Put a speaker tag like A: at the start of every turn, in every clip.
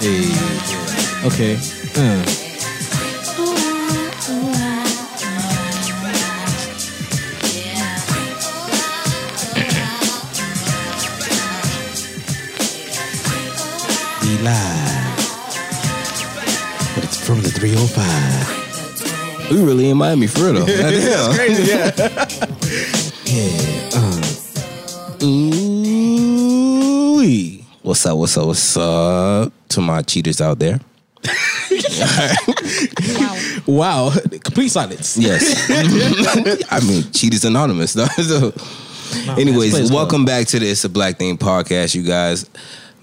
A: Hey. Okay. Uh.
B: Be live. But it's from the 305.
A: We oh really in Miami for real though. yeah.
B: Crazy, yeah.
A: Ooh-wee. What's up? What's up? What's up to my cheaters out there?
C: Wow.
B: Wow. Complete silence.
A: Yes. I mean, cheaters anonymous. though. so,
B: Players
A: anyways,
B: Club.
A: welcome back to the It's a Black Thing podcast, you guys.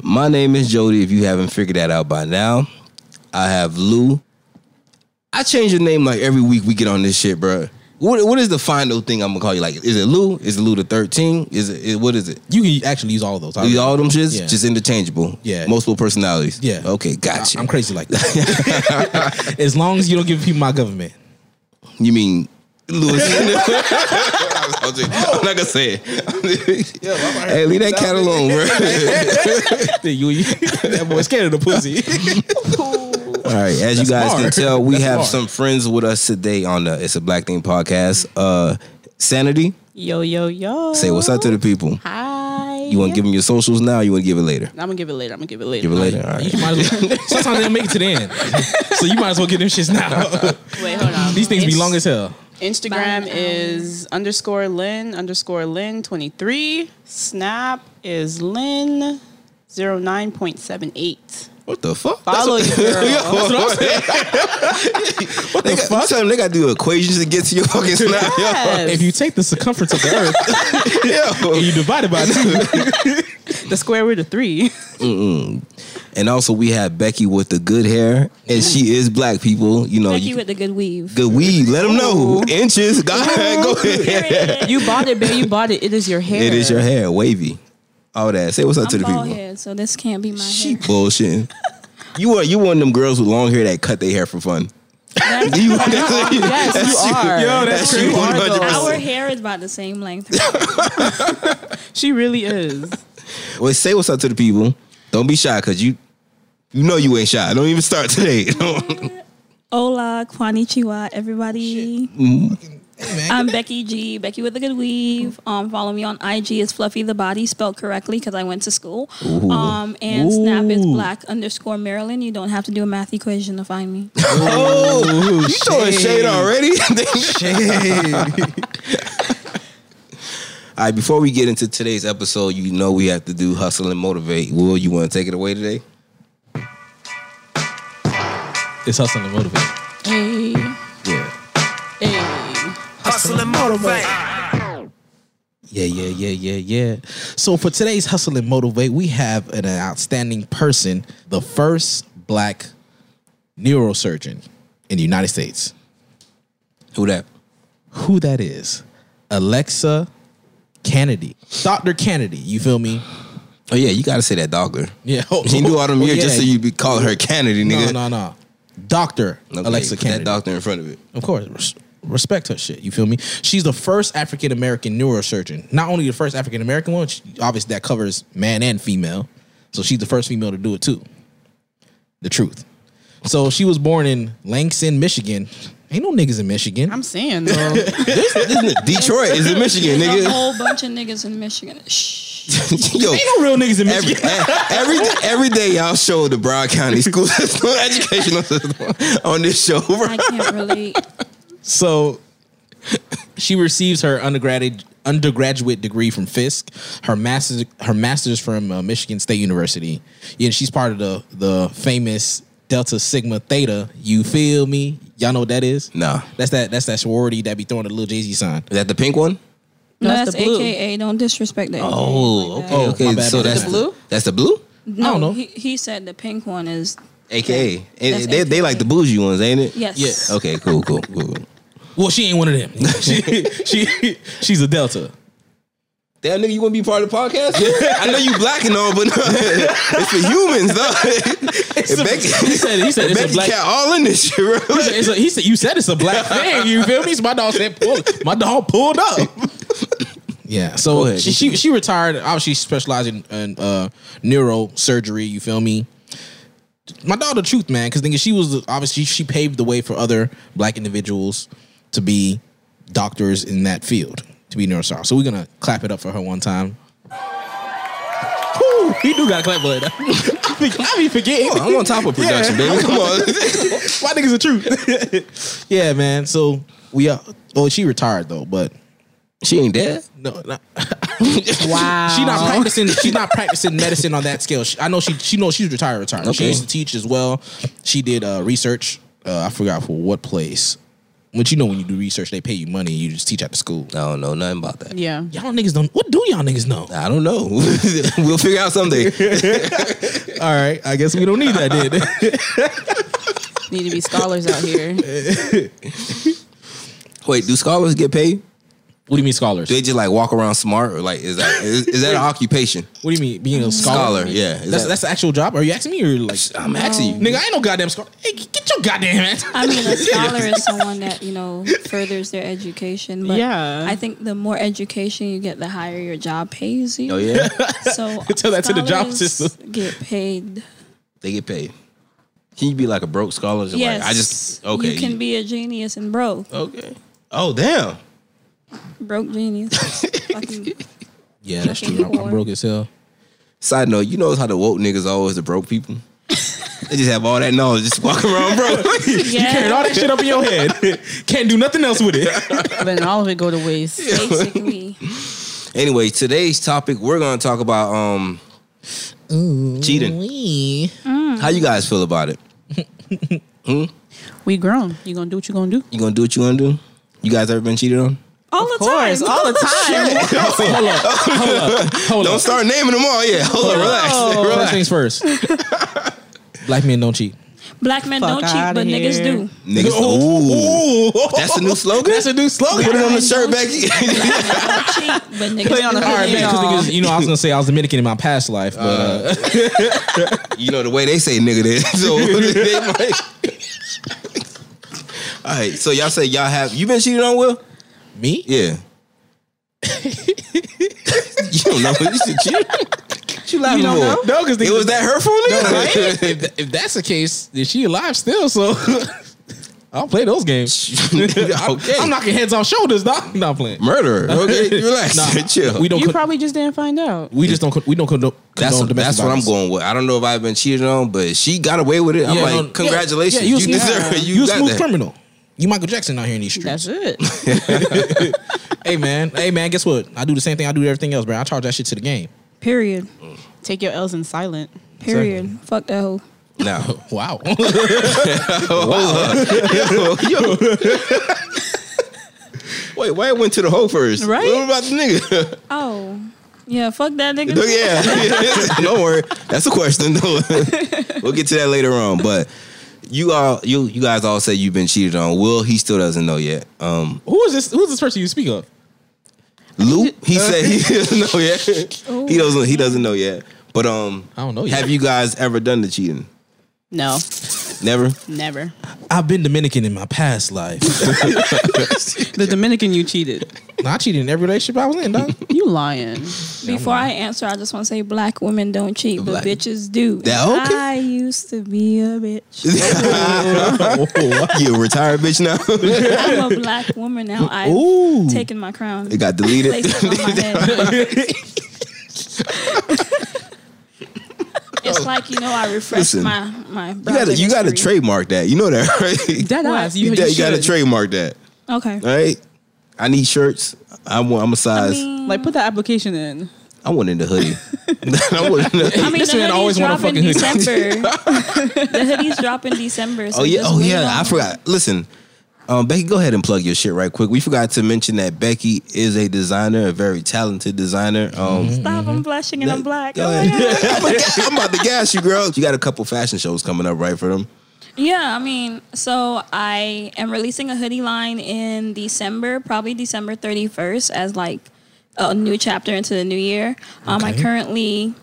A: My name is Jody. If you haven't figured that out by now, I have Lou. I change your name like every week we get on this shit, bro. What, what is the final thing I'm gonna call you? Like, is it Lou? Is it Lou the 13? Is it, it what is it?
B: You can actually use all of those. I-
A: These all them shits
B: Yeah.
A: just interchangeable.
B: Yeah.
A: multiple personalities.
B: Yeah.
A: Okay,
B: I-
A: gotcha.
B: I'm crazy like that. as long as you don't give people my government.
A: You mean Louis? I'm just- I'm not gonna say it. hey, leave that cat alone, bro.
B: Then you, that boy scared of the pussy.
A: All right, as you guys can
B: hard.
A: tell, we
B: That's
A: have
B: hard.
A: some friends with us today on the It's a Black Thing podcast. Uh, Sanity,
C: Yo, yo, yo.
A: say what's up to the people.
C: Hi.
A: You want to give them your socials now? Or you want to give it later?
C: I'm gonna give it later. I'm gonna give it later.
A: Give it later. All right.
B: You might as well, sometimes they don't make it to the end. So you might as well get them shits now.
C: Wait, hold on.
B: These things be
C: Ins-
B: long as hell.
C: Instagram is underscore Lynn underscore Lynn twenty three. Snap is Lynn zero nine point seven eight.
A: What the fuck?
C: Follow
A: That's
C: you,
A: what-
C: girl.
A: That's what I'm saying. what the fuck? They got to do equations to get to your fucking snap.
C: Yes.
B: If you take the circumference of the earth
A: Yo.
B: and you divide it by two,
C: the square root of three.
A: And also we have Becky with the good hair, and she is black people. You know,
D: Becky
A: you,
D: with the good weave.
A: good weed. Let them know inches. Go ahead, go ahead.
C: you bought it, babe. You bought it. It is your hair.
A: It is your hair, wavy. All that. Say what's up to
D: I'm
A: the people.
D: bald head, so this can't be my
A: She
D: hair.
A: bullshitting. You are you one of them girls with long hair that cut their hair for fun.
D: That's-
A: You, that's you.
C: Yes, you are.
B: Yo, that's
A: That's you
C: You are
A: 100%.
C: those.
D: Our hair is about the same length.
C: She really is.
A: Well, say what's up to the people. Don't be shy, cause you you know you ain't shy. Don't even start today.
D: Hola, konnichiwa, everybody. I'm Becky G, Becky with a good weave. Um, follow me on IG. It's Fluffy the Body, spelled correctly because I went to school. Um, and Snap is
B: Ooh.
D: Black underscore Maryland. You don't have to do a math equation to find me.
A: oh, you throwing shade already? All right, before we get into today's episode, you know we have to do hustle and motivate. Will, you want to take it away today?
B: it's hustling to motivate.
C: Hey,
A: Yeah.
C: hey.
B: Hustle and motivate. Yeah, yeah, yeah, yeah, yeah. So for today's hustle and motivate, we have an outstanding person, the first black neurosurgeon in the United States.
A: Who that?
B: Who that is? Alexa Kennedy, Doctor Kennedy. You feel me?
A: Oh yeah, you got to say that doctor.
B: Yeah. Oh,
A: She knew all them
B: oh,
A: years
B: yeah.
A: just so you be calling her Kennedy,
B: No,
A: nigga.
B: no, no. Doctor
A: Okay,
B: Alexa
A: put
B: Kennedy.
A: That doctor in front of it.
B: Of course. res- Respect her shit. You feel me? She's the first African American neurosurgeon. Not only the first African American one, she, obviously that covers man and female. So she's the first female to do it too. The truth. So she was born in Langston, Michigan. Ain't no niggas in Michigan.
C: I'm saying though.
A: Detroit is in Michigan,
D: There's
A: nigga.
D: a whole bunch of niggas in Michigan. Shh.
A: Yo,
B: ain't no real niggas in
A: every, eh,
B: Michigan.
A: every every day y'all show the Broward County school system, educational system on this show. bro.
D: I can't relate.
B: So she receives her undergraduate undergraduate degree from Fisk, her master's her master's from uh, Michigan State University. Yeah, she's part of the the famous Delta Sigma Theta. You feel me? Y'all know what that is?
A: Nah.
B: That's that that's that sorority that be throwing the little Jay Z sign.
A: Is that the pink one?
D: No,
C: That's
D: that's,
C: the blue.
D: AKA. Don't disrespect that.
A: Oh, okay,
B: Oh, my
A: okay.
B: bad,
A: so
B: my
A: that's
B: bad.
A: the
C: Blue?
A: That's the blue.
D: No,
B: don't know.
D: He, he said the pink one is.
A: AKA, And
D: That's
A: they they like the bougie ones, ain't it?
D: Yes.
B: Yes.
A: Okay, cool, cool, cool.
B: Well, she ain't one of them. she, she she's a Delta.
A: Damn nigga, you want to be part of the podcast? I know you black and all, but no, it's for humans, though. It's
B: he said he said it's a
A: Becky
B: black
A: cat all in this shit, bro.
B: He said- it's a- he said, "You said it's a black thing." You feel me? So my dog said, "Pull." My dog pulled up. Yeah.
A: Go
B: So
A: ahead,
B: she, she she retired. Obviously, she specialized in, in uh, neurosurgery. You feel me? my daughter truth, man, because nigga, she was the- obviously she paved the way for other black individuals to be doctors in that field, to be neurosurgeons. So we're gonna clap it up for her one time. Whew, we do gotta clap for that. I be, I be forgetting.
A: I'm on top of production, baby. Come on.
B: My niggas the truth. yeah, man. So we are. Well, she retired though, but
A: she ain't dead.
B: no, not,
C: Wow.
B: she not practicing. She's not practicing medicine on that scale. She, I know she. She knows she's retired. Retired. She
A: Okay.
B: used to teach as well. She did uh, research. Uh, I forgot for what place. But you know when you do research, they pay you money. You just teach at the school.
A: I don't know nothing about that.
C: Yeah.
B: Y'all niggas don't. What do y'all niggas know?
A: I don't know. we'll figure out someday.
B: All right, I guess we don't need that. Then
C: Need to be scholars out here.
A: Wait, do scholars get paid?
B: what do you mean scholars?
A: Do they just like walk around smart, or like is that is, is that an occupation?
B: What do you mean being a scholar?
A: Scholar, yeah. Is
B: That's
A: that-
B: that's the actual job. Are you asking me or like?
A: I'm asking you.
B: Nigga, I ain't no goddamn scholar. Hey, get your goddamn ass.
D: I mean, a scholar is someone that you know furthers their education. But
C: Yeah.
D: I think the more education you get, the higher your job pays you.
A: Oh yeah,
D: So
B: Tell that to the job
D: scholars
B: system.
D: Get paid.
A: they get paid. Can you be like a broke scholar? Just
D: Yes,
A: Like, I just okay.
D: You can be a genius and broke,
A: okay. Oh damn.
D: broke genius. Fucking-
B: Yeah, that's
D: Fucking
B: true. I'm, I'm
D: poor.
B: broke as hell.
A: Side note, you know how the woke niggas always the broke people. they just have all that knowledge, just walk around broke.
B: Carrying all
D: yeah,
B: that shit up in your head. Can't do nothing else with it.
C: But then all of it go to waste.
D: basically.
A: anyway, today's topic we're gonna talk about um cheating. How you guys feel about it?
C: We grown. You gonna do what you gonna do?
A: You gonna do what you gonna do? You guys ever been cheated on?
D: All the time.
C: the time.
B: hold up. Hold up. Hold
A: Don't
B: up.
A: start naming them all. Yeah, hold on, relax.
B: First things first. Black men don't cheat.
D: Black men
C: Fuck
D: don't cheat,
C: outta
D: but niggas
C: here.
D: do.
A: Niggas, ooh. That's a new slogan?
B: Oh. That's a new slogan.
A: Put it
B: All
A: on the shirt, Becky.
D: Don't cheat, but niggas
C: Put it on
D: do.
C: the
B: right, man. 'cause
C: Y'all.
B: niggas- You know, I was gonna say I was Dominican in my past life, but uh,
A: you know the way they say nigga then. So they might. All right, so y'all say y'all have you been cheated on, Will?
B: me,
A: Yeah. you don't know you should cheat. She laughing
B: You don't
A: for?
B: know? No, 'cause they-
A: it was that hurtful. Nigga?
B: if, tha- if that's the case, then she alive still. So I'll play those games.
A: okay,
B: I'm knocking heads off shoulders. Dog. Not playing.
A: murderer. Okay, relax, chill.
B: We don't.
C: You
B: con-
C: probably just didn't find out.
B: we just don't. con- We don't condone.
A: that's
B: condone domestic
A: that's what I'm
B: violence.
A: going with. I don't know if I've been cheated on, but she got away with it. I'm
B: Yeah,
A: like,
B: no, yeah,
A: congratulations,
B: yeah, you,
A: you,
B: a smooth-
A: deserve it. You,
B: a
A: got
B: smooth
A: that.
B: criminal. You Michael Jackson out here in these
C: That's
B: streets.
C: it.
B: hey man, hey man, guess what? I do the same thing I do to everything else, bro. I charge that shit to the game.
D: Period.
C: Take your L's in silent.
D: Period. Fuck that hoe.
A: Now,
B: Wow.
A: Yo. Wait, why it went to the hoe first?
D: Right?
A: What about the nigga?
D: Oh. Yeah, fuck that nigga.
A: Look, yeah. Don't worry. That's a question. we'll get to that later on. But you all you you guys all say you've been cheated on. Will he still doesn't know yet. Um
B: who is this? Who is this person you speak of?
A: Luke, he said he doesn't know yet.
D: Oh.
A: He doesn't he doesn't know yet. But um
B: I don't know yet.
A: Have you guys ever done the cheating?
C: No,
A: Never?
C: never.
B: I've been Dominican in my past life.
C: The Dominican you cheated.
B: Nah, I cheated in every relationship I was in, dog.
C: You lying.
D: Before I answer, I just want to say black women don't cheat,
A: Black-
D: but bitches do.
A: That okay?
D: I used to be a bitch.
A: you a retired bitch now?
D: I'm a black woman now. I've
B: Ooh.
D: taken my crown.
A: it got deleted.
D: placed it on my head. it's like, you know, I refreshed
A: Listen,
D: my, my
A: You gotta you gotta trademark that. You know that, right?
C: Dead ass. You,
A: you, got- you gotta
C: should.
A: trademark that.
D: Okay.
A: All right. I need shirts. I want. I'm a
D: I
A: size. I,
D: mean,
C: Like put that application in.
A: want in the hoodie. I want in the
D: I mean,
B: This
D: the
B: man
D: hoodies
B: always want a
D: drop in
B: fucking hoodie.
D: December. the hoodies drop in December. So
A: Oh yeah.
D: just
A: Oh
D: wait
A: yeah. I
D: on-
A: forgot. Listen, um, Becky, go ahead and plug your shit right quick. We forgot to mention that Becky is a designer, a very talented designer. Um,
D: Stop! I'm blushing and I'm black.
A: go
D: Oh my
A: ahead.
D: God.
A: I'm, a ga- I'm about to gas you, girl. You got a couple fashion shows coming up, right? For them.
D: Yeah, I mean, so I am releasing a hoodie line in December, probably December 31st, as like a new chapter into the new year. Um, I
B: Okay.
D: currently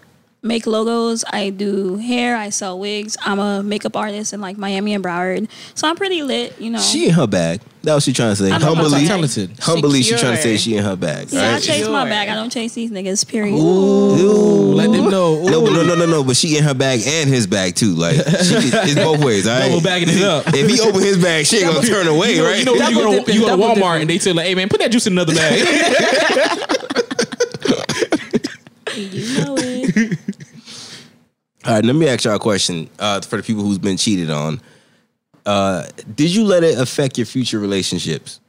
D: make logos, I do hair, I sell wigs. I'm a makeup artist in like Miami and Broward. So I'm pretty lit, you know.
A: She in her bag. That was she trying to say.
D: I'm
A: Humbly,
B: talented.
A: humbly, she
C: Secure.
A: trying to say she in her bag.
D: Yeah, I
A: right?
D: chase my
C: Sure.
D: bag. I don't chase these niggas. Period.
A: Ooh.
B: Let them know.
A: No,
B: ooh.
A: but no, no, no, no. But she in her bag and his bag too. Like she, it's both ways. All right.
B: Double bagging it up.
A: If he open his bag, she ain't gonna turn away,
B: You know,
A: right?
B: You, know, you
C: Double
B: go to,
C: dipping,
B: you go to
C: double
B: Walmart
C: dipping.
B: and they tell like, hey man, put that juice in another bag.
D: You know it.
A: All right. Let me ask y'all a question uh, for the people who's been cheated on. Uh, did you let it affect your future relationships?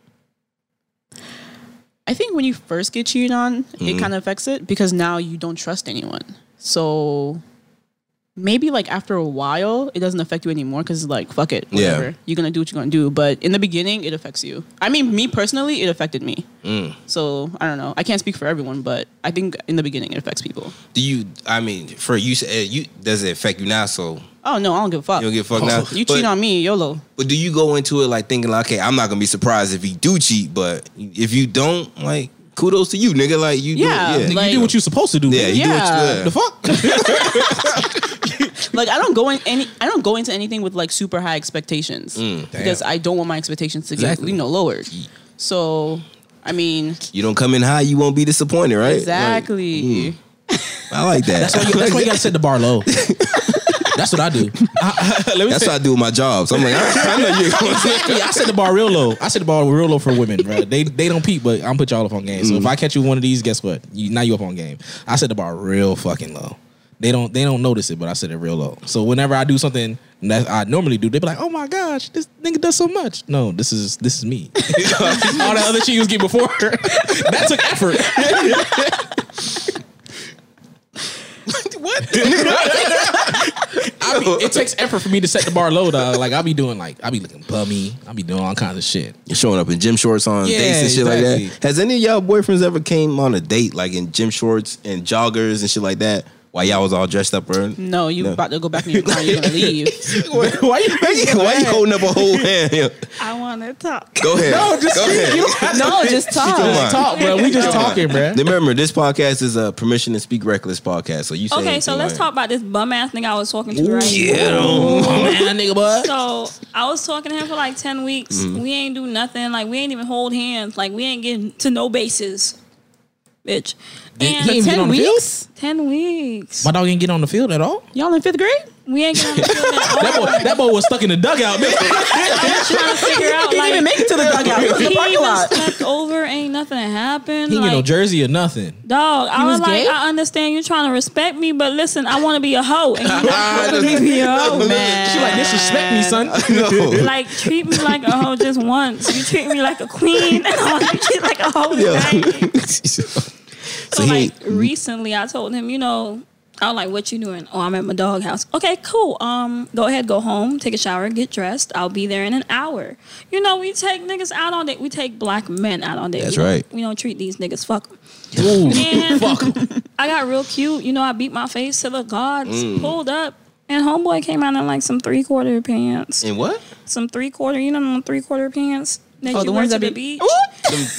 C: I think when you first get cheated on, it kind of affects it because now you don't trust anyone. So maybe like after a while, it doesn't affect you anymore because like fuck it,
A: Yeah.
C: whatever. You're gonna do what you're gonna do. But in the beginning, it affects you. I mean, me personally, it affected me. So I don't know. I can't speak for everyone, but I think in the beginning, it affects people.
A: Do you? I mean, for you, said you does it affect you now? So you
C: Oh no, I don't give a fuck.
A: don't get fucked now.
C: you
A: But-
C: cheat on me, YOLO.
A: But do you go into it like thinking like, okay, I'm not gonna be surprised if you do cheat, but if you don't, like, kudos to you, nigga. Like you, do it,
C: Yeah,
A: yeah.
C: like-
B: you do what you're supposed to do.
A: yeah, you
B: man.
A: do what you
C: Yeah.
B: The fuck?
C: like I don't go in any I don't go into anything with like super high expectations because I don't want my expectations to
A: Exactly.
C: get you know lowered. So I mean
A: You don't come in high, you won't be disappointed, right? Like,
C: exactly.
A: I like that.
B: That's why, you, that's why you gotta set the bar low. That's what I do. I, I- let me
A: That's
B: tell
A: what I do with my jobs. I'm like, I, I know you're going to
B: you, I set the bar real low. I set the bar real low for women, bro. They they don't peep, but I'm put y'all up on game. So if I catch you one of these, guess what? You, now you up on game. I set the bar real fucking low. They don't they don't notice it, but I set it real low. So whenever I do something that I normally do, they be like, "Oh my gosh, this nigga does so much." No, this is this is me. All the other shit you was getting before that took effort. I be, it takes effort for me to set the bar low. Dog. Like I be doing, like I be looking bummy. I be doing all kinds of shit.
A: You're showing up in gym shorts on
B: Yeah,
A: dates and shit like that.
B: exactly.
A: Has any of y'all boyfriends ever came on a date like in gym shorts and joggers and shit like that while y'all was all dressed up? Or
D: Mm,
C: No, you
A: No.
C: about to go back in your car, you're gonna leave.
B: Why you?
A: why you holding up a whole hand? Yeah.
D: I want to talk.
A: Go ahead.
B: No, just
A: Go ahead.
C: no, just
A: Come
C: talk.
A: on.
B: Just talk, bro. We just talking, bro.
A: Remember, this podcast is a permission to speak reckless podcast. So you say
D: Okay, so
A: anything,
D: let's
A: like-
D: talk about this bum ass nigga I was talking to, right?
B: man, nigga, bud.
D: So I was talking to him for like ten weeks.
C: Mm-hmm.
D: We ain't do nothing. Like we ain't even hold hands. Like we ain't getting to no bases, bitch. And
B: he ain't been
D: ten,
B: on the
C: Weeks?
D: ten weeks.
B: My dog ain't get on the field at all.
C: Y'all in fifth grade?
D: We ain't getting on the field at all.
B: That boy, that boy was stuck in the dugout, man.
D: I'm trying to figure out like
C: Didn't even make it to the dugout. It was in the
D: he
C: parking
D: even
C: lot.
D: slept over. Ain't nothing happened.
B: He ain't get no
D: Like,
B: jersey or nothing.
D: Dog, I was,
C: was
D: like,
C: gay?
D: I understand you trying to respect me, but listen, I want to be a hoe, and you not let me be a hoe,
B: She like
D: Oh, man.
B: disrespect me, son.
A: No.
D: Like treat me like a hoe just once. You treat me like a queen, and I want to treat like a hoe. back. So,
A: he
D: like
A: ain't- mm-hmm.
D: recently, I told him, you know, I was like, "What you doing?" Oh, I'm at my doghouse. Okay, cool. Um, go ahead, go home, take a shower, get dressed. I'll be there in an hour. You know, we take niggas out on date. We take black men out on date.
A: That's
D: We don't-
A: right.
D: We don't treat these niggas. Fuck 'em.
B: Ooh,
D: And
B: fuck.
D: I got real cute. You know, I beat my face to the gods,
A: Mm.
D: pulled up, and homeboy came out in like some three quarter pants.
A: And what?
D: Some three quarter, you know, them three quarter pants that
C: Oh,
D: you
C: the
D: wear
C: ones
D: to
C: that
D: the
C: be-
D: beach.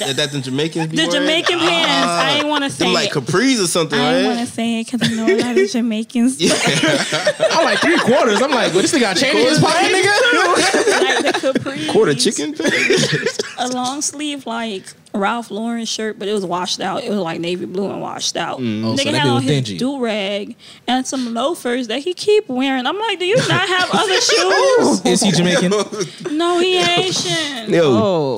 A: Them, that them Jamaicans? be
D: The
A: wearing?
D: Jamaican pants. I
A: Ah.
D: ain't want to say
A: Them like
D: it.
A: capris or something,
D: I ain't want
A: right?
D: to say it because I know a lot of Jamaicans.
B: I'm like three quarters. I'm like, well, this nigga got change in his pocket, nigga.
D: like the capris,
A: Quarter chicken?
D: a long sleeve like Ralph Lauren shirt, but it was washed out. It was like navy blue and washed out.
B: Oh,
A: Mm.
D: Nigga
B: so that
D: had
B: bitch
D: on
B: was
D: his
B: dingy.
D: do rag and some loafers that he keep wearing. I'm like, do you not have other shoes?
B: Is he Jamaican?
D: No, he Haitian.
A: Yo.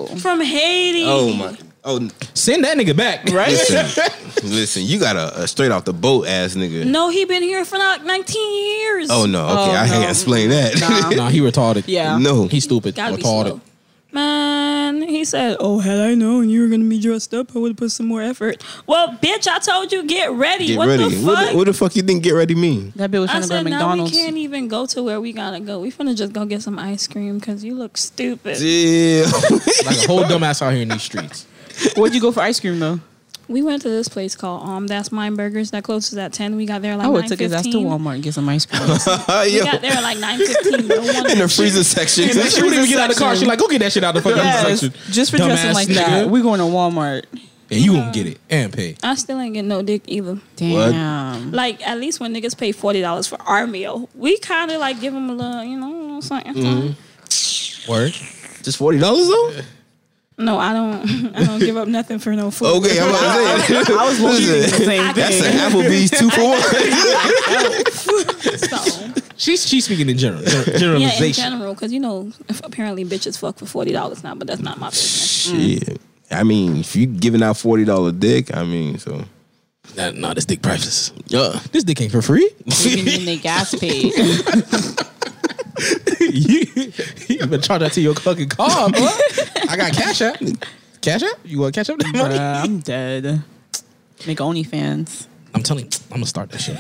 C: Oh.
D: From Haiti.
A: Oh my. Oh,
B: Send that nigga back, right?
A: listen, listen. You got a, a straight off the boat ass nigga.
D: No, he been here for like 19 years.
A: Oh no. Okay,
C: Oh,
A: I
C: no.
A: can't explain that.
B: Nah, he retarded.
C: Yeah.
A: no.
B: he stupid.
D: Gotta be
B: Retarded.
D: slow. Man, he said, "Oh, had I known you were gonna be dressed up, I would have put some more effort." Well, bitch, I told you get ready.
A: Get
D: what
A: ready.
D: the
A: what,
D: fuck?
A: the, what the fuck you think get ready mean?
C: That bitch was
D: I
C: trying to go to
D: said, now we
C: McDonald's.
D: can't even go to where we gotta go. We finna just go get some ice cream because you look stupid.
A: Yeah.
B: Like a whole dumbass out here in these streets.
C: Where'd you go for ice cream though?
D: We went to this place called Um That's Mine Burgers that closes at ten. We got there like
C: Oh, I would
D: nine
C: took his ass to
D: fifteen.
C: Walmart and get some ice cream.
D: We
A: Yo.
D: got there at like nine fifteen. No one
A: In the freezer section.
B: she wouldn't even get out of the car. She like, go get that shit out of the fucking
C: yes,
B: section.
C: just for
B: Dumbass
C: dressing like that.
B: nigga.
C: We going to Walmart.
B: And you won't get it and pay.
D: I still ain't getting no dick either.
C: Damn.
D: Like at least when niggas pay forty dollars for our meal, we kind
A: Mm-hmm.
D: of like give them a little, you know, something.
B: Word.
A: Just forty dollars though.
D: No, I don't. I don't give up nothing for no food.
A: Okay, I'm about to say.
C: I was looking at the
A: Listen,
C: same
A: That's an
C: thing.
A: Applebee's two for one.
D: So
B: She's she's speaking in general. gen-
D: yeah, in
B: Generalization.
D: general, because you know, if apparently bitches fuck for forty dollars now, but that's not my business.
A: Shit. I mean, if you giving out forty dollar dick, I mean, so
B: Nah, nah, this dick prices.
A: yeah.
B: This dick ain't for free.
C: Even when they gas paid.
B: you, you better charge that to your fucking car, boy. I got cash app. Cash app? You want cash app that money?
C: Bruh, I'm dead. Make OnlyFans.
B: I'm telling you, I'm gonna start that shit.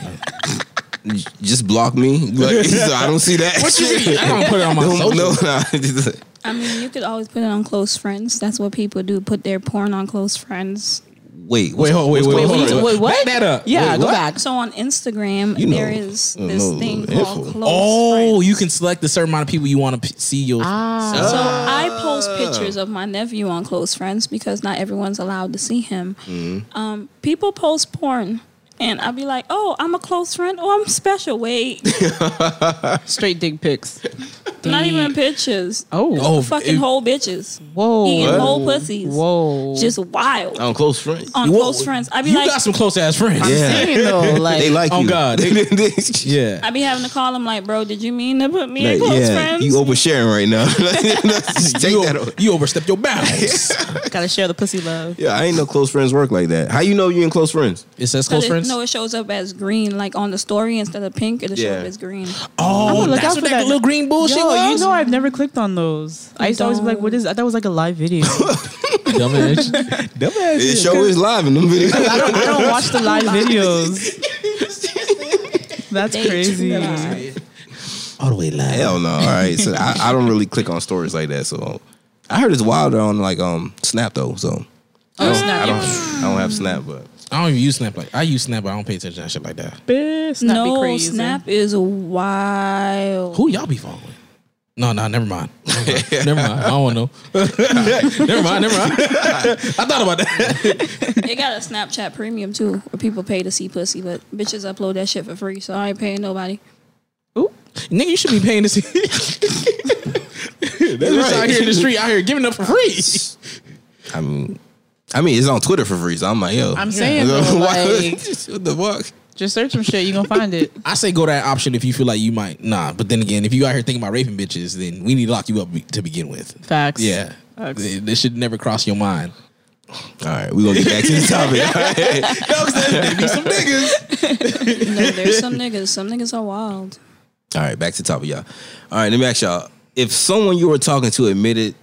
B: man.
A: Just block me. Like, so I don't see that.
B: What you
A: shit.
B: mean? I don't put it on my
A: No,
B: social.
A: no, no.
D: I mean, you could always put it on close friends. That's what people do. Put their porn on close friends.
A: Wait,
B: Wait, hold, wait, wait,
C: Wait,
B: hold
C: wait,
B: on.
C: wait, what?
B: Back that up.
C: Yeah,
A: Wait,
C: go
A: what?
C: back.
D: So on Instagram,
A: You know,
D: there is
A: uh,
D: this
A: no
D: thing
A: info.
D: called close
B: Oh,
D: friends.
B: you can select a certain amount of people you want to p- see your.
C: Ah.
D: So I post
A: Ah.
D: pictures of my nephew on close friends because not everyone's allowed to see him.
A: Mm-hmm.
D: Um, people post porn, and I'll be like, "Oh, I'm a close friend. Oh, I'm special. Wait,
C: Straight dick pics.
D: not
C: Dang.
D: even pictures.
C: Oh.
B: Oh,
D: fucking
B: it-
D: whole bitches,
C: Whoa.
D: eating whole pussies,
C: Whoa.
D: just wild
A: I'm close friend.
D: on
B: Whoa.
D: close friends. I'd be
B: you
D: like,
B: got some close ass friends.
A: Yeah.
C: Saying though, like,
A: They like
B: Oh,
A: you.
B: God.
A: yeah.
B: Yeah.
D: I'd be having to call him like, "Bro, did you mean to put me in
A: Like,
D: close
A: yeah,
D: friends?"
A: you oversharing right now. Just take
B: You,
A: that.
B: o-
A: o-
B: you overstepped your bounds.
C: gotta share the pussy love.
A: Yeah, I ain't no close friends work like that. How you know you in close friends?
B: it says
D: But
B: close
D: it-
B: friends.
D: No, it shows up as green, like on the story instead of pink. It'll show
A: Yeah.
D: up as green.
C: I'm
B: oh,
C: gonna look
B: that's
C: out
B: what
C: for
B: that,
C: that.
B: little green
A: Oh,
B: bullshit
C: Yo, you
B: was.
C: know I've never clicked on those. I used to always be like,
D: Don't.
C: "What is?" That? I thought it was like a live video.
B: Dumbass. Dumbass.
A: It show is live in them
C: I
A: videos.
C: don't, I don't watch the live videos. That's
D: They
C: crazy.
D: too live.
B: All the way live.
A: Hell no. All right, so I, I don't really click on stories like that. So I heard it's wilder on like um Snap though. So
C: Oh,
A: I
C: snap!
A: don't I don't have Snap, but
B: I don't even use Snap. Like I use Snap, but I don't pay attention to that shit like that.
C: bitch. Snap be
D: no,
C: crazy.
D: Snap is wild.
B: Who y'all be following? No, no, never mind. Never mind. never mind. I don't want to know. never mind. Never mind. I thought about that.
D: They got a Snapchat premium too, where people pay to see pussy, but bitches upload that shit for free, so I ain't paying nobody.
B: Ooh, nigga, you should be paying this. That's right. out here in the street, out here giving up for free.
A: I mean. I mean, it's on Twitter for free, so I'm like, yo.
C: I'm saying, though,
A: Why-
C: like-
A: what the fuck?
C: Just search some shit. You gonna find it.
B: I say go that option if you feel like you might. Nah, but then again, if you out here thinking about raping bitches, then we need to lock you up be- to begin with.
C: Facts.
B: Yeah,
C: Facts.
B: Th- this should never cross your mind.
A: All right, we're gonna get back to the topic. All right.
D: No, there's some niggas. Some niggas are wild.
A: All right, back to the topic, y'all. All right, let me ask y'all: If someone you were talking to admitted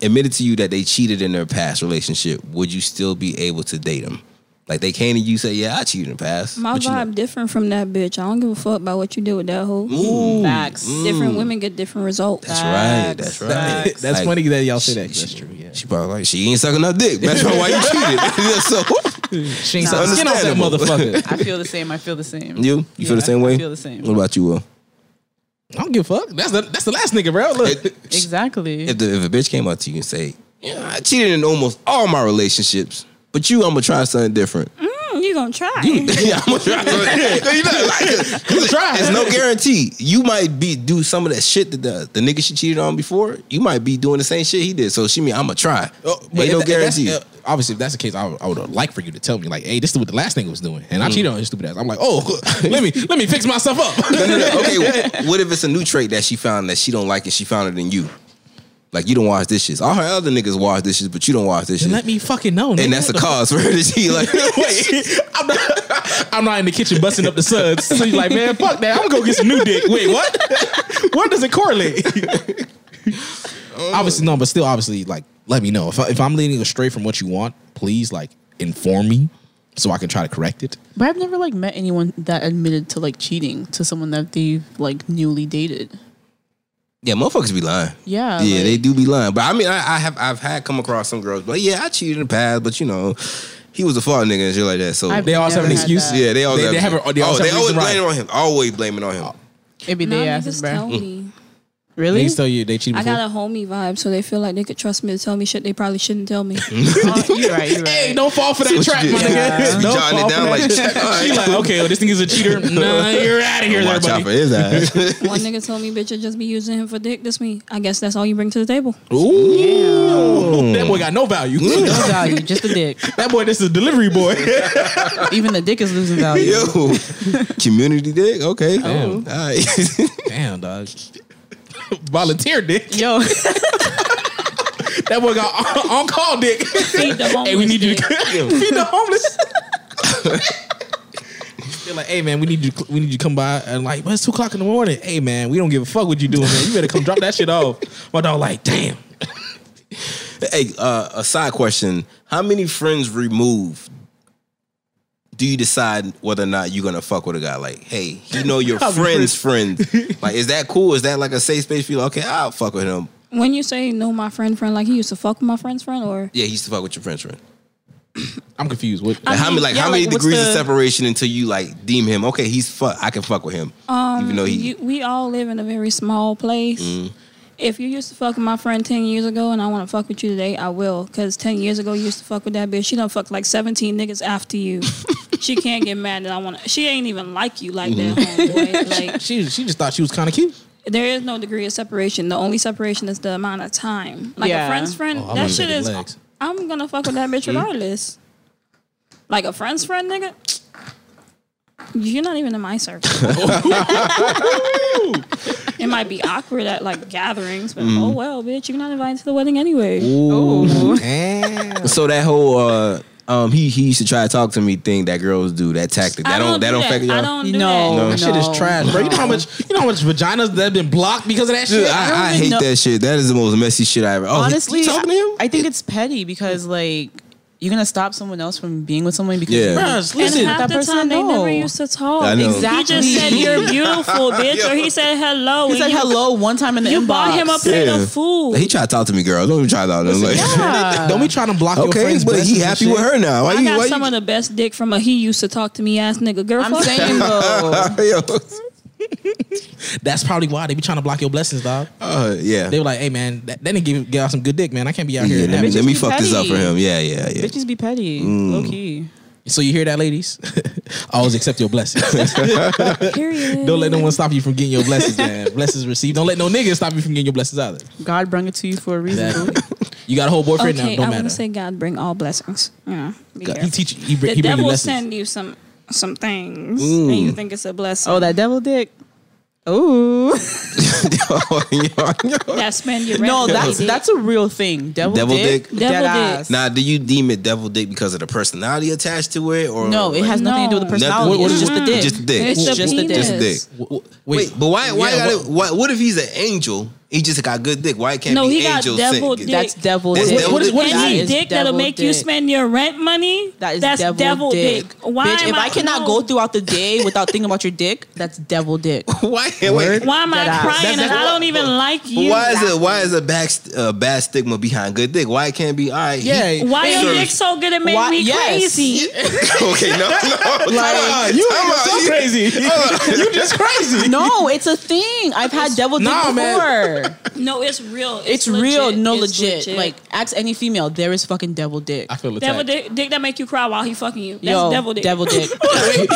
A: admitted to you that they cheated in their past relationship, would you still be able to date them? Like they came to you say, "Yeah, I cheated in the past."
D: My
A: but you know-
D: vibe different from that bitch. I don't give a fuck about what you did with that hoe.
C: Facts.
A: Mm.
D: Different women get different results.
A: that's right.
C: Facts,
A: That's right.
B: That's
A: Like,
B: funny that y'all say that.
A: she-
B: That's true. Yeah,
A: She probably like she ain't sucking her dick. That's probably why you cheated. Yeah, so
B: she ain't selling skin off that
A: Understandable.
B: motherfucker.
C: I feel the same. I feel the same.
A: you you
C: Yeah,
A: feel the same way.
C: I feel the same.
A: What about you, Will?
B: I don't give a fuck. That's the that's the last nigga, bro. Look,
C: Exactly.
A: If the if a bitch came up to you and say, "Yeah, I cheated in almost all my relationships," but you, I'm gonna try something different.
D: Mm, you gonna try?
A: yeah, I'm gonna try. you know, like,
B: try.
A: There's no guarantee. You might be do some of that shit that the, the nigga she cheated on before. You might be doing the same shit he did. So she mean I'm gonna try.
B: Oh,
A: but Ain't no
B: if tha- if that's-
A: guarantee.
B: uh, obviously, if that's the case, I would, I would like for you to tell me, like, "Hey, this is what the last nigga was doing,"
A: Mm.
B: and I cheated on his stupid ass. I'm like, "Oh, let me let me fix myself
A: No,
B: up."
A: no, no. Okay, wh- what if it's a new trait that she found that she don't like and she found it in you? Like you don't wash dishes. All her other niggas wash dishes, but you don't wash dishes.
B: Then let me fucking know.
A: and that's the cause for her to cheat. Like
B: Wait, I'm not, I'm not in the kitchen busting up the suds. So you're like, man, fuck that. I'm gonna go get some new dick. Wait, what? Where does it correlate? obviously, no, but still, obviously, like, let me know if, I, if I'm leading astray from what you want. Please, like, inform me so I can try to correct it.
C: But I've never like met anyone that admitted to like cheating to someone that they've like newly dated.
A: Yeah, motherfuckers be lying.
C: Yeah,
A: yeah,
C: like-
A: they do be lying. But I mean, I, I have I've had come across some girls, but yeah, I cheated in the past, but you know, he was a fall nigga and shit like that. So
C: I've
B: They always have an
C: never had
B: excuse.
C: that.
A: yeah, they always
B: They- they have a- they
A: oh,
B: always have
A: they
B: a
A: always
B: reason why.
A: blame it on him. Always blaming on him.
C: It be
D: Nah,
C: their
D: niggas
C: asses, bro.
D: tell me.
E: Really?
B: Niggas tell you they cheated
D: I
B: before.
D: got a homie vibe, so they feel like they could trust me to tell me shit they probably shouldn't tell me.
E: Oh, you're right. You're right.
B: Hey, don't fall for
A: See what
B: that
A: you
B: trap,
A: did.
B: my
A: Yeah.
B: nigga.
A: You
B: Don't
A: jotting it
B: fall for
A: down
B: that
A: like,
B: trap.
A: all right.
B: She like, okay, well, this nigga's a cheater. Nah, you're out of here, there,
A: Watch out for
B: buddy.
A: his ass.
D: One nigga told me, bitch, I just be using him for dick. This me. I guess that's all you bring to the table.
B: Ooh, that boy got no value.
F: No value, just a dick.
B: that boy, this is a delivery boy.
F: Even the dick is losing value.
A: Yo, community dick. Okay,
B: Damn.
A: all right.
B: Damn, dog. Volunteer dick.
E: Yo,
B: That boy got on, on call dick.
D: Feed the
B: hey, we
D: homeless
B: need you to
D: dick.
B: feed the homeless. They're like, hey man, we need you. to- We need you to come by and like, well, it's two o'clock in the morning. Hey man, we don't give a fuck what you doing, man. You better come drop that shit off. My dog, like, damn.
A: hey, uh, a side question: How many friends removed do you decide whether or not you're gonna fuck with a guy? Like, hey, you know your friend's friend. Like, is that cool? Is that like a safe space for you? Like, okay, I'll fuck with him.
D: When you say no, my friend, friend, like he used to fuck with my friend's friend, or
A: Yeah, he used to fuck with your friend's friend.
B: I'm confused. What?
A: Like, how many
D: mean,
A: like
D: yeah,
A: how many
D: like, what's
A: degrees of
D: the-
A: separation until you like deem him okay? He's fuck. I can fuck with him, even though he.
D: you, we all live in a very small place. If you used to fuck with my friend ten years ago, and I want to fuck with you today, I will. Cause ten years ago, you used to fuck with that bitch. She done fucked like seventeen niggas after you. she can't get mad that I want. to She ain't even like you like that. Homeboy. Like
B: She she just thought she was kind of cute.
D: there is no degree of separation. The only separation is the amount of time. Like
E: Yeah.
D: a friend's friend,
B: Oh, I'm
D: that
B: gonna
D: shit
B: take
D: is.
B: his legs.
D: I'm gonna fuck with that
A: Hmm?
D: bitch regardless. like a friend's friend, nigga. You're not even in my circle. it might be awkward at like gatherings, but
A: Hmm.
D: oh well, bitch, you're not invited to the wedding anyway.
E: oh,
B: Damn.
A: So that whole uh um he he used to try to talk to me thing that girls do that tactic that
D: I
A: don't, that
D: do
A: don't affect y'all.
D: I don't do
E: No.
D: that.
E: No.
B: That shit
E: No.
B: is trash, bro. You know how much you know how much vaginas that have been blocked because of that
A: Dude,
B: shit.
A: I, I
E: don't
A: hate
E: know-
A: that shit. That is the most messy shit I ever. Oh, he-
E: honestly,
A: you talking to him?
E: I think it's petty because like you're gonna stop someone else from being with someone because
A: Yeah.
E: you-
B: Bruh,
D: And
B: listen,
D: half
E: that
D: the
E: person
D: time they
E: know.
D: never used to talk.
A: I know.
D: He just said
E: Exactly.
D: you're beautiful, bitch, or he said hello.
E: He
D: and
E: said
D: you-
E: hello one time in the
D: You
E: inbox.
D: bought him a plate
A: Yeah.
D: of food.
A: he tried to talk to me, girl. Don't even try to talk to him. Like,
E: Yeah.
B: don't be trying to block your
A: okay,
B: friends.
A: but
B: blessings
A: he
B: and
A: happy
B: shit.
A: with her now. Why
D: I
A: you?
D: got
A: why
D: some of the best dick from a he used to talk to me ass nigga girl.
E: I'm
D: fuck that.
E: saying though,
A: you? Yo.
B: That's probably why they be trying to block your blessings, dog.
A: Uh, yeah.
B: They were like, "Hey, man, that, that didn't give get out some good dick, man. I can't be out here."
A: yeah let me,
B: having-
A: let me
E: be
A: fuck this up for
E: petty.
A: him. Yeah, yeah, yeah.
E: bitches be petty,
A: Mm.
E: low key.
B: so you hear that, ladies? Always accept your blessings.
D: Period.
B: Don't let no one stop you from getting your blessings, man. blessings received. Don't let no niggas stop you from getting your blessings either.
E: God brung it to you for a reason. boo.
B: You got a whole boyfriend now.
D: Okay, I
B: Don't
D: want
B: matter.
D: to say God bring all blessings. Yeah, be
B: God, he
D: careful.
B: teach. He, bring- he
D: the
B: bring you
D: devil
B: lessons.
D: send you some some things,
A: Mm.
D: and you think it's a blessing.
E: Oh, that devil dick. Ooh.
A: Oh,
D: that's when you
E: No, that's that's a real thing. Devil,
A: Devil
E: dick.
A: dick?
D: Devil
E: dead
D: dick.
E: ass.
A: now, do you deem it devil dick because of the personality attached to it, or
E: No, it
A: like-
E: has nothing to do with the
A: Nothing-
E: personality.
A: what- what
E: it's
A: is-
E: just the dick.
A: Just the dick.
D: It's
A: Just
D: the
E: the dick.
D: penis.
A: the dick.
B: W- w-
A: Wait, but why? Why?
B: yeah,
A: gotta,
B: what-
A: why what if he's an angel? He just got good dick. Why it can't
D: No,
A: be
D: he got
A: angel
D: devil
A: sent?
D: dick.
E: That's devil
A: That's
E: dick.
A: devil What is- what dick.
E: That
D: Any
E: is
D: dick that'll
E: devil
D: make you
E: dick.
D: spend your rent money.
E: That is
D: that's
E: devil, dick.
D: Why
E: Bitch,
D: am
E: if I, cannot
D: no.
E: go throughout the day without thinking about your dick, that's devil dick.
A: Why? Wait,
D: Why am I
E: Dead ass.
D: crying
A: That's-
D: and I
A: that's-
D: don't even like you?
A: why is it? Why is a back st- uh, bad stigma behind good dick? Why it can't be? All right. he-
B: Yeah.
D: Why your
A: Sir.
D: dick so good it made
E: Why-
D: me
E: yes.
D: crazy?
A: okay. No. No.
B: Ah, you
A: Time
B: are
A: out.
B: so
A: You-
B: crazy. you just crazy.
E: No, it's a thing. I've had devil dick
B: Nah, man.
E: before.
D: No, it's real. It's,
E: It's, real,
D: legit.
E: no
D: It's
E: legit. Like ask any female, there is fucking devil dick.
B: I feel attacked.
D: devil dick, dick that make you cry while he fucking you. That's
E: Yo,
D: devil dick.
E: Devil dick.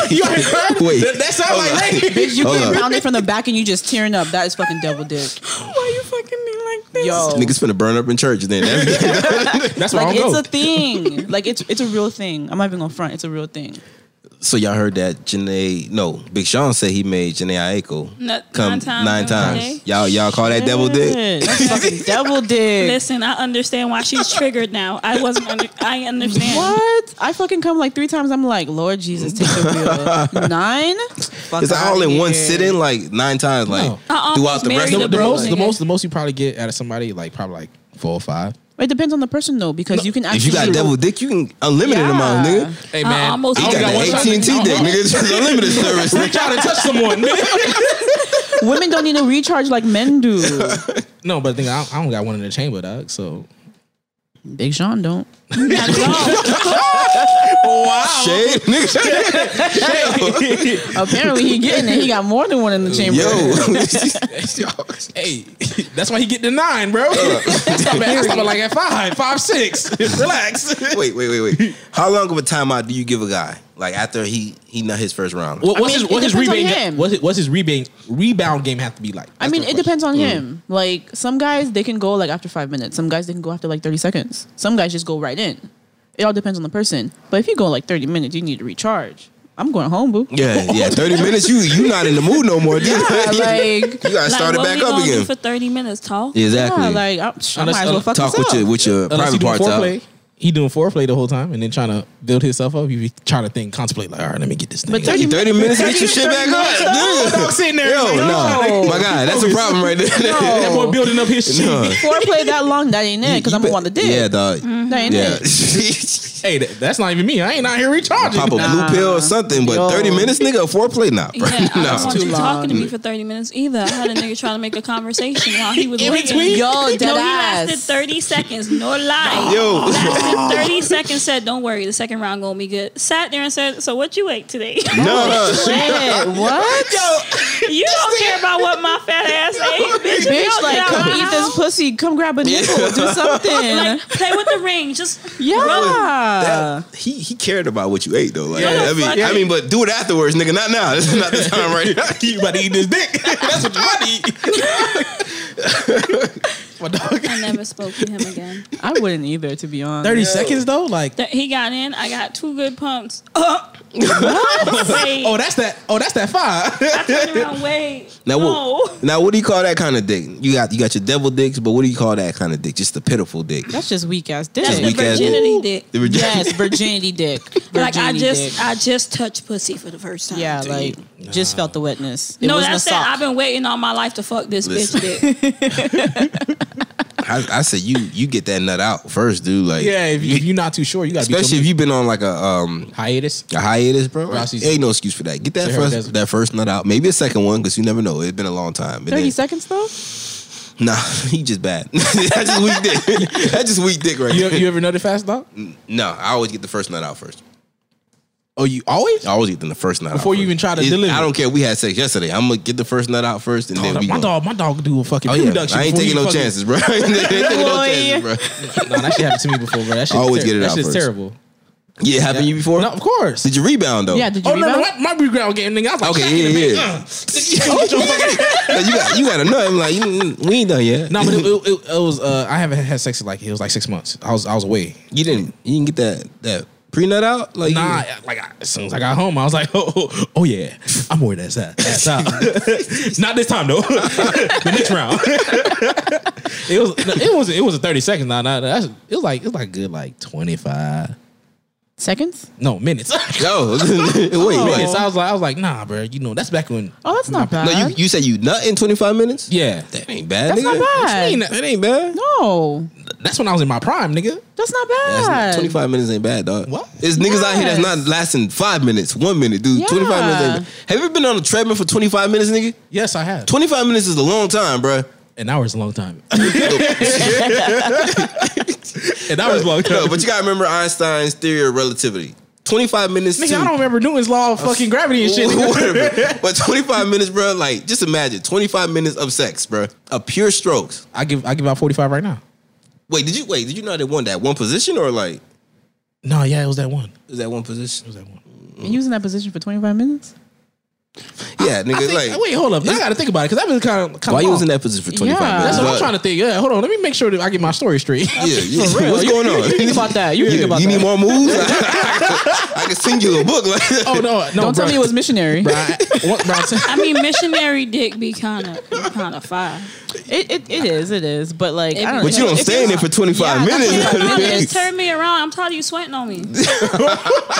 B: you ain't heard?
A: Wait.
B: That, that sound
A: Hold
B: like
A: on.
B: lady.
E: Bitch, you
A: Hold
E: get
A: on.
E: pounded from the back and you just tearing up. That is fucking devil dick.
D: Why you fucking me like this?
E: Yo,
A: Niggas finna burn up in church. Then that's
B: That's where
E: like
B: I'm
E: it's
B: going.
E: a thing. Like it's it's a real thing. I'm not even gonna front. It's a real thing.
A: so y'all heard that Janae? No, Big Sean said he made Janae Aiko
D: No-
A: come
D: nine times
A: nine
D: during the day?
A: times. Y'all y'all call that devil dick?
E: Yeah, That's fucking devil dick.
D: Listen, I understand why she's triggered now. I wasn't. Under, I understand.
E: What? I fucking come like three times. I'm like, Lord Jesus, take the wheel. Nine? Fuck
A: Is that all
E: outta
A: in one
E: here.
A: sitting? Like nine times? Like
B: No.
D: I
A: throughout
D: almost
A: the rest of
D: married
B: the,
A: the
D: a
B: the
D: broke
B: most, the
D: nigga.
B: most, the most you probably get out of somebody like probably like four or five.
E: It depends on the person though, because you can actually.
A: If you got devil dick, you can unlimited
E: Yeah.
A: amount, nigga.
B: Hey
D: I man, almost I
A: You
D: only
A: got
D: got one
A: the
D: shot
A: AT and T dick, nigga. It's just unlimited service.
B: Reach out and touch someone.
E: Women don't need to recharge like men do.
B: no, but the thing I, I don't got one in the chamber, dog. So
E: Big Sean don't.
D: Not at all.
A: Shade, nigga.
E: Apparently he getting it. He got more than one in the chamber.
A: Yo,
B: hey, that's why he get the nine, bro. Stop at, stop at like at five, five, six. Relax.
A: wait, wait, wait, wait. How long of a timeout do you give a guy? Like after he he not his first round.
B: What, what's
E: I mean,
B: his what's
E: it
B: his
E: depends on
B: rebound? ga-
E: him.
B: What's his, what's his rebound rebound game have to be like?
E: I
B: That's
E: mean,
B: the
E: it
B: question.
E: depends
A: Mm.
E: on him. Like some guys, they can go like after five minutes. Some guys, they can go after like thirty seconds. Some guys just go right in. It all depends on the person. But if you go like thirty minutes, you need to recharge. I'm going home, boo.
A: Yeah, yeah. Thirty minutes. You you not in the mood no more. Dude.
E: like-
A: you gotta
D: Like,
A: start it
D: what
A: back
D: we
A: up
D: gonna do
A: again.
D: for thirty minutes. Talk.
A: Exactly.
E: Yeah, like I, I might as well fuck
A: Talk
E: this
A: with
E: up.
A: your with your
B: Unless he
A: private
B: doing
A: parts out.
B: foreplay. He doing foreplay the whole time and then trying to build himself up. He be trying to think, contemplate, like, all right, let me get this thing.
E: But
B: up.
E: 30
A: 30 minutes to get your shit
E: 30
A: back
E: minutes
A: up. Dude.
B: I'm sitting there,
A: Yo,
B: like,
A: no.
E: no.
A: My God, that's a problem right there.
B: that boy building up his shit.
A: No.
E: foreplay that long, that ain't it. Because I'm gonna want the dick.
A: Yeah, dog.
E: That ain't
A: Yeah.
E: it.
B: Hey, that, that's not even me. I ain't out here recharging.
A: Pop a blue
E: Nah.
A: pill or something, but
E: Yo.
A: 30 minutes, nigga, foreplay, nah, bro.
D: Yeah, I don't want
A: no.
D: you
E: long.
D: talking to me for 30 minutes either. I had a nigga trying to make a conversation while he was
B: In
D: waiting.
B: between?
E: Yo, dead
D: no, he
E: ass.
D: lasted 30 seconds. No lie.
A: Yo.
D: Lasted 30 seconds, said, don't worry, the second round gonna be good. Sat there and said, so what you ate today?
A: No, no.
E: Shit, what?
D: you don't care about what my fat ass ate, bitch. You
E: Bitch,
D: don't
E: like,
D: get out
E: come
D: my
E: eat this
D: house.
E: pussy. Come grab a nipple. Do something.
D: Like, play with the ring. Just
E: yeah.
A: That- he he cared about what you ate though. Like I mean,
B: Yeah.
A: I mean, but do it afterwards, nigga. Not now. This is not the time right now.
B: you about to eat this dick. that's what you about to eat. My dog.
D: I never spoke to him again.
E: I wouldn't either, to be honest.
B: 30 seconds though? Like
D: Th- He got in. I got two good pumps. wait.
B: Oh, that's that. Oh, that's that five.
D: I turned around. Wait.
A: Now
D: no.
A: what? Now what do you call that kind of dick? You got you got your devil dicks, but what do you call that kind of dick? Just the pitiful dick.
E: That's just weak ass dick.
D: That's the
A: weak ass-
D: virginity dick.
A: The virgin-
E: yes, virginity dick. Virginity
D: Like I just,
E: dick.
D: I just touched pussy for the first time.
E: yeah, like just felt the wetness. It
D: no,
E: wasn't
D: that's
E: a
D: it.
E: sock.
D: I've been waiting all my life to fuck this
A: Listen.
D: bitch dick.
A: I, I said you you get that nut out first, dude. Like
B: yeah, if, you, if you're not too sure, you got to be
A: especially
B: some
A: if you've been on like a um
B: hiatus.
A: a hiatus, bro.
B: Bro, I see-
A: ain't no excuse for that. Get that
B: Sahara
A: first
B: Desert.
A: that first nut out. Maybe a second one because you never know. It's been a long time. And
E: 30
A: then-
E: seconds though?
A: Nah, he just bad. That's just weak dick. That's just weak dick right
B: You,
A: there.
B: you ever know the fast dog?
A: no, I always get the first nut out first.
B: Oh, you always?
A: I always get the first nut out
B: Before you
A: first.
B: even try to
A: It-
B: deliver.
A: I don't care. We had sex yesterday. I'm gonna get the first nut out first, and then we.
B: my
A: gonna-
B: dog, my dog do a fucking
A: Oh yeah,
B: pre-production
A: I ain't
B: before
A: taking
B: you
A: no
B: fucking-
A: chances, bro. I ain't taking no
E: Boy.
A: chances, bro.
B: Nah, that shit happened to me before, bro. That shit
A: I always
B: ter-
A: get it
B: that
A: out
B: shit's
A: first.
B: terrible.
A: Yeah, happened to you before?
B: No, of course.
A: Did you rebound though?
E: Yeah, did you
B: Oh no,
E: remember?
B: no, my, my reground game nigga. I was like,
A: Okay,
B: "Shit,
A: yeah,
B: nigga,
A: yeah.
B: uh, get your fucking-
A: No, you got you got to know. I'm like, you, we ain't done yet.
B: No, but it, it, it, it was. Uh, I haven't had sex in like it was like six months. I was I was away.
A: you didn't you didn't get that that pre nut out. Like,
B: Nah,
A: you-
B: like I, as soon as I got home, I was like, oh, oh, oh, yeah, I'm worried that's that. That's out. Not this time though. the next round. it was it was it was a thirty seconds. Nah, nah, that's it was like it was like good like twenty five.
E: Seconds?
B: No minutes.
A: yo, wait, wait.
B: minutes. I was like I was like nah, bro. You know that's back when.
E: Oh, that's not bad.
A: No, you you said you nut in 25 minutes?
B: Yeah,
A: That ain't bad,
E: That's
A: nigga.
E: not bad.
B: What you mean?
A: That ain't bad.
E: no,
B: that's when I was in my prime, nigga.
E: that's not
A: That's
E: bad.
A: not- 25 minutes ain't bad, dog.
B: What?
A: It's niggas out here that's
E: Yes.
A: not lasting five minutes, one minute, dude. 25 minutes ain't bad. Have you been on a treadmill for 25 minutes, nigga?
B: Yes, I have.
A: 25 minutes is a long time, bruh.
B: An hour is a long time. An hour is a long time.
A: No, but you gotta remember Einstein's theory of relativity. 25 minutes.
B: Nigga,
A: to-
B: I don't remember Newton's law of fucking gravity and shit.
A: Whatever. but 25 minutes, bruh, like, just imagine 25 minutes of sex, bruh. Of pure strokes.
B: I give I give out forty five right now.
A: Wait, did you wait, did you know that one that one position or like
B: No, yeah, it was that one. It
A: is that one position?
B: was that one.
E: Been using that position for 25 minutes?
A: Yeah, nigga,
B: I think-
A: like
B: wait, hold up. Now I gotta think about it because I've been kind of. Kind
A: why
B: of
A: you was in that position for 25
E: Yeah.
A: minutes?
B: That's what I'm
A: dog?
B: trying to think. Yeah, hold on. Let me make sure that I get my story straight.
A: Yeah, yeah.
E: For real.
A: What's
E: You-
A: going
E: You
A: on?
E: think about that. You think about
A: you
E: that.
A: need more moves? I can send you a book. Like,
B: oh no, no.
E: Don't tell
B: bruh.
E: me it was missionary.
B: Bruh, I- what- bruh, I'm saying-
D: I mean, missionary dick be kind of kind of fire.
E: It, it, it is, it is. But like, I don't
D: But
A: but you
E: know.
A: don't
E: If
A: stay in it for 25
E: Yeah,
A: minutes.
E: that's
D: Now,
E: Yes.
D: just turn me around. I'm tired of you sweating on me.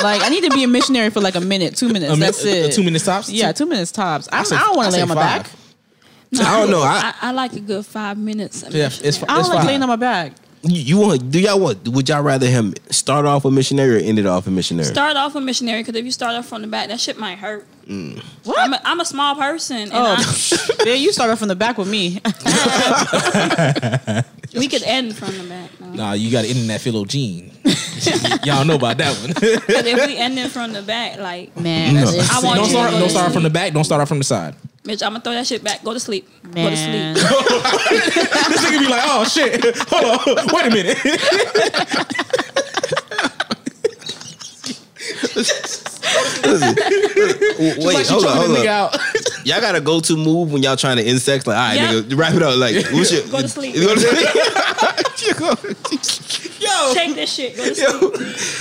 E: Like I need to be a missionary for like a minute, two minutes.
B: a min-
E: that's
B: a- a
E: it.
B: two minute stops.
E: Yeah, two minutes tops. I, I,
B: say-
E: don't want
B: I
E: to
B: say
E: lay on my
B: five.
E: back.
D: No,
A: I don't know. I-
D: I, I, like a good five minutes. of
B: Yeah, it's
D: missionary.
B: fi-
E: I don't
B: It's
E: like
B: five.
E: laying on my back.
A: You, you want? Do y'all want? Would y'all rather him start off a missionary or end it off a missionary?
D: Start off with missionary because if you start off from the back, that shit might hurt.
E: What?
D: I'm a, I'm a small person. And
E: Oh.
D: I,
E: Then you started from the back with me.
D: We could end from the back. No.
B: Nah, you got to end in that Philo gene. Y'all know about that one.
D: 'Cause if we end it from the back, like,
E: Man,
D: I want
B: don't
D: you
B: start.
D: to go
B: Don't
D: to
B: start
D: sleep.
B: from the back. Don't start out from the side.
D: bitch, I'm gonna throw that shit back. Go to sleep. Go to
E: Man.
D: sleep.
B: this nigga be like, oh shit, hold on, wait a minute.
A: Wait,
B: like she
A: hold on, hold
B: choking that nigga
A: on.
B: out.
A: Y'all got a go to move when y'all trying to insects. Like, all right,
D: Yeah.
A: nigga, wrap it up. Like, what's your
D: Go to sleep.
A: Go to sleep.
E: Oh.
D: Take this shit. Go to sleep.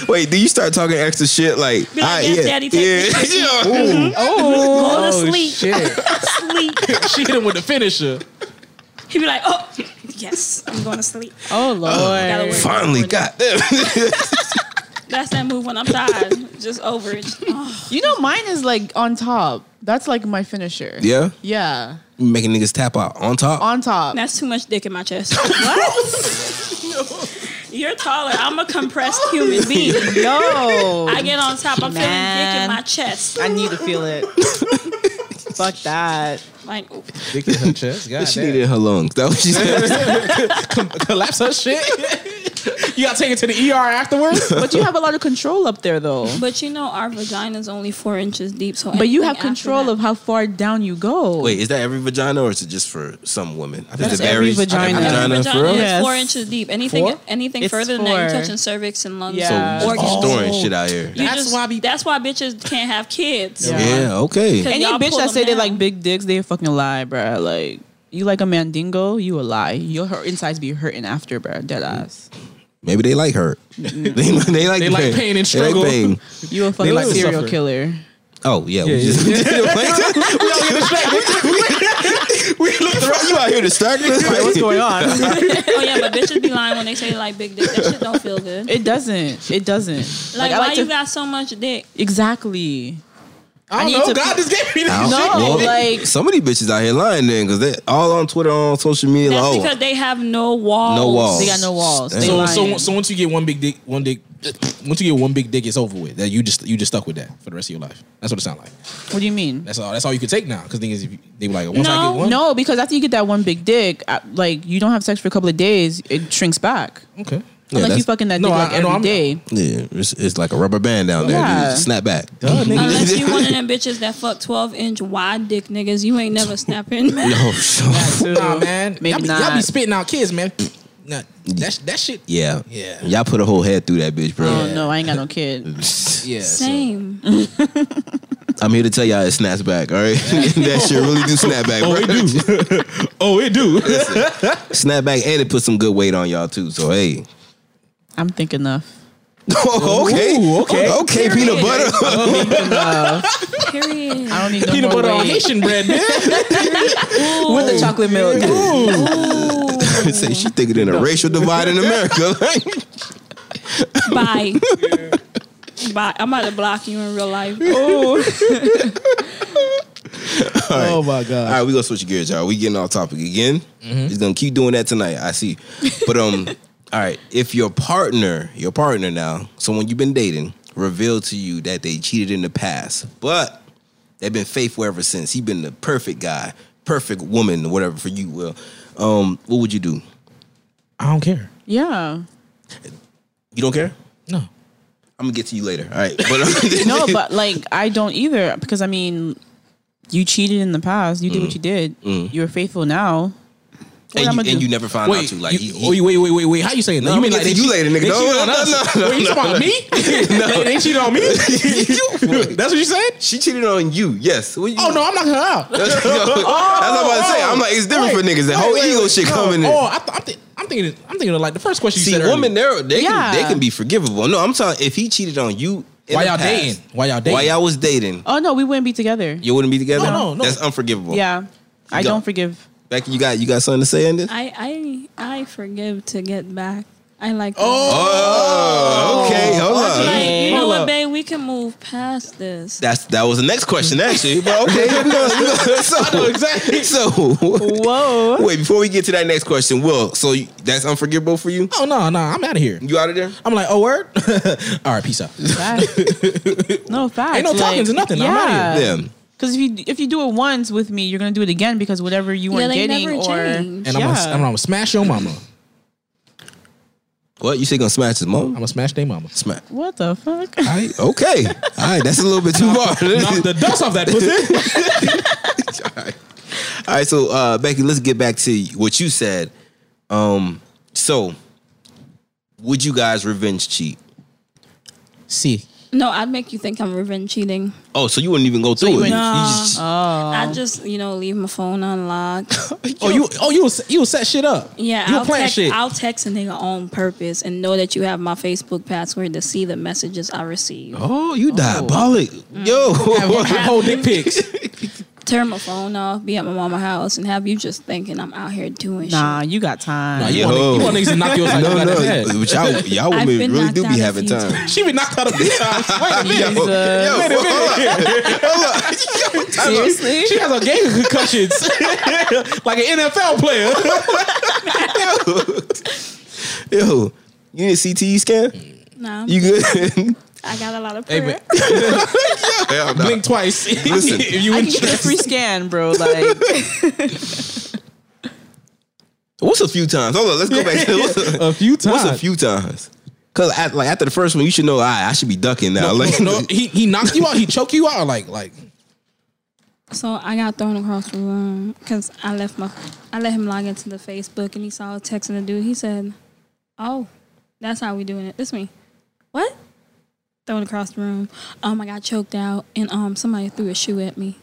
A: Yo. Wait, do you start talking extra shit? Like,
D: Be like,
A: all right,
D: yes,
A: yeah,
D: daddy, take
A: yeah.
D: this shit.
A: Yeah.
E: Mm-hmm. Oh.
D: Go to sleep.
B: shit.
D: Sleep.
B: she hit him with the finisher.
D: He'd be like, oh, yes, I'm going to sleep.
E: oh
D: Gotta
E: lord.
D: work.
A: Finally, goddamn.
D: That's that move when I'm tired. Just over it. Oh,
E: You know, mine is like on top. That's like my finisher.
A: yeah,
E: Yeah,
A: making niggas tap out on top.
E: on top.
D: that's too much dick in my chest. What? You're taller. I'm a compressed human being.
E: Yo,
D: I get on top. I'm feeling dick in
E: Man.
D: my chest.
E: I need to feel it. Fuck that.
D: Like, ooh,
B: Dick in her chest. God
A: she needed her lungs. That what she said.
B: collapse her shit. you gotta take it to the ER afterwards.
E: But you have a lot of control up there, though.
D: but you know, our vagina's only four inches deep. So,
E: But you
D: anything
E: have
D: after
E: control
D: that-
E: of how far down you go.
A: Wait, is that every vagina or is it just for some women? I
E: That's every
A: Every
E: vagina.
A: vagina,
D: Every vagina
A: for real?
D: is
E: Yeah.
D: four
E: Yes.
D: inches deep. Anything,
B: Four?
D: anything
E: It's
D: further than that,
E: four.
D: you're touching cervix and lungs.
E: Yeah.
A: So
D: Organs.
A: Oh, just throwing shit out here.
D: You
B: That's
D: just-
B: why we-
D: That's why bitches can't have kids.
E: Yeah.
A: Yeah, okay.
D: Cause-
E: Any
D: y'all
E: bitch
D: pull
E: that
D: them
E: say they
D: down.
E: like big dicks, they fucking lie, bruh. Like you like a mandingo, you a lie. Your her insides be hurting after, bruh. Dead ass.
A: Maybe they like her. they, they like
B: They
A: the
B: like pain and struggle.
A: They like pain.
E: You a fucking
B: like to
E: serial
B: suffer.
E: killer.
A: Oh yeah, we just you out here distracting us.
E: What's going on?
D: Oh yeah, but bitches be lying when they say like big dick. That shit don't feel good.
E: it doesn't. It doesn't.
D: Like,
E: I
D: why
E: like
D: you
E: to-
D: got so much dick?
E: exactly.
B: I
E: need
B: don't know.
E: to-
B: God just gave me this.
E: No, like-
A: some of these bitches out here lying then because they all on Twitter, all on social media.
D: That's
A: Like, oh,
D: because they have no walls.
A: No walls.
E: They got no walls. They
B: So, so
E: lying.
B: so once you get one big dick, one dick, once you get one big dick, it's over with. That you just you just stuck with that for the rest of your life. That's what it sounds like.
E: what do you mean?
B: That's all. That's all you can take now. Because thing is, if you, they were like, once I
D: No,
B: get one,
E: No, because after you get that one big dick, I- like you don't have sex for a couple of days, it shrinks back.
B: okay.
A: Yeah,
E: Unless you
A: that's-
E: fucking that
B: No,
E: dick
B: I-
E: like
B: I know,
E: every
B: I'm-
E: day.
A: yeah, it's, it's like a rubber band down there.
E: Yeah.
A: Dude, snap back.
D: Unless you one of them bitches that fuck twelve inch wide dick niggas, you ain't never snapping.
A: Oh, sure.
B: Nah, man.
E: Maybe
B: y'all, be,
E: not.
B: y'all be spitting out kids, man. Nah, that that shit.
A: Yeah,
B: Yeah.
A: Y'all put a whole head through that bitch, bro.
E: Oh no, I ain't got no kid.
B: Yeah. so-
D: Same.
A: I'm here to tell y'all it snaps back. All right, that shit really do snap back.
B: Oh,
A: bro.
B: it do. oh, it do.
A: Snap back, and it put some good weight on y'all too. So hey,
E: I'm thinking enough.
A: Oh, okay,
B: Ooh, okay.
A: okay, peanut butter.
D: Period.
E: I don't need no
B: Peanut
E: more
B: butter on
E: weight.
B: Haitian bread, man.
E: with the chocolate milk.
A: Say she thinking in a racial divide in America.
D: Bye. Bye. I'm about to block you in real life.
B: Oh my god.
A: All right, we gonna switch gears, y'all. We getting off topic again.
B: Mm-hmm.
A: He's gonna keep doing that tonight. I see. But um, all right. If your partner, your partner now, someone you've been dating, revealed to you that they cheated in the past, but they've been faithful ever since. He been the perfect guy, perfect woman, whatever for you. Will, um, what would you do?
B: I don't care.
E: Yeah.
A: You don't care.
B: No.
A: I'm gonna get to you later. All right. But um,
E: No, but like I don't either because I mean, you cheated in the past. You did
B: Mm.
E: what you did. You were faithful now. What
A: and,
E: I'ma
A: you, and
E: do?
A: you never found out
B: Wait,
A: too. Like
B: you,
A: he, he-
B: wait, wait, wait, wait, wait. How you saying that?
A: No,
B: you
A: I'm gonna get to you
B: they
A: later, nigga.
B: They
A: No,
B: cheated
A: no,
B: on
A: no,
B: us.
A: no, no,
B: Wait, you
A: no,
B: talking about
A: no.
B: me? they, they cheated on me. That's what you said?
A: she cheated on you. Yes. What you-
B: Oh no, I'm not her out.
A: That's what I'm about to say. I'm like, it's different for niggas. That whole ego shit coming in.
B: Oh, I th- I'm, thi- I'm thinking. I'm thinking of like the first question you
A: See,
B: said. earlier.
A: women, they're, they
E: Yeah.
A: can they can be forgivable. No, I'm talking if he cheated on you. in
B: Why
A: the
B: y'all
A: past,
B: dating? Why y'all dating?
A: Why y'all was dating?
E: Oh no, we wouldn't be together.
A: You wouldn't be together.
B: No, no, no.
A: That's unforgivable.
E: Yeah, I
A: Go.
E: don't forgive.
A: Becky, you got you got something to say in this?
D: I I I forgive to get back. I like. that.
A: oh, okay. Hold on.
D: Like, you know
B: Hold
D: what,
B: up.
D: babe? We can move past this.
A: That's that was the next question actually. But okay, you know, you know, so exactly. So
E: Whoa.
A: wait, before we get to that next question, Will, so you- that's unforgivable for you?
B: Oh no, no, I'm out of here.
A: You out of there?
B: I'm like, oh word. All right, peace out.
E: Fact. no facts.
B: Ain't no
E: like,
B: talking to nothing. I'm
E: Yeah.
B: outta
A: Yeah.
E: Because if you if you do it once with me, you're gonna do it again because whatever you
D: yeah,
E: weren't
D: they
E: getting
D: never
E: or
D: change.
B: And I'm, gonna,
E: Yeah.
B: I'm gonna smash your mama.
A: What you say? Gonna smash his
B: I'm
A: mom?
B: gonna smash their mama.
A: Smash.
E: what the fuck.
A: All right, okay. All right, that's a little bit too far.
B: Knock the dust off that pussy.
A: All right, so uh, Becky, let's get back to what you said. Um, so would you guys revenge cheat?
B: See,
D: No, I'd make you think I'm revenge cheating.
A: Oh, so you wouldn't even go through
E: you
A: it?
E: wouldn't-
A: just,
B: Uh,
D: I'd just, you know, leave my phone unlocked.
B: oh you, oh you, was- you was set shit up.
D: Yeah,
B: you
D: I'll
B: were playing
D: text,
B: shit.
D: I'll text a nigga on purpose and know that you have my Facebook password to see the messages I receive.
A: oh, you diabolic, yo!
B: mm. Have her whole dick pics.
D: Turn my phone off, be at my mama house, and have you just thinking I'm out here doing
E: Nah, you got time.
B: Nah, you,
A: Yo.
B: want, niggas- you want niggas to knock your side
A: no,
B: out
A: no,
B: of his head.
A: but y'all, y'all
D: I've
A: women
D: been
A: really
D: knocked
A: do
D: out
A: be
D: a
A: having
D: few
A: time.
B: She been knocked out of his times. Wait a minute.
A: Yo, yo,
E: Seriously?
B: She has a game of concussions, like an NFL player.
A: yo, you need a CTE scan?
D: shit. Nah,
A: You good?
D: I got a lot of
B: Hey,
D: prayer.
A: Hell no.
B: Blink twice.
A: Listen.
B: if you
E: I
B: in
E: can get a
B: trance.
E: free scan, bro. Like
A: What's a few times? Hold on, let's go back. to what's a,
B: a few times.
A: what's a few times? Cause at, like after the first one, you should know I I should be ducking now. like
B: no, he he knocked you out. He choked you out. or Like like
D: So I got thrown across the room because I left my I let him log into the Facebook and he saw a text and the dude. He said, "Oh, that's how we doing it. This me. What? Thrown across the room. Um, I got choked out and um somebody threw a shoe at me.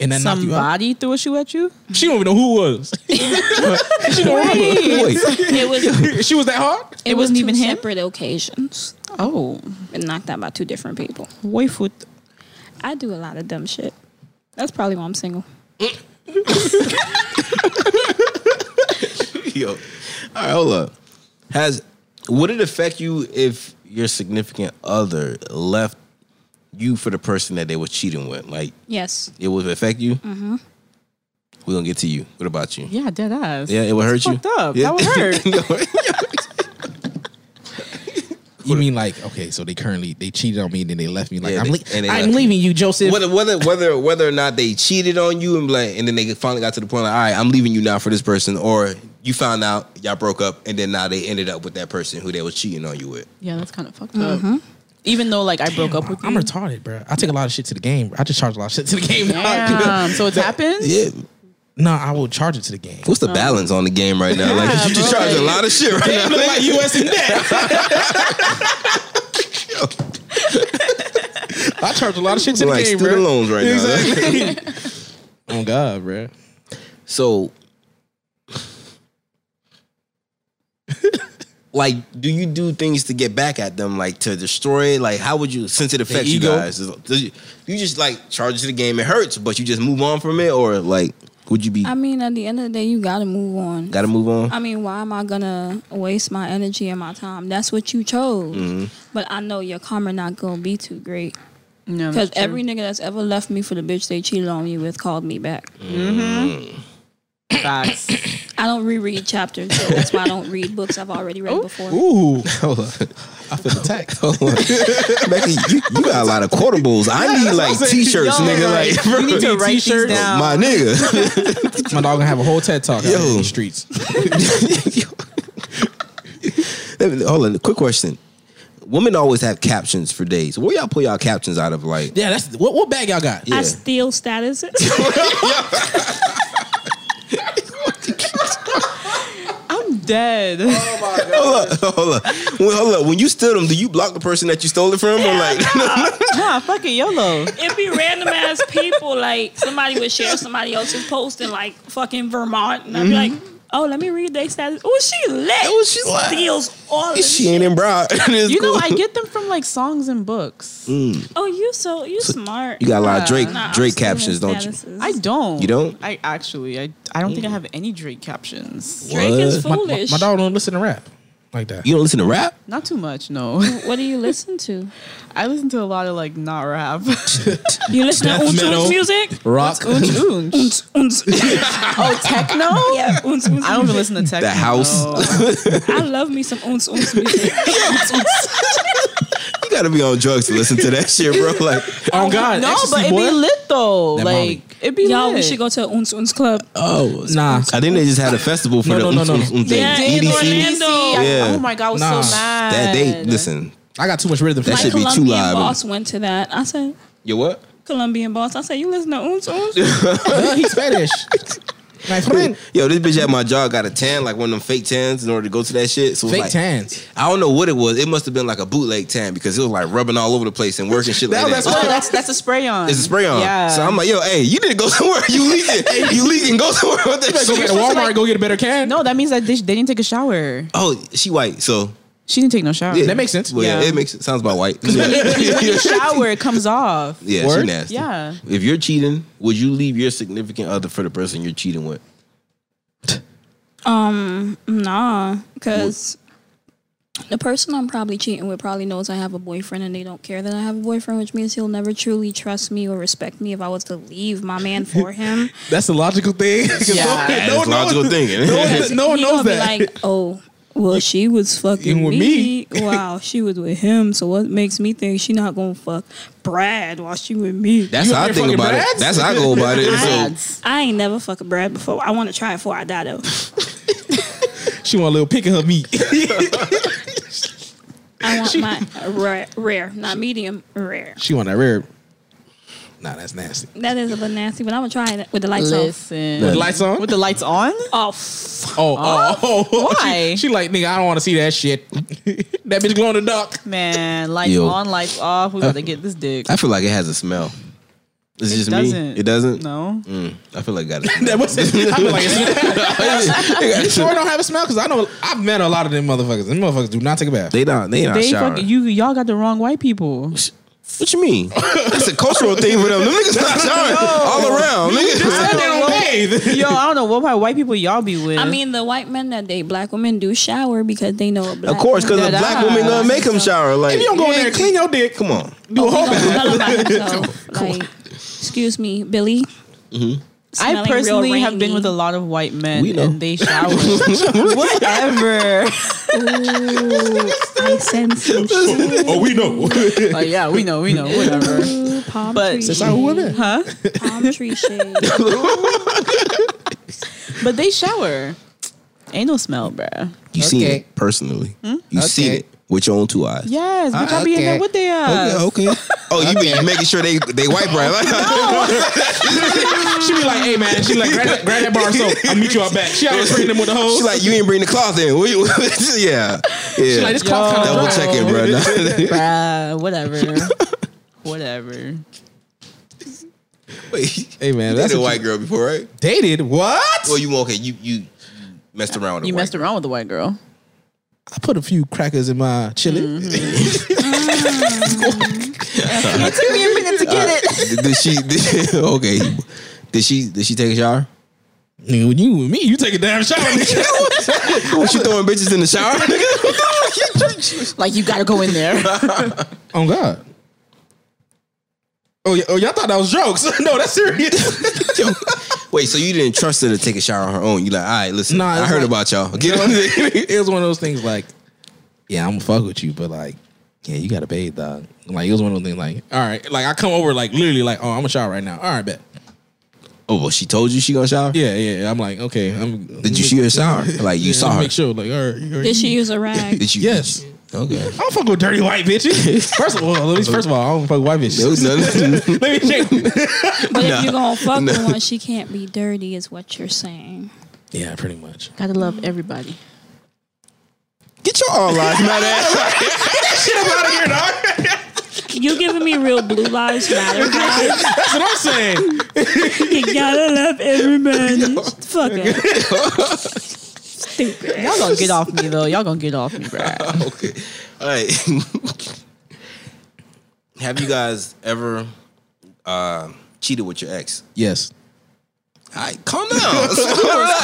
B: and then knocked you out.
E: somebody threw a shoe at you.
B: She don't even know who it was. she don't remember.
A: wait,
D: It was it,
B: She was that hard.
D: was
E: wasn't
D: two
E: even him?
D: separate occasions.
E: Oh,
D: Been knocked out by two different people.
E: waifu.
D: I do a lot of dumb shit. That's probably why I'm single.
A: yo, all right, hold up. Has would it affect you if your significant other left you for the person that they were cheating with? Like
D: Yes.
A: it would affect you. Mm-hmm. We're gonna get to you. What about you?
E: Yeah, dead ass.
A: Yeah, it would hurt you.
E: Fucked up. That would hurt.
B: You mean like okay? So they currently they cheated on me and then they left me. Like
A: Yeah,
B: I'm,
A: they-
B: le-
A: and they left
B: I'm
A: you.
B: leaving you, Joseph.
A: whether whether whether whether or not they cheated on you and like, and then they finally got to the point like, all right, I'm leaving you now for this person, or you found out y'all broke up, and then now they ended up with that person who they was cheating on you with.
E: Yeah, that's kind of fucked
D: Mm-hmm.
E: up. Even though like I broke up with
B: I'm
E: you.
B: retarded, bro. I take a lot of shit to the game. bro. I just charge a lot of shit to the game.
E: Damn. so it's happened.
A: Yeah,
B: no, I will charge it to the game.
A: what's the balance on the game right now? Like, 'cause you just
E: bro.
A: charge a lot of shit right now.
B: Look like US and that. I charge a lot of shit to the
A: like
B: game,
A: student
B: bro.
A: loans right now.
B: Exactly. oh God, bro.
A: So, like, do you do things to get back at them, like to destroy it? Like, how would you, since it affects you
B: ego?
A: guys, do you, do you just like charge it to the game? It hurts, but you just move on from it, or like, would you be
D: I mean, at the end of the day, you gotta move on.
A: gotta move on?
D: I mean, why am I gonna waste my energy and my time? That's what you chose.
A: Mm-hmm.
D: But I know your karma not gonna be too great
E: No,
D: because
E: that's true.
D: every nigga that's ever left me for the bitch they cheated on me with called me back.
A: Mm.
E: Facts.
D: I don't reread chapters, so that's why I don't read books I've already read before.
B: Ooh, I feel attacked.
A: Becky, you, you got a lot of quotables. I need like t-shirts,
E: Yo,
A: nigga. Like,
E: you need to
B: bro,
E: write these
B: t-shirts.
E: down.
A: my nigga.
B: My dog gonna have a whole TED talk out
A: Yo.
B: here in these streets.
A: Let me- Hold on, quick question. Women always have captions for days. Where y'all pull y'all captions out of? Like,
B: Yeah, that's what. What bag y'all got?
A: Yeah.
D: I steal statuses.
E: I'm dead.
A: Hold up, hold up. When, hold up. When you steal them, do you block the person that you stole it from, or like?
E: nah, fuck it, YOLO.
D: It'd be random ass people. Like somebody would share somebody else's post in like fucking Vermont, and I'd be like, "Oh, let me read their status. Oh, she lit.
A: Oh, Mm-hmm. she lit.
D: steals all of
A: she ain't in broad.
E: You know, I get them from like songs and books.
A: Mm.
D: Oh, you so you smart.
A: You got a lot of Drake
D: Nah, I'm
A: Drake
D: stealing
A: captions, don't you?
D: statuses.
E: I don't.
A: You don't? Mm.
E: I actually, I, I don't think I have any Drake captions.
D: Drake is
B: My, my,
D: foolish.
B: my dog don't listen to rap like that.
A: You don't listen to rap?
E: Not too much, no.
D: What do you listen to?
E: I listen to a lot of like not rap.
D: You listen
B: Death
D: to Unz
B: metal.
D: Unz music?
B: Rock.
E: Oonch, oonch.
D: Unz Unz.
E: oh, techno?
D: Yeah, Unz Unz.
E: I don't even listen to techno.
A: The house.
D: I love me some Unz Unz music.
A: you gotta be on drugs to listen to that shit, bro. Like,
B: Oh God,
E: no,
B: ecstasy,
E: but it
B: boy.
E: be lit though.
B: That mommy.
E: like it be
D: Y'all,
E: lit.
D: we should go to Uns Uns Club.
B: Oh nah,
A: I think they just had a festival for the
B: No, no, no,
A: oomph,
B: no.
A: oomph, oomph
D: They
A: thing.
D: did,
A: EDC.
D: Orlando.
E: I-
A: Yeah.
E: oh my god, I was
B: Nah.
E: so mad.
A: E That they listen.
B: I got too much rhythm for
A: That
D: My
B: that.
A: should be too
D: Colombian
A: live.
D: boss went to that. I said,
A: Yo, what?
D: Colombian boss. I said, you listen to Uns Uns?
B: Duh, he's Spanish. My friend,
A: Yo, this bitch at my job got a tan, like one of them fake tans, in order to go to that shit. So it was
B: fake
A: like,
B: tans.
A: I don't know what it was. It must have been like a bootleg tan because it was like rubbing all over the place and working shit
B: That
A: like
B: was
A: that.
B: what-
E: Oh, that's that's a spray on.
A: It's a spray on.
E: Yeah.
A: So I'm like, yo, hey, you need to go somewhere. You leaking. you leaking. Go somewhere with that
B: Go
A: shit.
B: get a Walmart. go get a better can.
E: no, that means that they, they didn't take a shower.
A: Oh, she white, so
E: She didn't take no shower.
A: yeah.
B: That makes sense.
A: Well, yeah,
E: Yeah.
A: it makes sounds about white. yeah,
E: The shower it comes off.
A: she
B: Word?
A: nasty.
E: Yeah.
A: If you're cheating, would you leave your significant other for the person you're cheating with?
D: um, nah, because the person I'm probably cheating with probably knows I have a boyfriend and they don't care that I have a boyfriend, which means he'll never truly trust me or respect me if I was to leave my man for him.
B: That's a logical thing.
E: Yeah.
A: That's
B: no, one
A: logical
B: knows-
A: thinking.
B: No one, no one
D: he
B: knows
D: gonna
B: that.
D: Be like, oh, well, she was fucking
B: with
D: me. wow, she was with him. So what makes me think she not gonna fuck Brad while she with me?
A: That's
B: You
A: how
B: up
A: I
B: here
A: think
B: fucking
A: about it.
B: brads?
A: That's how I go about it. So,
E: Ads.
D: I ain't never fucked Brad before. I want to try it before I die though.
B: she want a little pick of her meat.
D: I want my rare, rare, not medium, rare.
B: she want that rib. Nah, that's nasty.
D: That is a little nasty, but I'm gonna try it with the lights
E: Listen.
B: With the lights on?
E: With the lights on?
D: off. Oh,
B: Oh, oh, oh.
E: Why?
B: She, she like, nigga, I don't want to see that shit. that bitch glow in the dark.
E: Man, lights
A: Yo.
E: on, lights off. We gotta get this dick.
A: I feel like it has a smell. It's just
E: doesn't.
A: me. It doesn't.
E: No.
A: Mm, I feel like it got a
B: That
A: smell.
B: was it. I feel like it's You sure don't have a smell? Because I know I've met a lot of them motherfuckers. Them motherfuckers do not take a bath.
A: they don't. They not
E: They
A: showering.
E: fucking you y'all got the wrong white people.
A: What you mean? That's a cultural thing for them. Them niggas not showering all around. Niggas.
B: They don't bathe.
E: Yo, I don't know what part of white people y'all be with.
D: I mean, the white men that date black women do shower because they know a black.
A: Of course, because
D: man
A: a
D: that-
A: black woman gonna make them shower. Like
B: If you don't go in there and clean your dick,
A: Come on.
B: do a whole
D: He
B: bath.
D: gonna smell it by himself. like, excuse me, Billy.
A: Mm-hmm.
E: I
D: Smelling
E: personally
D: real
E: have been
D: rainy.
E: with a lot of white men
A: We know.
E: and they shower. Whatever.
D: Ooh, I sense you.
B: Oh, we know.
E: like, yeah, we know, we know, whatever.
D: Ooh, palm
E: But-
D: tree
E: That's
B: Sorry,
D: shade.
B: who women?
E: Huh?
D: Palm tree shade.
E: But they shower. Ain't no smell, bruh.
A: You seen
B: Okay.
A: it personally. You seen
B: Okay.
A: it with your own two eyes.
E: Yes, bitch,
B: Ah,
E: I be in
B: okay.
E: there with their ass.
A: Okay. Oh, you mean you making sure they they wipe right?
B: She be like, hey man, she like, grab that, grab that bar of soap. I'll meet you out back. She always bringing them with the hose.
A: She like you ain't bring the cloth in. What you- yeah. Yeah.
B: like, this cloth
E: Yo.
B: kind
A: Double
B: of
A: check it, bro.
E: Bruh, whatever. whatever.
A: Wait,
B: Hey man,
A: that's
B: that's
A: a
B: what
A: white girl before, right?
B: you dated. What?
A: Well, you okay? You you messed around with a
E: You
A: white
E: messed around with a white girl.
B: I put a few crackers in my chili.
E: Mm-hmm. It took me a minute to get it.
A: did, did she? Did, okay. Did she? Did she take a shower?
B: Nigga, when you with me, you take a damn shower. nigga.
A: Was Oh, she throwing bitches in the shower?
E: Like you gotta go in there.
B: oh God. Oh, y- oh, y'all thought that was jokes? no, that's serious.
A: Wait, so you didn't trust her to take a shower on her own? You like, all right, listen,
B: Nah,
A: I
B: it's
A: heard
B: like-
A: about y'all. Get on it.
B: it was one of those things like, yeah, I'm gonna fuck with you, but like, yeah, you gotta bathe, dog. Like it was one of those things like, all right, like I come over like literally like, oh, I'm gonna shower right now. All right, bet.
A: Oh, well, she told you she gonna shower.
B: Yeah, yeah. I'm like, okay. I'm.
A: Did you see her shower? Like you
B: Yeah,
A: saw
B: let me
A: her?
B: Make sure, like, all right. all right.
D: Did she use a rag?
A: Did you?
B: Yes.
A: Okay.
B: I don't fuck with dirty white bitches. First of all, at least first of all, I don't fuck with white
A: It
B: bitches.
A: was nothing.
B: Let me check.
D: But if you're gonna fuck
A: No.
D: with one, she can't be dirty, is what you're saying.
B: yeah, pretty much.
E: gotta love everybody.
A: Get your all lies matter.
D: You giving me real blue lives matter. vibes.
B: That's what I'm saying.
D: you gotta love everybody. Fuck it. Stupid.
E: Y'all gonna get off me though. Y'all gonna get off me, bruh.
A: okay. All right. Have you guys ever uh, cheated with your ex?
B: Yes.
A: All right, calm down. Relax.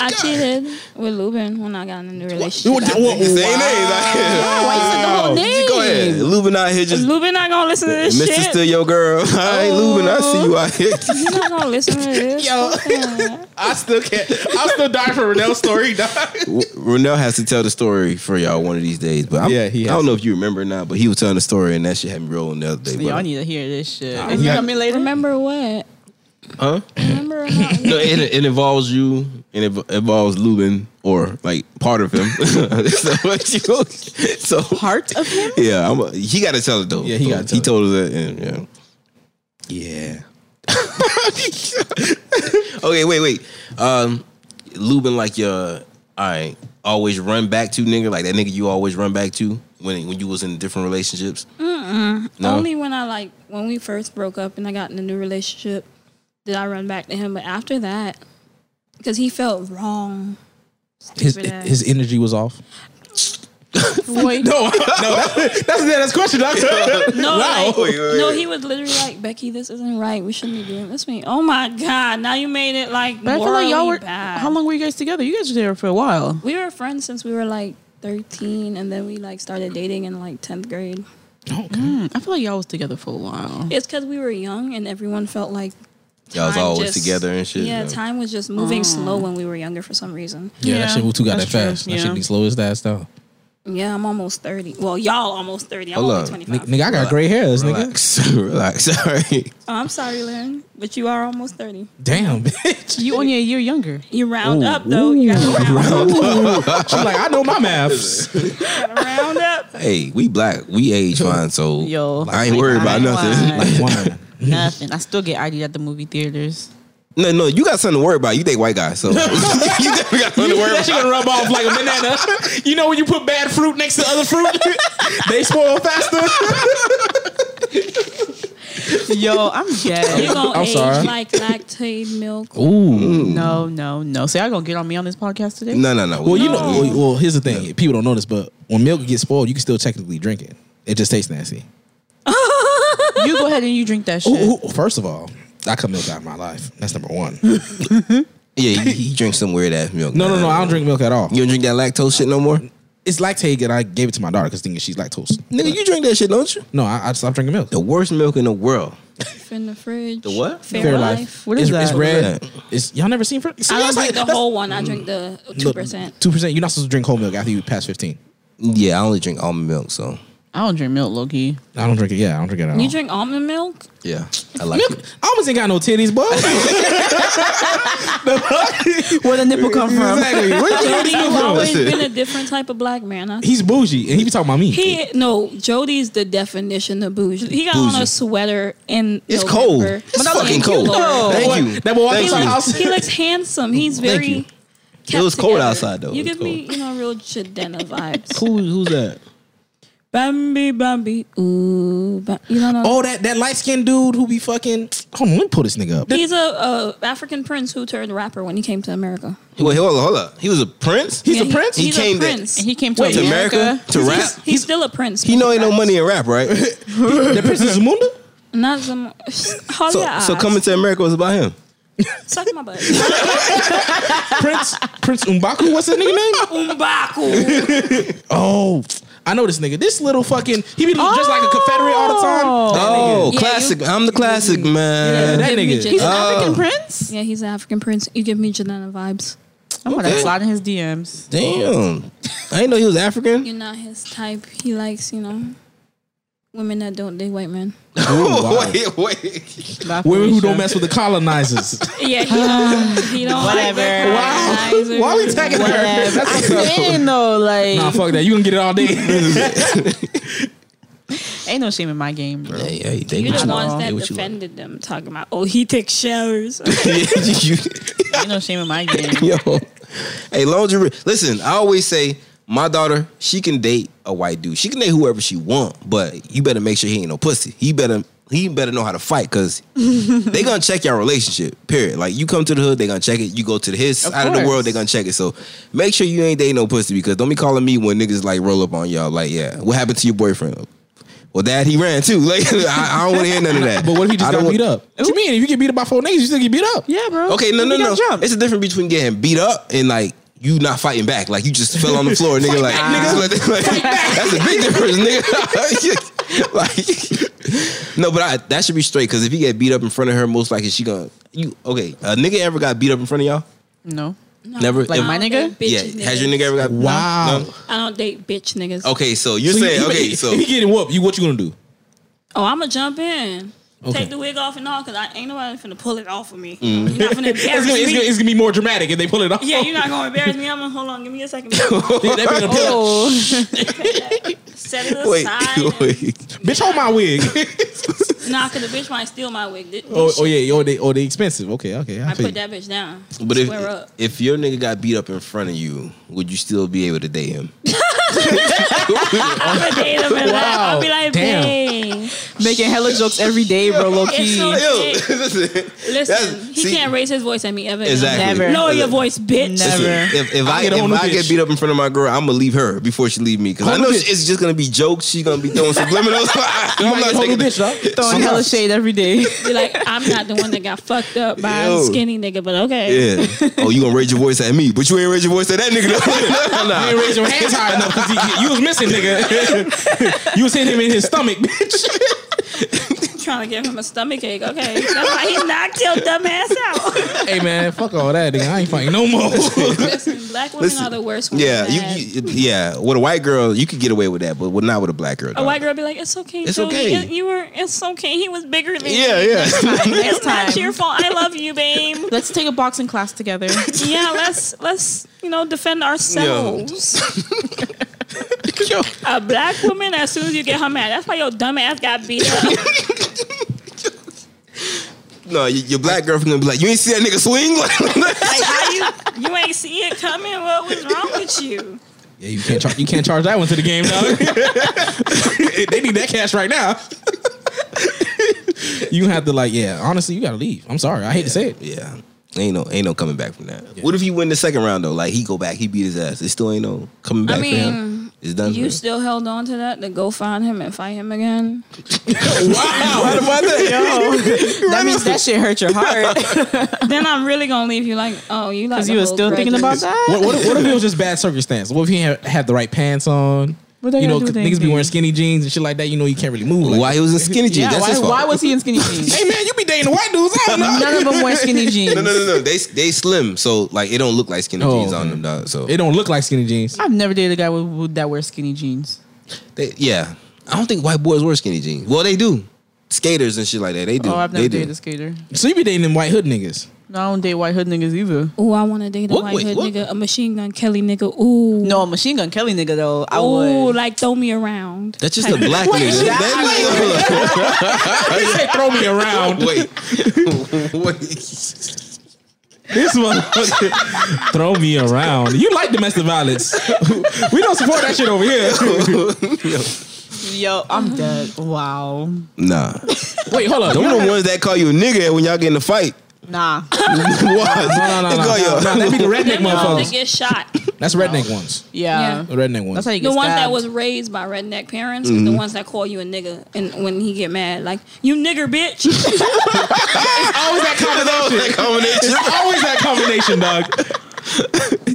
D: I cheated with Lubin when I got in a new relationship.
B: What- what-
A: Same
B: wow.
A: name. Like,
E: Why you said the whole name?
A: Go ahead. Lubin out here just
D: Lubin not gonna listen to this
A: Mr.
D: shit.
A: Still Your Girl. I
B: Oh.
A: ain't Lubin. I see you out here.
D: He's not gonna listen to this.
B: Yo. I still can't. I still die for Renell's story. dog.
A: Ronell has to tell the story for y'all one of these days. But I'm,
B: Yeah, he
A: I
B: has
A: don't know if you remember or not, but he was telling the story and that shit had me rolling the other day.
E: Y'all
A: brother.
E: need to hear this shit.
B: Is he coming
E: later?
D: Remember what?
A: huh?
D: Remember how?
A: No, it, it involves you and it involves Lubin or like part of him. so, what you- so
E: Part of him?
A: yeah, I'm a, he got to tell it though.
B: Yeah, he
A: So
B: gotta tell
A: He
B: it.
A: told us that. And, yeah.
B: Yeah.
A: Okay, wait, wait. Um, Lubin, like your, I always run back to nigga, like that nigga you always run back to when when you was in different relationships. No?
D: Only when I like when we first broke up and I got in a new relationship did I run back to him. But after that, because he felt wrong.
B: His
D: Stupid ass.
B: his energy was off.
D: Wait,
B: No, no, that, that's the next question. Doctor.
D: no, like,
A: Wait, wait,
D: no,
A: wait.
D: he was literally like, Becky, this isn't right. We shouldn't be doing this. Me, oh my god, now you made it like
E: But I feel like y'all were.
D: bad.
E: How long were you guys together? You guys were there for a while.
D: We were friends since we were like thirteen, and then we like started dating in like tenth grade.
E: Mm, I feel like y'all was together for a while.
D: It's because we were young and everyone felt like
A: Y'all was
D: time
A: always
D: just-
A: together and shit.
D: Yeah,
A: yeah.
D: time was just moving slow when we were younger for some reason.
B: Yeah, that
E: Yeah,
B: shit moved too goddamn
E: that's true.
B: fast. That
E: Yeah.
B: shit be slow as that stuff.
D: Yeah, I'm almost thirty. Well, y'all almost thirty. I'm
A: Hold
D: only
A: up.
D: twenty
B: Ni-
D: five.
B: Nigga, I got gray hairs, nigga.
A: Relax, relax. Sorry.
D: Oh, I'm sorry, Lynn, but you are almost 30.
B: Damn, bitch.
E: You only a year younger.
D: You round up, though. You gotta round,
B: She's like, I know my maths.
D: gotta round up.
A: Hey, we black, we age fine, so
E: Yo.
A: I ain't worried about nothing.
E: Like,
B: Wine.
E: Nothing. I still get ID'd at the movie theaters.
A: no, no, you got something to worry about. You date white guys, so you definitely got something to worry
B: That shit
A: about.
B: gonna rub off like a banana. You know when you put bad fruit next to other fruit, they spoil faster.
E: Yo, I'm
D: You're
E: dead.
D: gonna
B: I'm
D: age
B: sorry.
D: like lactate milk.
B: Ooh.
E: no, no, no. So y'all gonna get on me on this podcast today?
A: No, no, no.
B: Well, you know. Well, well, here's the thing. People don't know this, but when milk gets spoiled, you can still technically drink it. It just tastes nasty.
E: You go ahead and you drink that shit.
B: Ooh, ooh, first of all, I cut milk out of my life. That's number one.
A: yeah, he, he drinks some weird ass milk.
B: No, no,
A: man.
B: no. I don't drink milk at all.
A: You don't drink that lactose shit no more,
B: It's lactate, and I gave it to my daughter because thinking she's lactose.
A: nigga. You drink that shit, don't you?
B: No, I, I stopped drinking milk.
A: The worst milk in the world.
D: In the fridge. The
A: what?
D: Fair,
B: Fair
D: life.
B: life.
E: What
B: it's,
E: is that?
B: It's
E: What
A: is
B: red.
A: that?
B: It's y'all never seen. Fr-
D: I don't drink the whole one.
A: Mm.
D: I drink the two percent.
B: Two percent. You're not supposed to drink whole milk after you pass fifteen.
A: Yeah, I only drink almond milk, so
E: I don't drink milk, Loki.
B: I don't drink it. Yeah, I don't drink it at all.
D: You drink almond milk?
A: yeah, I like
B: milk.
A: it.
B: I almost ain't got no titties, boy.
E: Where the nipple come from?
B: exactly. Where you get this
D: Jody's
B: milk from?
D: always
A: Listen.
D: been a different type of black man. I-
B: He's bougie, and he be talking about me.
D: He no, Jody's the definition of bougie. He got on
A: Bougie.
D: a sweater in
A: It's cold.
D: November.
A: It's fucking cold.
D: Lord.
A: Thank
B: Boy,
A: you.
B: That
A: Thank
B: boy walking to
A: you.
B: my house.
D: He looks handsome. He's
A: Thank
D: very.
A: you.
D: kept
A: was cold
D: together.
A: outside, though.
D: You
A: It was
D: give me, you know, real Chidena vibes.
B: Who's who's that?
D: Bambi, Bambi, ooh, ba- you don't know.
B: Oh, that that light skinned dude who be fucking. Hold on, let me pull this nigga up.
D: He's a, a African prince who turned rapper when he came to America.
A: Wait, hold up, hold up. He was a prince.
B: He's
D: Yeah,
B: a prince.
A: He
D: He's
A: came
D: a
A: to-
D: prince.
E: And he came to
A: Wait, to America, to rap.
D: he's, he's still a prince.
A: he know
D: but
A: ain't no
D: raps.
A: money in rap, right?
B: that prince is Zamunda.
D: Not some. Hold
A: so,
D: your eyes.
A: so coming to America was about him.
D: suck my butt.
B: Prince Prince Umbaku. What's that nigga name?
D: Umbaku.
B: Oh, I know this nigga. This little fucking. He be just like a Confederate all the time.
A: Oh,
D: Yeah,
A: classic!
D: you-
A: I'm the classic man.
B: that
D: Give me
B: nigga.
D: Jada.
E: He's an African prince?
D: Yeah, he's an African prince. You give me Janana vibes.
E: I'm about to
A: Okay.
E: slide in his DMs.
A: Damn, I didn't know he was African.
D: You're not his type. He likes, you know, women that don't date white men.
A: wait, wait.
B: Women who don't mess with the colonizers.
D: Yeah, he don't. he don't like
E: Whatever.
D: that. colonizer.
B: Why we tagging her?
E: Whatever.
B: That's
E: I'm
B: what's up.
E: saying though, like
B: Nah, fuck that. You gonna get it all day.
E: ain't no shame in my game, bro.
A: Hey, hey, they
D: You're
A: what
D: the
A: you
D: ones
A: want. They
D: that
A: what you want.
D: defended them, talking about, oh, he takes showers.
A: You-
E: Ain't no shame in my game.
A: Yo, hey, lingerie. Listen, I always say my daughter, she can date a white dude. She can date whoever she want, but you better make sure he ain't no pussy. He better he better know how to fight because they gonna check your relationship. Period. Like you come to the hood, they gonna check it. You go to his
E: Of
A: side of the
E: course.
A: world, they gonna check it. So make sure you ain't dating no pussy because don't be calling me when niggas like roll up on y'all. Like, yeah, what happened to your boyfriend? Well, dad, he ran too. Like I, I don't want to hear none of that.
B: But what if he
A: I
B: just
A: don't
B: got
A: want-
B: beat up? What you mean? If you get beat up by four niggas, you still get beat up.
E: Yeah, bro.
A: Okay, no,
E: He
A: no,
E: got
A: no.
E: jumped.
A: It's the difference between getting beat up and like you not fighting back. Like you just fell on the floor, nigga. Like, nigga. that's a big difference, nigga. like, no, but I, that should be straight because if you get beat up in front of her, most likely she gonna you. Okay, a nigga ever got beat up in front of y'all?
E: No.
A: Never.
D: I
A: Like
D: don't
E: my
D: date
E: nigga?
D: bitch
A: yeah, has your
D: niggas.
A: nigga ever got?
B: Wow.
A: No?
D: I don't date bitch niggas.
A: Okay, so you're saying
B: you-
A: okay,
B: if,
A: so
B: if he getting whooped, you what you gonna do?
D: Oh, I'ma jump in.
B: Okay. Mm.
D: Take the wig off and all, cause I ain't nobody finna pull it off of me. You're not finna
B: It's gonna,
D: embarrass
B: it's, gonna,
D: me.
B: it's Oh. gonna be more dramatic if they pull it off.
D: Yeah, you're not gonna embarrass me. I'm gonna hold on. Give me a second.
B: They- they gonna pull-
E: Oh,
D: Set it
A: wait,
D: aside.
A: wait.
B: Bitch, hold my wig.
D: and- Nah, cause the bitch might steal my wig. Th-
B: oh,
D: bitch,
B: oh yeah, oh they, oh they expensive. Okay, okay. I,
D: I
B: feel
D: put
B: you.
D: that bitch down.
A: But if
D: Swear up.
A: if your nigga got beat up in front of you, would you still be able to date him?
D: I'm gonna date him and laugh. I'll be like,
B: Damn.
D: babe.
E: making hella jokes every day, bro. Low
D: It's
E: key.
D: so sick.
A: Listen,
D: Listen, he can't raise his voice at me ever.
A: Exactly.
E: Never.
D: Lower your voice, bitch.
E: Never.
A: Listen, if, if I,
B: get a whole
A: if
B: new
A: I get
B: bitch.
A: beat up in front of my girl, I'm gonna leave her before she leave me because I
B: Whole new
A: know
B: bitch.
A: it's just gonna be jokes. She gonna be throwing subliminals. I'm
B: Like,
A: not
B: hold
A: taking
B: the
A: it.
B: bitch up.
E: Throwing hella shade every day.
D: Be like, I'm not the one that got fucked up by
A: Yo.
D: a skinny nigga, but okay.
A: Yeah. Oh, you gonna raise your voice at me, but you ain't raise your voice at that nigga.
B: You ain't raise your hands high enough because you was missing, nigga. you was hitting him in his stomach, bitch.
D: Trying to give him a stomach ache. Okay. That's why he knocked your dumb ass out.
B: hey man, fuck all that, nigga. I ain't fighting no more.
D: Listen, black women
A: Listen,
D: are the worst ones.
A: yeah, you,
D: man.
A: you, yeah. With a white girl, you could get away with that, but with- not with a black girl.
D: a
A: dog.
D: white girl be like, it's okay.
A: It's
D: Jody.
A: okay.
D: It- you were, it's okay. He was bigger than
A: Yeah,
D: you.
A: yeah.
D: It's
E: Next time.
D: not your fault. I love you, babe.
E: Let's take a boxing class together.
D: Yeah, let's let's you know defend ourselves. A black woman, as soon as you get her mad, that's why your dumb ass got beat up.
A: no, y- your black girlfriend gonna be like, you ain't see that nigga swing.
D: Like, how you you ain't see it coming? What was wrong with you?
B: yeah, you can't charge. You can't charge that one to the game, dog. they need that cash right now. you have to like, yeah. Honestly, you gotta leave. I'm sorry. I hate to say it.
A: yeah. Ain't no, ain't no coming back from that. What if he win the second round though? Like he go back, he beat his ass. It still ain't no coming back for him. It's done. for him.
D: still held on to that to go find him and fight him again?
A: Why the- why the-
E: that means that shit hurt your heart.
D: then I'm really gonna leave you like, oh, you like
E: Because you were still thinking about that?
B: What, what, if- what if it was just bad circumstance? What if he had, had the right pants on?
E: What they
B: you know,
E: gonna do with
B: niggas
E: that
B: be wearing
E: thing?
B: skinny jeans and shit like that. You know, you can't really move. Like,
A: Why he was in skinny jeans? That's
E: why,
A: his fault.
E: why was he in skinny jeans?
B: Hey man, you be dating the white dudes. I don't know.
E: None of them wear skinny jeans.
A: no, no, no, no. They they slim, so like it don't look like skinny
B: Oh,
A: jeans on
B: okay.
A: them, dog. So
B: It don't look like skinny jeans.
E: I've never dated a guy with, with- that wears skinny jeans.
A: they, yeah, I don't think white boys wear skinny jeans. Well, they do. Skaters and shit like that. They do.
E: Oh, I've
A: they
E: never
A: do.
E: dated a skater.
B: So you be dating them white hood niggas.
E: No, I don't date white hood niggas either.
D: Oh, I want to date a
A: What-
D: white
A: wait,
D: hood
A: what?
D: nigga, a machine gun Kelly nigga. Ooh,
E: No, Machine Gun Kelly nigga though. I
D: ooh,
E: would.
D: like throw me around.
A: That's just a black nigga.
E: shit.
A: That
B: They say throw me around.
A: nigga- Wait, wait.
B: This motherfucker throw me around. You like domestic violence. we don't support that shit over here.
E: Yo, I'm dead. Wow.
A: Nah,
B: Wait, hold up.
A: them the ones that call you a nigga when y'all get in a fight.
E: Nah.
A: What?
B: No, no,
A: They
B: no,
A: call you
B: no.
A: a-
B: no. That be the redneck
D: They
B: motherfuckers.
D: get shot.
B: That's redneck ones.
E: Yeah.
D: Yeah.
B: The redneck ones.
E: That's how you get
D: the ones that
E: stabbed.
D: was raised by redneck parents is the ones that call you a nigga, and when he get mad, like you nigger bitch.
B: always that combination.
A: That combination.
B: It's always that combination, dog.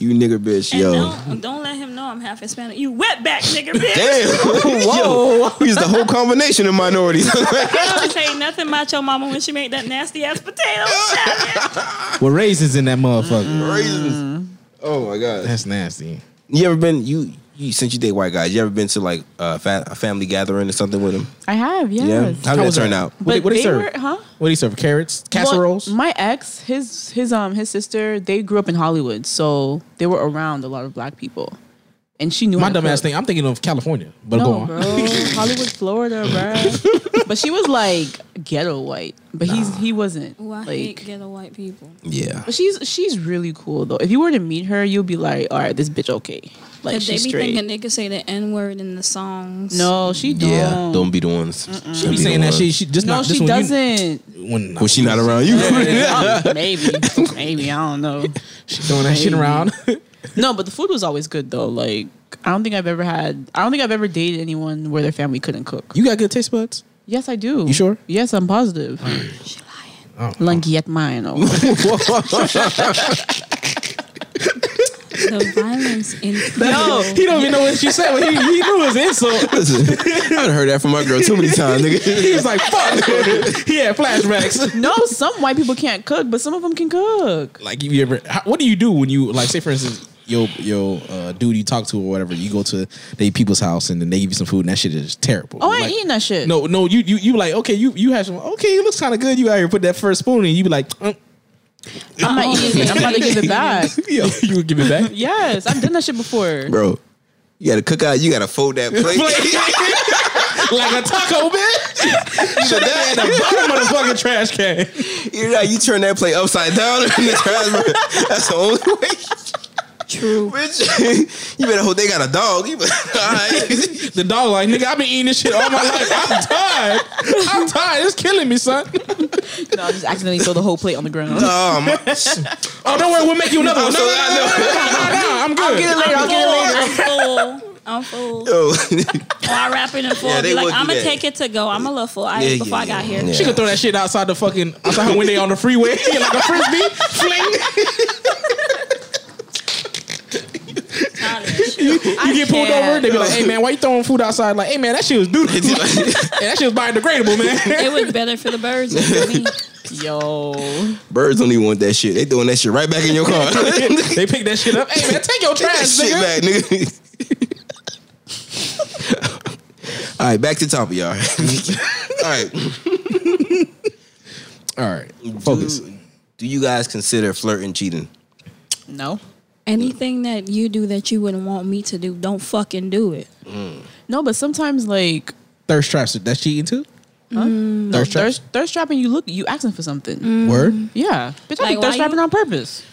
A: You nigga bitch,
D: and
A: yo.
D: don't, don't let him know I'm half Hispanic. You wetback nigger bitch.
A: Damn. Whoa. We use the whole combination of minorities.
D: I don't say nothing about your mama when she made that nasty ass potato. salad.
B: With raisins in that motherfucker. Mm.
A: Raisins. Oh my god.
B: That's nasty.
A: You ever been you, you since you date white guys? You ever been to like a, fa- a family gathering or something with them?
E: I have, yes.
A: Yeah. How did that
B: was
A: turn
B: that?
A: out?
B: What,
E: But
B: what do
E: they
B: you serve?
E: were- huh?
B: What do you serve? Carrots,
E: Well,
B: casseroles.
E: my ex, his his um his sister, they grew up in Hollywood, so they were around a lot of black people, and she knew
B: my
E: how to
B: dumb ass
E: cook.
B: thing. I'm thinking of California, but go
E: No,
B: on.
E: bro, Hollywood, Florida, bro. but she was like ghetto white, but he's he wasn't
D: Ooh, I
E: like.
D: hate ghetto white people.
A: Yeah.
E: but she's she's really cool though. If you were to meet her, you'll be like, all right, this bitch okay. Like
D: Cause they be
E: she's straight.
D: thinking they could say the n word in the songs.
E: no, she don't.
A: Yeah. Don't be the ones.
B: She be saying that shit. She just
E: no,
B: not this
E: she
B: one. you-
E: doesn't.
B: when,
A: When she not around you.
E: Um, maybe, maybe I don't know.
B: She throwing that shit around.
E: No, but the food was always good though. Like I don't think I've ever had. I don't think I've ever dated anyone where their family couldn't cook.
B: You got good taste buds.
E: Yes, I do.
B: You sure?
E: Yes, I'm positive.
D: She lying.
E: Lanky at mine. oh.
D: The violence in
E: No.
B: Oh, He don't even know what she said. But he, he knew his insult.
A: Listen, I've heard that from my girl too many times, nigga.
B: He was like, "Fuck." he had flashbacks.
E: no, some white people can't cook, but some of them can cook.
B: Like, if you ever, how, what do you do when you like, say for instance, your your uh, dude you talk to or whatever, you go to they people's house and then they give you some food and that shit is terrible.
E: Oh, I ain't
B: Like,
E: eating that shit.
B: No, no, you you you like okay, you you had some okay, it looks kind of good. You out here put that first spoon in, you be like, mm.
E: I'm not eating it. I'm about to give it back.
B: yo, you would give it back.
E: Yes, I've done that shit before.
A: Bro, you gotta cook out, you gotta fold that plate.
B: like a taco, bitch.
A: you, know,
B: At the bottom of the fucking trash can.
A: you, know, you turn that plate upside down in the trash. bro. That's the only way.
D: True.
A: Bitch, you better hope they got a dog. You better, all right.
B: The dog like, nigga, I've been eating this shit all my life. I'm tired. I'm tired. It's killing me, son.
E: No, I just accidentally throw the whole plate on the ground.
A: Oh, my.
B: Oh, don't worry, we'll make you another
A: I'm
B: one. No,
A: so-
B: no, no, no, no, no, no, I'm good.
E: it later. I'll
D: I'm full. I'm full. Or I wrap it in full.
A: Yeah, they
D: be like,
A: will do
D: I'm gonna
A: that.
D: take it to go. I'm a little full. I
A: Yeah,
D: before
A: yeah,
D: I got
A: yeah.
D: here.
A: Yeah.
B: She could throw that shit outside the fucking outside her window on the freeway like a frisbee. Fling.
D: Childish.
B: You get pulled
E: can't.
B: over, they be like, "Hey man, why you throwing food outside?" Like, "Hey man, that shit was doo doo. that shit was biodegradable, man."
D: it was better for the birds than for me.
E: Yo.
A: Birds don't even want that shit. They throwing that shit right back in your car. Take
B: they pick that shit up. Hey man, take your
A: that
B: trash,
A: shit
B: nigga.
A: back, nigga. All right, back to top of y'all. All right,
B: All right, focus.
A: Do, do you guys consider flirting cheating?
E: No.
D: Anything that you do that you wouldn't want me to do, don't fucking do it.
E: No, but sometimes like
B: Thirst traps. That's cheating too.
E: no,
B: Thirst trap?
E: thirst, thirst trapping, you look, you asking for something.
A: Mm-hmm.
B: Word.
E: Yeah, bitch, I
D: Like,
E: be thirst
D: why
E: trapping
D: you-
E: on purpose.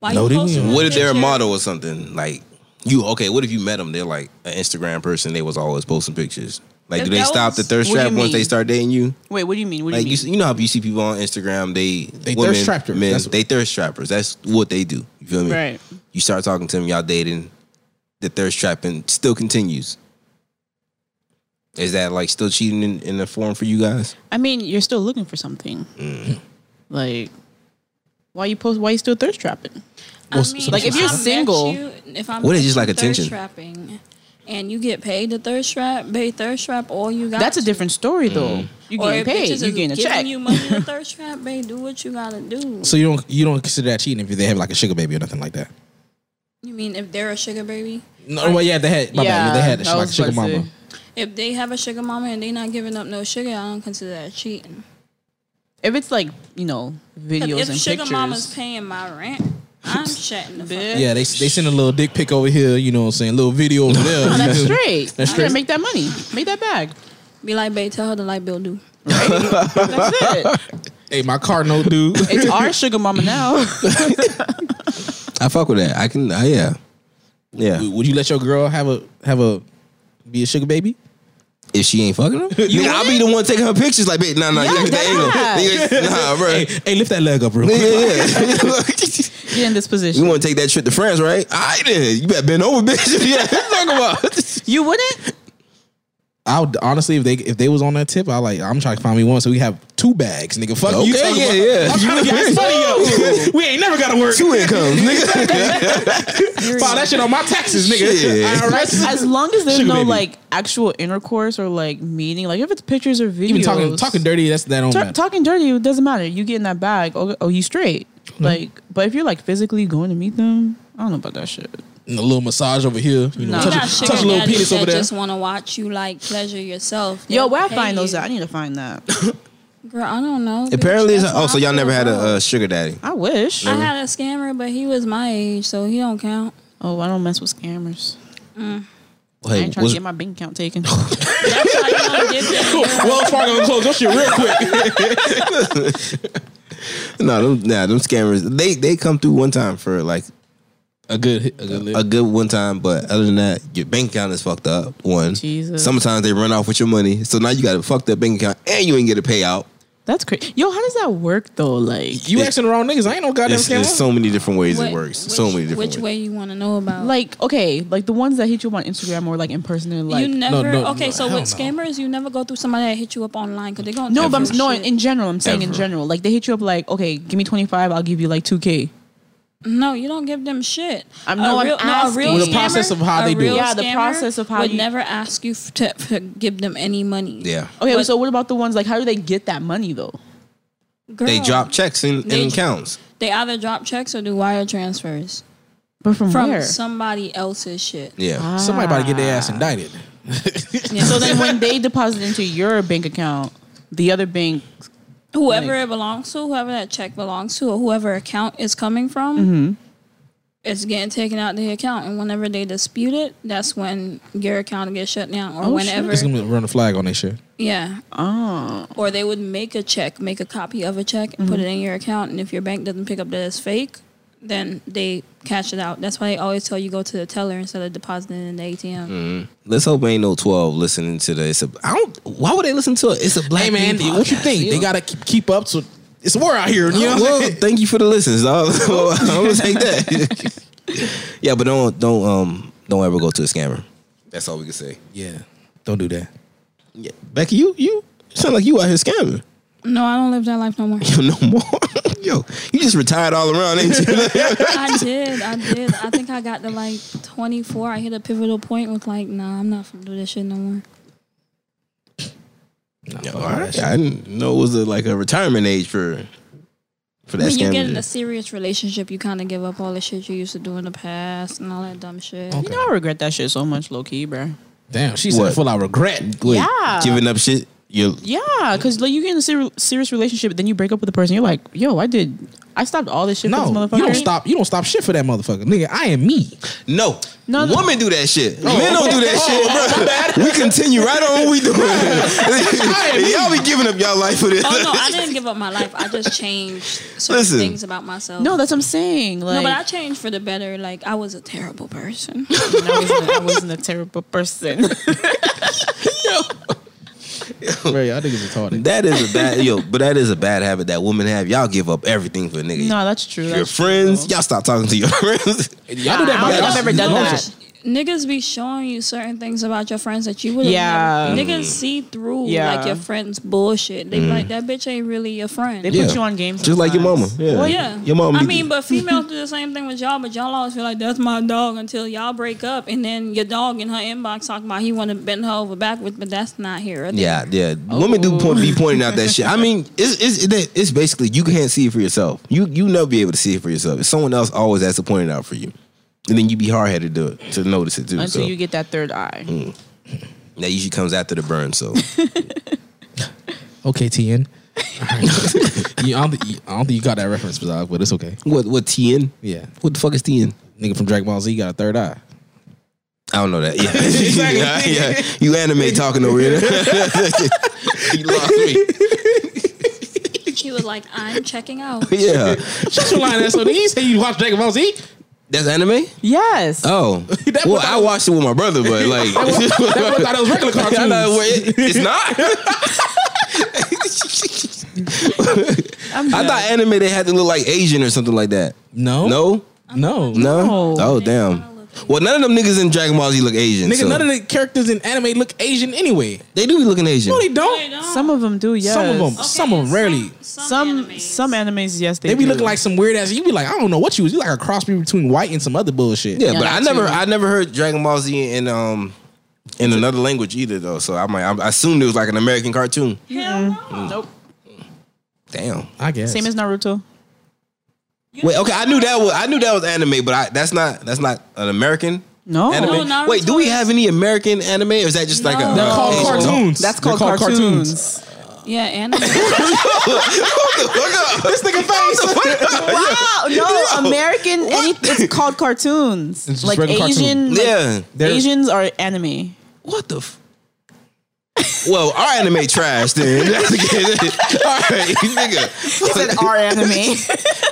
D: Why
B: No, they
D: you posting
B: didn't.
D: a
A: What if they're a
D: picture?
A: model or something? Like you, okay? What if you met them? They're like an Instagram person. They was always posting pictures. Like,
D: If
A: do they
D: that
A: stop the
D: was-
A: thirst
E: what do
A: trap
E: you
A: once they
E: mean?
A: start dating you?
E: Wait, what do you mean? What do
A: Like
E: you
A: you, s-
E: mean?
A: you know how you see people on Instagram, they
B: They
A: women,
B: thirst trappers.
A: men,
B: That's what-
A: they thirst trappers. That's what they do. You feel me?
E: Right.
A: You start talking to them, y'all dating, the thirst trapping still continues. Is that like still cheating in, in the form for you guys?
E: I mean, you're still looking for something.
B: Mm.
E: Like, why you post? Why you still thirst trapping?
D: I
B: Well,
D: mean,
B: like,
E: if you're
D: I met
E: single-
D: you- if I'm
A: What is just like attention?
D: Thirst trapping, and you get paid to thirst trap, pay thirst trap all you got.
E: That's a
D: to.
E: different story,
B: Mm.
E: though. You
D: Or
E: getting
D: if
E: paid?
D: bitches
E: You
D: is
E: getting a
D: giving
E: check?
D: You money to thirst trap, babe. Do what you gotta do.
B: So you don't you don't consider that cheating if they have like a sugar baby or nothing like that.
D: you mean if they're a sugar baby?
B: No, well, yeah, they had. My bad. They had a,
E: I
B: like a
E: was
B: sugar
E: about to
B: mama.
E: say.
D: If they have a sugar mama and they not giving up no sugar, I don't consider that cheating.
E: If it's like you know
D: 'Cause
E: videos
D: If
E: and
D: sugar
E: pictures,
D: mama's paying my rent, I'm shutting the fuck.
E: bitch,
B: Yeah, they they send a little dick pic over here. You know, what I'm saying little video over there.
E: oh, that's straight.
B: That's
E: You gotta
B: straight.
E: Make that money. Make that bag.
D: Be like, babe, tell her the light bill due.
E: That's it.
B: Hey, my car note, dude.
E: It's our sugar mama now.
A: I fuck with that. I can. Uh, yeah, yeah.
B: Would you let your girl have a have a be a sugar baby?
A: If she ain't fucking them, nigga, I'll be the one taking her pictures. Like, bitch, nah, nah, you
E: Yeah,
A: ain't get that
E: that's
A: angle. Nigga, nah, bro.
B: Hey, hey, lift that leg up real quick.
A: Yeah, yeah.
E: Get in this
A: You
E: position.
A: want to take that trip to France, right? All right, then. You better bend over, bitch. yeah, talk about.
E: You wouldn't?
B: I would honestly, if they if they was on that tip, I like I'm trying to find me one so we have two bags, nigga. Fuck
A: Okay,
B: you. talking
A: yeah,
B: about-
A: yeah.
B: I'm trying to get money up. We ain't never gotta work.
A: Two incomes, nigga.
B: File that shit on my taxes, nigga.
A: Shit.
B: IRS.
E: As long as there's
B: Sugar
E: no
B: baby.
E: like actual intercourse or like meeting, like if it's pictures or videos,
B: Even talking talking dirty, that's that don't
E: Tur-
B: matter.
E: talking dirty it doesn't matter. You get in that bag, oh, oh you straight.
B: Mm-hmm.
E: Like, but if you're like physically going to meet them, I don't know about that shit.
B: And a little massage over here, you know,
E: Nah.
D: You
B: touch,
D: got
B: a,
D: sugar
B: touch a little
D: daddies
B: penis over
D: that
B: there.
D: just want to watch you like pleasure yourself.
E: Yo,
D: They'll
E: where I
D: pay
E: find those
D: you.
E: at? I need to find that.
D: Girl, I don't know. bitch.
A: Apparently, it's
D: That's how
A: oh, so
D: I
A: y'all
D: feel
A: never had a
D: about it.
A: uh, sugar daddy.
E: I wish.
D: I had a scammer, but he was my age, so he don't count.
E: oh, I don't mess with scammers. I
A: Hey,
E: ain't trying
A: what's,
E: to get my bank account taken.
D: That's why you don't get that.
B: Wells Fargo gonna close your shit real quick.
A: no, them, nah, them scammers. They they come through one time for like
B: A good, hit- a good. Lick.
A: a good one time, but other than that, your bank account is fucked up. One.
E: Jesus.
A: Sometimes they run off with your money, so now you got a fucked up bank account, and you ain't get a payout.
E: That's crazy. Yo, how does that work though? Like,
B: You
A: It's-
B: asking the wrong niggas. I ain't no goddamn
A: There's,
B: scammer.
A: there's so many different ways
D: What-
A: it works.
D: Which,
A: so many different
D: Which
A: ways.
D: way you want to know about?
E: like okay, like the ones that hit you up on Instagram or like in person. They're like,
D: you never.
B: no,
D: okay,
B: no,
D: so
B: hell no.
D: with scammers, you never go through somebody that hit you up online because they're going.
E: no, but I'm, no. In general, I'm saying in
A: Ever.
E: general, like they hit you up like, okay, give me twenty five, I'll give you like two k.
D: No, you don't give them shit.
E: I'm- no, I'm asking.
B: Well, the process of how
D: a
B: they do it.
D: real
E: Yeah, the
D: scammer
E: process of how
D: would
E: you-
D: never ask you f- to, to give them any money.
A: Yeah.
E: Okay,
D: But-
E: so what about the ones like how do they get that money though?
D: Girl,
A: They drop checks in,
D: They-
A: in accounts.
D: They either drop checks or do wire transfers
E: But from,
D: from
E: where?
D: somebody else's shit.
A: Yeah.
B: Somebody about to get their ass
D: Ah.
B: indicted.
E: so then when they deposit into your bank account, the other bank
D: Whoever
E: Like-
D: it belongs to, whoever that check belongs to, or whoever account is coming from,
E: Mm-hmm.
D: it's getting taken out the account. And whenever they dispute it, that's when your account gets shut down, or
E: Oh, shit.
D: whenever,
B: It's gonna run a flag on that shit.
D: yeah,
E: oh
D: or they would make a check, make a copy of a check, and
E: Mm-hmm.
D: put it in your account. And if your bank doesn't pick up that it's fake, then they cash it out. That's why they always tell you go to the teller instead of depositing in the ATM.
E: Mm.
A: Let's hope ain't no twelve listening to the. It's a. I don't. Why would they listen to it? It's a black.
B: Hey man,
A: dude
B: what you
A: podcast.
B: think? They gotta keep, keep up. So it's a war out here. You know what I'm
A: well,
B: saying?
A: thank you for the listens. dog. I'm gonna take that. yeah, but don't don't um don't ever go to a scammer. That's all we can say.
B: Yeah, don't do that.
A: Yeah. Becky, you you sound like you out here scamming.
D: No, I don't live that life no more.
A: Yo, no more. Yo, you just retired all around, ain't you?
D: I did. I did. I think I got to like 24. I hit a pivotal point with like, nah, I'm not gonna do this shit no more.
A: Yo, all right. I didn't know it was a, like a retirement age for for that
D: When you
A: scammer.
D: get in a serious relationship, you kind of give up all the shit you used to do in the past and all that dumb shit.
E: you know I regret that shit so much, low key, bro.
B: Damn, she
A: What?
B: said full out regret.
A: Wait,
E: Yeah.
A: giving up shit. You
E: Yeah, because like you get in a ser- serious relationship, then you break up with the person. You're like, yo, I did, I stopped all this shit
B: No,
E: for this motherfucker.
B: you don't stop. You don't stop shit for that motherfucker, nigga. I am me.
A: no,
E: No, no.
A: women do that shit. Men don't do
B: Oh,
A: that shit, bro. We continue right on what we doing. y'all be giving up y'all life for this.
D: Oh no, I didn't give up my life. I just changed certain
A: Listen.
D: things about myself.
E: No, that's what I'm saying. Like,
D: no, but I changed for the better. Like I was a terrible person.
E: I, wasn't, I wasn't a terrible person.
B: Bro, y'all niggas retarded.
A: That is a bad yo, but that is a bad habit that women have. Y'all give up everything for a nigga.
E: no, that's true.
A: your
E: that's true,
A: friends,
E: though.
A: y'all stop talking to your friends.
B: Y'all do that. by
E: I don't think I've
B: y'all-
E: ever done
B: y'all
E: that.
B: just-
D: niggas be showing you certain things about your friends that you would have
E: Yeah.
D: never. Niggas see through
E: Yeah.
D: like your friends' bullshit. They be like that bitch ain't really your friend.
E: They
A: Yeah.
E: put you on games,
A: Just like your mama.
E: sometimes.
A: Yeah.
D: Well, yeah.
A: Your mama.
D: I mean, but females do the same thing with y'all, but y'all always feel like that's my dog until y'all break up, and then your dog in her inbox talking about he want to bend her over backwards, but that's not here. or there.
A: yeah, yeah. Women do point, be pointing out that shit. I mean, it's, it's it- it's basically you can't see it for yourself. You you never be able to see it for yourself. It's someone else always has to point it out for you, and then you be hard headed to it to notice it too.
E: Until
A: so
E: you get that third eye.
B: Mm.
A: that usually comes after the burn. So
B: Okay, TN. All right. You- I, don't think, you- I don't think you got that reference, Bizarre, but it's okay.
A: what what TN?
B: Yeah,
A: What the fuck is TN?
B: nigga from Dragon Ball Z got a third eye.
A: I don't know that. Yeah, yeah, yeah. You anime talking over here. he lost me.
D: She was like, I'm checking out.
A: Yeah,
B: Shut your lying ass on these. Say you watch Dragon Ball Z.
A: that's anime.
E: Yes.
B: Uh,
A: Oh,
B: That
A: well,
B: was-
A: I watched it with my brother, but like,
B: That boy thought it was regular cartoons.
A: I know, wait, it- it's not.
E: I'm
A: I
E: done.
A: thought anime they had to look like Asian or something like that.
B: No,
A: No,
B: no,
A: no.
E: No.
A: Oh damn. Well, none of them niggas in Dragon Ball Z look Asian.
B: Nigga,
A: so-
B: none of the characters in anime look Asian anyway.
A: they do be looking Asian.
B: No, they don't.
D: Wait, no.
E: some of them do. Yes.
B: Some of them, some of them rarely.
E: Some
D: Oh, animes.
E: some animes, yes, they,
B: They be
E: do.
B: looking like some weird ass. You be like, I don't know what you was. You like a cross between white and some other bullshit.
A: Yeah,
E: Yeah,
A: but
E: that
A: I never,
E: too.
A: I never heard Dragon Ball Z in um in another language either though. So I might, I assumed it was like an American cartoon.
D: Hell no.
E: Mm. Nope.
A: Damn.
B: I guess.
E: Same as Naruto.
A: Wait, okay, I knew that was, I knew that was anime, but I, that's not, that's not an American.
E: No.
A: Anime.
D: No, Naruto
A: Wait, do we
D: is-
A: have any American anime, or is that just like a?
D: No. They're
B: called
A: Asian-
B: cartoons.
E: That's
B: They're
E: called,
B: called
E: cartoons.
D: Yeah, anime.
B: this nigga face.
E: Wow, no, American. Any, it's called cartoons.
B: It's just
E: like
B: regular cartoon.
E: Asian. like,
A: Yeah.
B: They're-
E: Asians are anime.
A: What the? F- well, our anime trash then. All right, nigga.
E: They said our anime.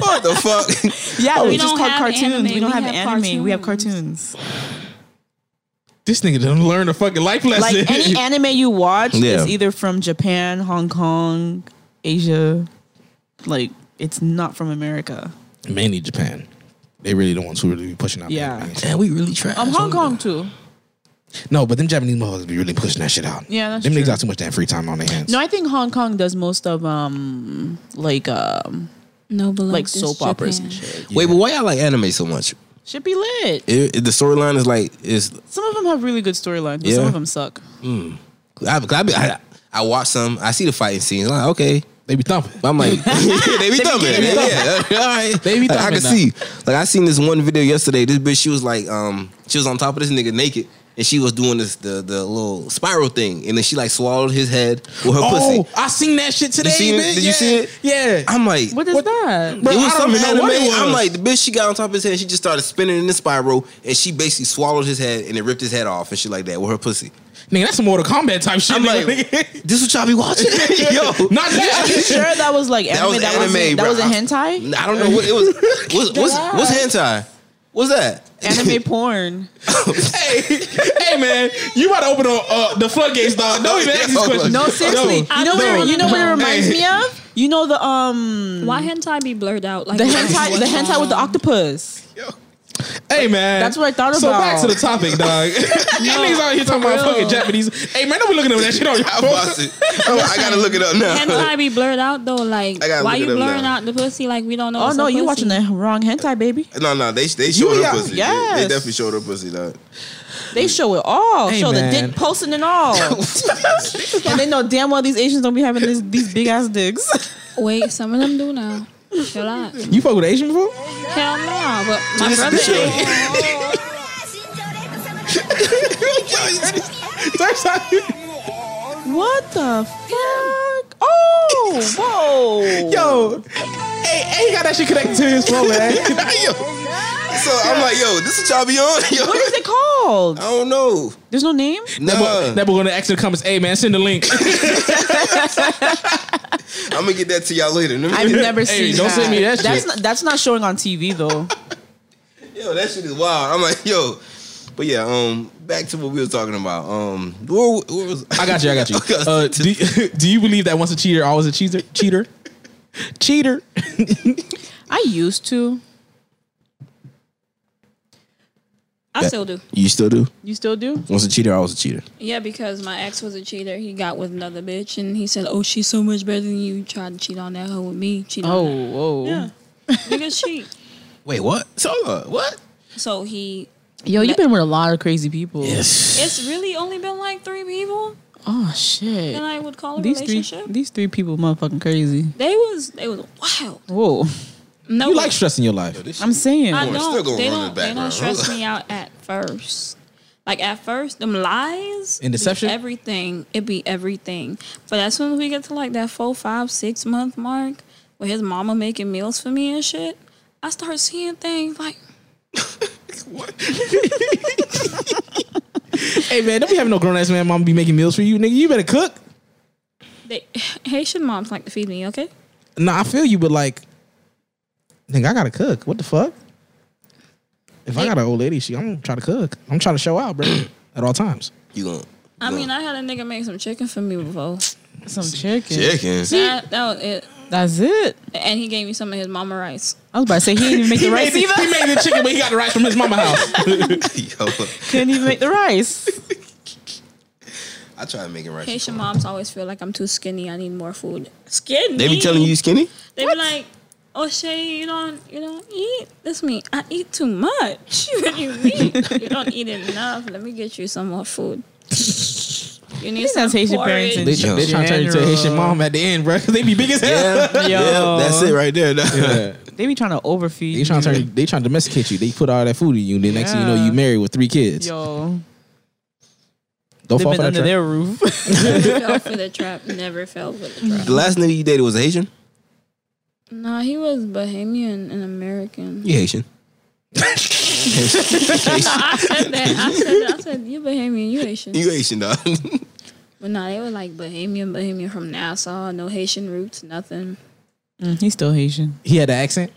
A: What the fuck?
E: yeah,
D: We
E: we just
D: don't
E: called
D: have
E: cartoons.
D: anime,
E: We don't
D: we
E: have,
D: have
E: anime. We have cartoons.
B: This nigga done learned a fucking life lesson.
E: Like any anime you watch
A: Yeah.
E: is either from Japan, Hong Kong, Asia. Like it's not from America.
B: Mainly Japan. They really the ones who really be pushing out.
E: Yeah.
B: that thing.
A: Damn, we really trash.
E: Um, Hong Kong too.
B: No, but them Japanese motherfuckers be really pushing that shit out.
E: Yeah, that's
B: them niggas
E: true.
B: got too much damn free time on their hands.
E: No, I think Hong Kong does most of um like um
D: No, beloved,
E: like
D: it's
E: soap operas
D: Japan.
E: and shit.
A: Wait, but why y'all like anime so much?
E: Should be lit.
A: It, it- the storyline is like is.
E: Some of them have really good storylines, but
A: Yeah.
E: some of them suck.
A: I, 'cause I, be- I, I watch some. I see the fighting scenes. I'm like, okay,
B: They be thumping.
A: But I'm like, they be thumping.
E: getting it.
A: Yeah, yeah. all right.
B: They be
A: Like, I
B: thumping
A: can
B: now.
A: see. Like I seen this one video yesterday. This bitch, she was like, um, she was on top of this nigga naked. And she was doing this the the little spiral thing, and then she like swallowed his head with her
B: Oh,
A: pussy.
B: I seen that shit today.
A: seen it?
B: bitch.
A: Did you
B: yeah.
A: see it?
B: Yeah.
A: I'm like,
E: What is that?
B: Bro,
A: it
B: I
A: was
B: don't
A: something
B: even know what it
A: anime. I'm
B: was.
A: like, the bitch, she got on top of his head. She just started spinning in the spiral, and she basically swallowed his head and it ripped his head off and shit like that with her pussy.
B: Nigga, that's some Mortal Kombat type shit.
A: I'm
B: nigga.
A: like, this what y'all be watching? Yo,
B: not
E: Are
B: that
E: you sure that was like
A: That
E: anime?
A: was
E: That was
A: anime,
E: not
A: bro.
E: that was a
A: I-
E: hentai?
A: I don't know what it was. What's what's, what's hentai? What's that?
E: Anime porn.
B: hey, man, you about to open up uh, the floodgates, dog. Don't
A: Oh,
B: even ask these questions.
E: No, seriously.
D: I
E: you know
D: don't
E: where you know what it
D: know.
E: reminds
B: Hey.
E: me of? You know the um
D: Why hentai be blurred out? Like
E: the hentai the hentai with the octopus.
B: Hey, man.
E: That's what I thought
B: So
E: about.
B: back to the topic, dog. These niggas out here talking about fucking Japanese. Hey, man, don't be looking at that shit on your
A: I
B: phone.
A: bought it. Oh, I gotta look it up now.
D: hentai be blurred out though. Like
A: I gotta
D: why
A: look
D: you
A: it up
D: blurring
A: now.
D: out the pussy? Like we don't know.
E: Oh
D: it's
E: no,
D: a
E: you
D: pussy.
E: watching the wrong hentai, baby.
A: No, no, they they showed her
B: yeah,
A: pussy. They- They,
E: yes.
A: definitely showed her pussy though.
E: They show it all.
B: Hey,
E: show the
B: man.
E: dick posting and all. and they know damn well these Asians don't be having this, these big ass dicks.
D: Wait, some of them do now. Chill out.
B: You fuck with Asian before?
D: Hell no, but my
A: This-
D: brother.
A: this shit-
B: That's how you-
E: What the fuck? Oh, whoa.
B: Yo, hey, hey, he got that shit connected to his phone, man.
A: Yo. So I'm like, yo, this is y'all be on. Yo,
E: What is it
A: I
E: called?
A: don't know.
E: There's no name?
A: Nah,
B: Never gonna ask in the comments, hey man, send the link.
A: I'm gonna get that to y'all later. Let me-
E: I've never
B: Hey,
E: seen
B: don't
E: that.
B: send me that
E: That's
B: shit.
E: not, that's not showing on TV though.
A: Yo, that shit is wild. I'm like, yo. But yeah, um, back to what we were talking about. Um, where, where was
B: I got you, I got you.
A: Okay.
B: Uh, do, do you believe that once a cheater, always a cheater? Cheater? Cheater.
E: I used to.
D: I still do.
A: You still do?
E: You still do?
A: Once a cheater, I was a cheater.
D: Yeah, because my ex was a cheater. He got with another bitch, and he said, "Oh, she's so much better than you. You Tried to cheat on that hoe with me. Cheat on
E: Oh,
D: that.
E: whoa.
D: Yeah, niggas cheat.
A: Wait, what? So uh, what?
D: So he.
E: Yo, you've been with a lot of crazy people.
A: Yes.
D: It's really only been like three people,
E: Oh shit.
D: and I would call a
E: these three
D: relationship.
E: these three people motherfucking crazy.
D: They was they was wild.
E: Whoa.
D: No,
B: You like stress in your life.
E: I'm saying.
D: I
A: Boy,
D: don't.
A: still gonna
D: they
A: run in
D: don't.
A: the
D: They don't
A: background.
D: stress me out at first. Like at first, them lies
B: And
D: be
B: deception?
D: everything. It be everything. But as soon as we get to like that four, five, six month mark, with his mama making meals for me and shit, I start seeing things like
B: Hey man, don't be having no grown ass man mom be making meals for you, nigga. You better cook.
D: they, Haitian moms like to feed me. Okay,
B: Nah, I feel you, but like, nigga, I gotta cook. What the fuck? If I
D: Hey.
B: got an old lady, she, I'm gonna try to cook. I'm trying to show out, bro, at all times.
A: You gonna?
D: I mean, I had a nigga make some chicken for me before.
E: some chicken.
A: Chicken.
D: That, that was it.
E: That's it.
D: And he gave me some of his mama rice.
E: I was about to say he didn't even make the rice
B: he
E: either.
B: made the chicken, but he got the rice from his mama house.
A: yo,
E: Couldn't even make the rice.
A: I try to make it right.
D: Haitian moms always feel like I'm too skinny. I need more food. Skinny.
A: They be telling you skinny?
D: They be like, "Oh, Shay, you don't, you don't eat." This me. I eat too much. what do you mean? you don't eat enough. Let me get you some more food. You need some
E: that's Haitian
D: porridge.
E: parents in
B: they
A: Yo.
B: they trying to turn you to a Haitian mom at the end, bro, because they be big as hell.
A: Yeah, yeah, that's it right there.
B: Yeah.
E: They be trying to overfeed.
B: They trying to turn, they trying to domesticate you. They put all that food in you. and Then next thing you know,
E: Yeah.
B: you married with three kids.
E: Yo,
B: Don't
E: they've
B: fall for
E: been
B: that
E: under
B: trap.
E: their roof.
D: Never fell for the trap. Never fell for the trap.
A: The last nigga you dated was a Haitian?
D: Nah, he was Bahamian and American.
A: You Haitian.
D: I said that. I said that. I said you Bahamian, you Haitian.
A: You Haitian, dog.
D: But nah, they were like Bahamian, Bahamian from Nassau. No Haitian roots, nothing.
E: Mm, he's still Haitian.
B: He had the accent.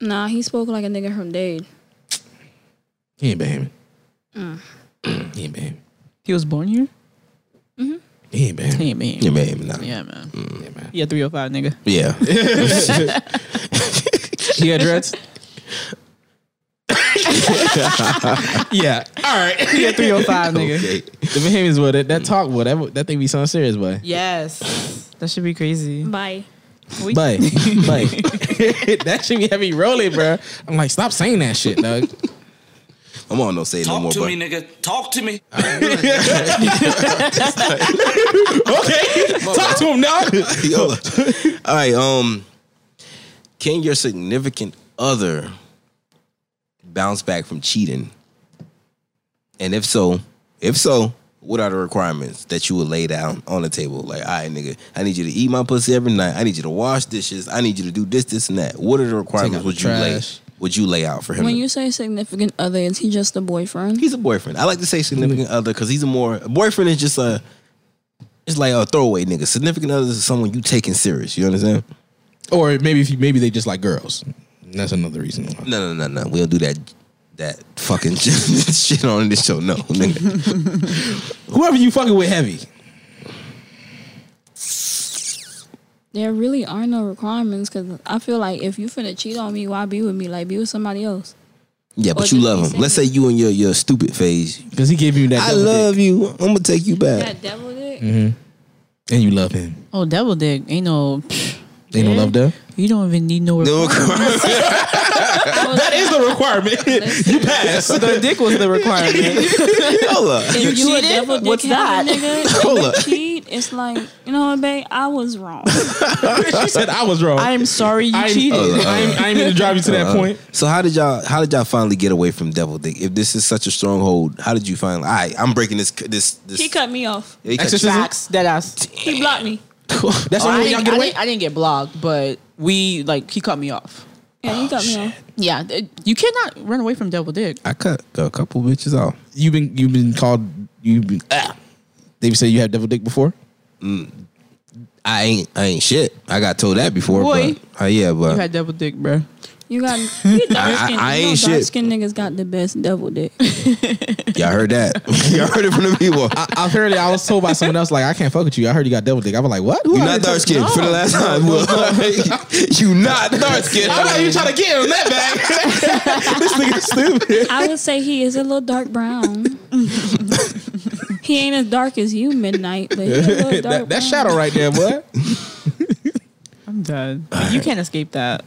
D: Nah, he spoke like a nigga from Dade.
A: Mm.
B: He ain't Bahamian. He ain't Bahamian.
E: He was born here.
B: He ain't bad.
E: He ain't mean.
A: Yeah, man. Nah.
E: Yeah, man.
B: Yeah, man.
E: Yeah, 305, nigga.
A: Yeah.
B: He had dreads. yeah. All right.
E: Yeah, 305, nigga.
A: Okay.
B: The Bahamians, well, that, that talk, well, that, that thing be sound serious, boy.
E: Yes. That should be crazy.
D: Bye.
B: Bye. Bye. that should be heavy rolling, bro. I'm like, stop saying that shit, dog.
A: I'm on no say no
G: Talk
A: more,
G: to
A: but
G: me, nigga. Talk to me.
B: okay. Talk to him, dog.
A: Yo. All right. Um, can your significant other bounce back from cheating? And if so, if so, what are the requirements that you would lay down on the table? Like, all right, nigga, I need you to eat my pussy every night. I need you to wash dishes. I need you to do this, this, and that. What are the requirements?
B: the
A: Would you lay?
B: trash.
A: Would you lay out for him?
D: When you say significant other, is he just a boyfriend?
A: he's a boyfriend. I like to say significant other because he's a more a boyfriend is just a. It's like a throwaway nigga. Significant other is someone you taking serious. You understand?
B: Or maybe if you, maybe they just like girls. That's another reason. Why.
A: No, no, no, no. We don't do that. That fucking shit on this show. No, nigga.
B: Whoever you fucking with, heavy.
D: There really are no requirements because I feel like if you finna cheat on me, why be with me? Like be with somebody else.
A: Yeah,
D: Or
A: but you
D: just
A: love
D: be
A: him. Let's say
D: single.
A: you in your your stupid phase.
B: Because he gave you that.
A: I
B: double
A: love you. I'm gonna take you back.
D: That devil dick.
B: dick. And you love him.
E: Oh, devil dick. Ain't no. psh,
B: They don't
E: Yeah.
B: love that.
E: You don't even need no.
A: No,
E: requirement.
B: That is the requirement. you pass.
E: the dick was the requirement.
A: hold up,
D: If you a devil dick
E: What's
D: head,
E: that?
D: nigga,
A: hold
D: and
A: up.
D: you cheat, it's like you know what, babe? I was wrong.
B: she said I was wrong.
E: I'm sorry you
B: I'm-
E: cheated.
A: Hold up.
B: I ain't, I ain't mean to drive you to that point.
A: So how did y'all how did y'all finally get away from Devil Dick? If this is such a stronghold, how did you finally? All right, I'm breaking this this this.
D: he cut me off.
A: Yeah, he cut
B: Exorcism?
E: Facts, dead ass.
D: He blocked me.
B: That's the
E: I,
B: only way y'all
E: didn't,
B: get
E: I,
B: away.
E: didn't, I didn't get blocked, but we like he cut me off.
D: Yeah, he cut me off.
E: Yeah, th- you cannot run away from devil dick.
A: I cut a couple bitches off.
B: You've been you've been called you've been. Ah. They say you had devil dick before.
A: I ain't I ain't shit. I got told that before.
E: Boy.
A: but, uh, yeah, but
E: You had devil dick, bro.
D: You got you dark skin.
A: I- I
D: you
A: ain't
D: know, dark
A: shit.
D: skin niggas got the best devil dick.
A: y'all heard that. y'all heard it from the people.
B: I heard it. I was told by someone else like I can't fuck with you. I heard you got devil dick. I was like, what? Who
A: You're
B: I
A: not
B: heard-
A: dark skinned for the last time. you not dark skinned.
B: I'm not even trying to get him that back. this nigga stupid.
D: I would say he is a little dark brown. he ain't as dark as you, midnight, but he a little dark
B: that,
D: brown.
B: that shadow right there, boy.
E: I'm done. You can't escape that.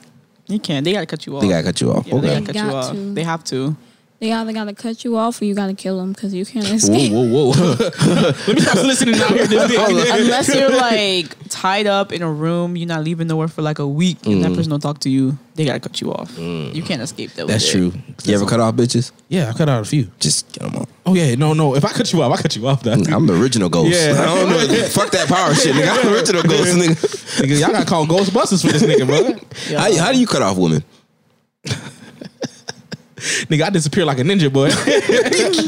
E: You can't. They gotta cut you off.
A: They gotta cut you off.
E: Yeah,
A: okay.
E: They gotta cut
D: Got
E: you off.
D: to.
E: They have to.
D: They either gotta cut you off or you gotta kill him because you can't escape.
B: whoa, whoa. Let me stop listening out here. This nigga.
E: Unless you're like tied up in a room, you're not leaving nowhere for like a week,
A: Mm.
E: and that person don't talk to you. They gotta cut you off. You can't escape devil.
B: That's
E: dick.
B: true.
A: You ever cut off bitches?
B: Yeah, I cut out a few.
A: Just get them off.
B: Oh yeah, no, no. If I cut you off, I cut you off. Though.
A: I'm the original ghost.
B: Yeah.
A: I don't know. Fuck that power shit, nigga. I'm the original ghost, nigga.
B: Nigga, y'all got to call Ghostbusters for this nigga, bro.
E: Yeah.
A: How, how do you cut off women?
B: nigga, I disappear like a ninja, boy.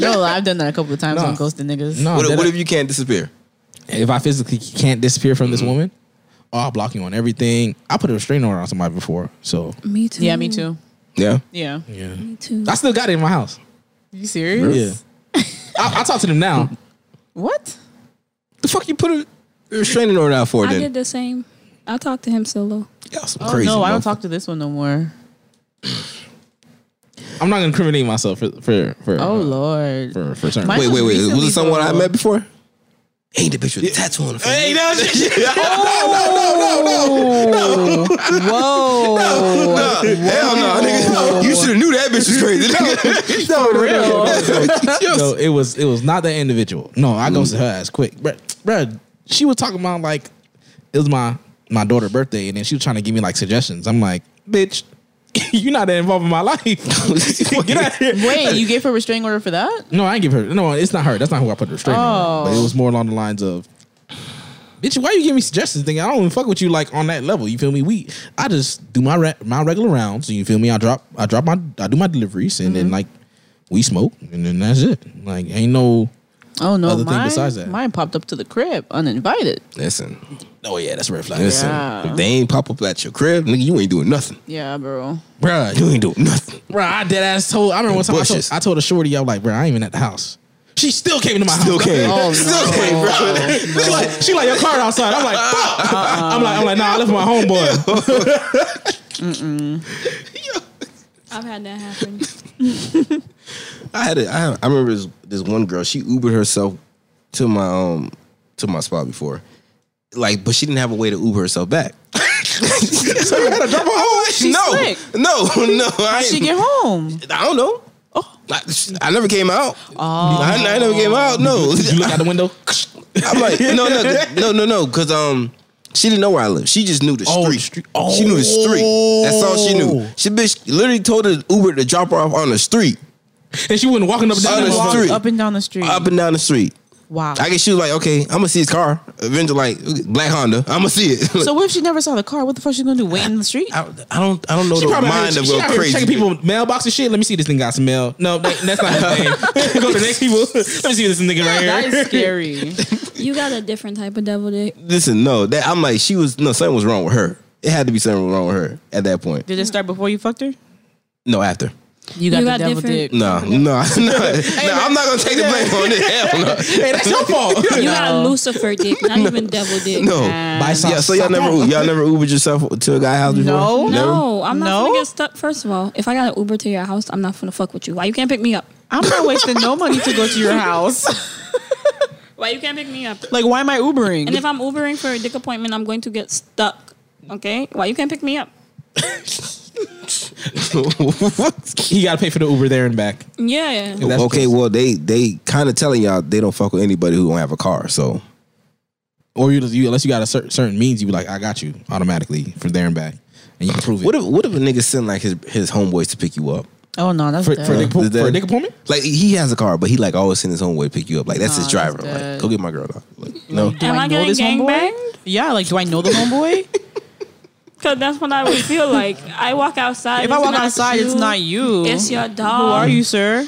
E: No, I've done that a couple of times
B: Nah.
E: on ghosting niggas.
B: no,
A: What,
B: that-
A: what if you can't disappear?
B: if I physically can't disappear from this woman, oh, I'll block you on everything. I put a restraining order on somebody before, so
D: Me too.
E: Yeah, me too.
A: Yeah.
E: Yeah.
B: yeah,
D: Me too.
B: I still got it in my house.
E: You serious?
B: I, I talk to them now.
E: What?
A: The fuck you put a restraining order out for
D: I
A: then?
D: did the same. I talked to him solo.
A: Y'all some
E: Oh
A: crazy.
E: no, I don't
A: motherfucker.
E: talk to this one no more.
B: I'm not gonna incriminate myself for for for
E: Oh
B: uh,
A: Uh-huh.
E: lord.
B: for, for certain.
E: Mine-
A: Wait, wait, wait. Was
E: Recently,
A: it someone I
E: though.
A: met before? Ain't the picture with the tattoo on the face.
B: Hey, no, shit, shit.
E: Whoa.
A: Hell no, nigga. You should have knew that bitch was crazy. nigga.
E: For real.
B: no, it was it was not that individual. No, I ghosted her ass quick, bruh, bruh, She was talking about like it was my my daughter's birthday, and then she was trying to give me like suggestions. I'm like, bitch, you're not that involved in my life. Get out of here.
E: Wait, you gave her restraining order for that?
B: No, I ain't give her. No, it's not her. That's not who I put the restraint on.
E: Oh.
B: But it was more along the lines of, bitch, why you giving me suggestions? Thing I don't even fuck with you like on that level. You feel me? We, I just do my re- my regular rounds. You feel me? I drop I drop my I do my deliveries and then like we smoke and then that's it. Like ain't no.
E: Oh no,
B: Other thing
E: mine,
B: besides that.
E: mine popped up to the crib uninvited.
A: Listen,
B: Oh yeah, that's a red flag.
A: listen.
E: Yeah.
A: If they ain't pop up at your crib, nigga, you ain't doing nothing.
E: Yeah, bro.
B: bruh,
A: You ain't doing nothing.
B: bruh. I dead ass told. I remember one time I told,
A: Bushes.
B: I told a shorty, I was like, bruh, I ain't even at the house. She still came to my
A: Still
B: house.
A: came.
E: Oh,
A: Still
E: no.
A: came, bro.
B: She like, she like your car outside. I'm like, fuck. I'm like, I'm like, nah, I left my homeboy.
D: I've had that happen.
A: I had a, I, I remember this, this one girl. She Ubered herself to my um to my spot before, like, but she didn't have a way to Uber herself back. so you gotta drop her home. no,
E: slick.
A: no, no. I,
E: How'd she
A: ain't-
E: get home?
A: I don't know.
E: Oh.
A: I, I never came out. I, I never came out. No,
B: Did you look out the window?
A: I'm like, no, no, no, no, no, because um, she didn't know where I lived. She just knew the
B: Oh,
A: street.
B: the street. Oh.
A: She knew the street. That's all she knew. She bitch literally told her Uber to drop her off on the street,
B: And she wasn't walking up and down
A: Honest
B: the
E: Walk
B: block.
A: street.
E: up and down the street.
A: up and down the street.
E: wow.
A: I guess she was like, okay, I'm gonna see his car. Eventually, like black Honda, I'm gonna see it.
E: so what if she never saw the car? What the fuck she gonna do? Wait in the street?
A: I, I don't, I don't know
B: She
A: the
B: probably
A: mind
B: out here,
A: of
B: she
A: a
B: out here
A: crazy.
B: checking people mailbox and shit. Let me see if this thing got some mail. No, that, that's not his name. Go to the next people. Let me see this nigga right
E: that
B: here.
E: is scary.
D: You got a different type of devil dick.
A: Listen, no, that I'm like, she was no, something was wrong with her. It had to be something wrong with her at that point.
E: Did it start before you fucked her?
A: No, after.
E: You got the
D: You got
E: devil
D: different-
E: dick.
A: No, no, no, no. I'm not gonna take the blame on this. Hell no.
B: hey, that's your fault.
D: You got a Lucifer dick, not even devil dick.
A: No.
B: By
A: Yeah, so y'all never Uber, y'all never Ubered yourself to a guy house before?
E: No.
D: No, I'm not
E: No?
D: gonna get stuck. First of all, if I got an Uber to your house, I'm not gonna fuck with you. Why you can't pick me up?
E: I'm not wasting no money to go to your house.
D: Why you can't pick me up?
E: Like, why am I Ubering?
D: And if I'm Ubering for a dick appointment, I'm going to get stuck. Okay? Why you can't pick me up?
B: He got to pay for the Uber there and back.
D: Yeah.
B: If that's the
A: okay,
B: case.
A: well they they kind of telling y'all they don't fuck with anybody who don't have a car. So
B: Or you, you unless you got a cer- certain means, you be like, I got you automatically for there and back, and you can prove it.
A: what if what if a nigga send like his his homeboys to pick you up?
E: oh no, that's
B: for,
E: dead.
B: for, a dick,
A: Is that-
B: for a dick appointment?
A: Like he has a car, but he like always send his homeboy to pick you up. Like that's
E: Nah,
A: his driver.
E: that's
A: Like
E: dead.
A: go get my girl. Dog. Like, no,
E: do
D: Am
E: I,
D: I
E: know
D: getting
E: this homeboy?
D: gangbanged?
E: Yeah, like do I know the homeboy?
D: Because that's what I would feel like. I walk outside.
E: if I
D: it's
E: walk
D: not
E: outside, it's
D: you.
E: not you.
D: It's your dog.
E: Who are you, sir?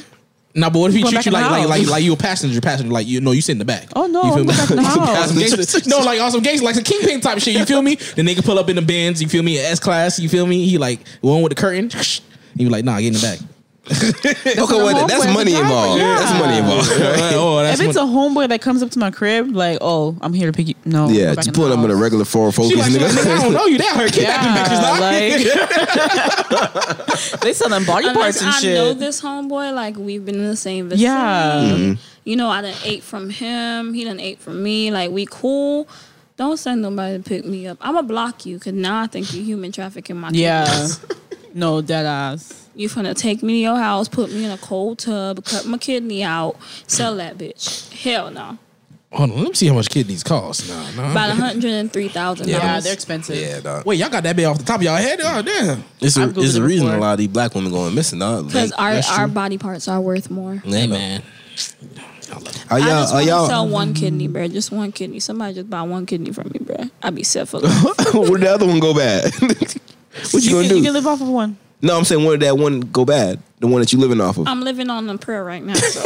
B: Nah, but what if he
E: Going
B: treat
E: back
B: you
E: in the
B: like like, like
E: house.
B: like you a passenger? Passenger, like you know you sit in the back.
E: Oh, no,
B: you
E: I'm back in the
B: Some
E: house.
B: some gangster- no, like also gangster, like some kingpin type shit. You feel me? The nigga pull up in the Benz. You feel me? S class. You feel me? He like one with the curtain. And you like, nah, get in the back.
A: okay, well,
E: the
A: that's
E: homeboy,
A: money
E: the driver,
A: involved.
E: yeah.
A: That's money involved.
B: oh, that's
E: if it's
B: one-
E: a homeboy that comes up to my crib, like, oh, I'm here to pick you. No,
A: yeah,
E: go back
A: just
E: the
A: pulling up in a
E: house.
A: regular Ford Focus,
B: she like, she like, nigga, I
A: nigga.
B: don't know you. That hurt kidnapping bitches. Nah.
E: like, they selling body parts
D: Unless
E: and
D: I know
E: shit.
D: this homeboy, like we've been in the same vicinity.
E: Yeah.
D: You know, I done ate from him. He done ate from me. Like we cool. Don't send nobody to pick me up. I'ma block you because now I think you human trafficking my
E: Yeah.
D: kidneys.
E: no, dead ass.
D: You finna take me to your house, put me in a cold tub, cut my kidney out, sell that bitch. Hell no.
B: Hold on, let me see how much kidneys cost. Nah, nah.
D: About hundred and three thousand
E: Yeah,
D: dollars.
E: they're expensive.
A: Yeah, dog.
B: Wait, y'all got that bit off the top of y'all head? Oh damn.
A: It's a,
E: I've Googled
A: it's a
E: it
A: reason
E: before.
A: a lot of these black women going missing, dog.
D: because
A: Like,
D: our
B: that's true.
D: our body parts are worth more.
B: Hey man.
A: are
D: I
A: y'all
D: just
A: are
D: want to
A: y'all
D: sell one kidney, bruh. Just one kidney. Somebody just buy one kidney from me, bruh. I'd be set for life.
A: Where the other one go bad? what you,
E: You,
A: gonna
E: can,
A: do?
E: you can live off of one.
A: no, I'm saying where did that one go bad? The one that you living
B: Oh.
A: off of.
D: I'm living on a prayer right now, so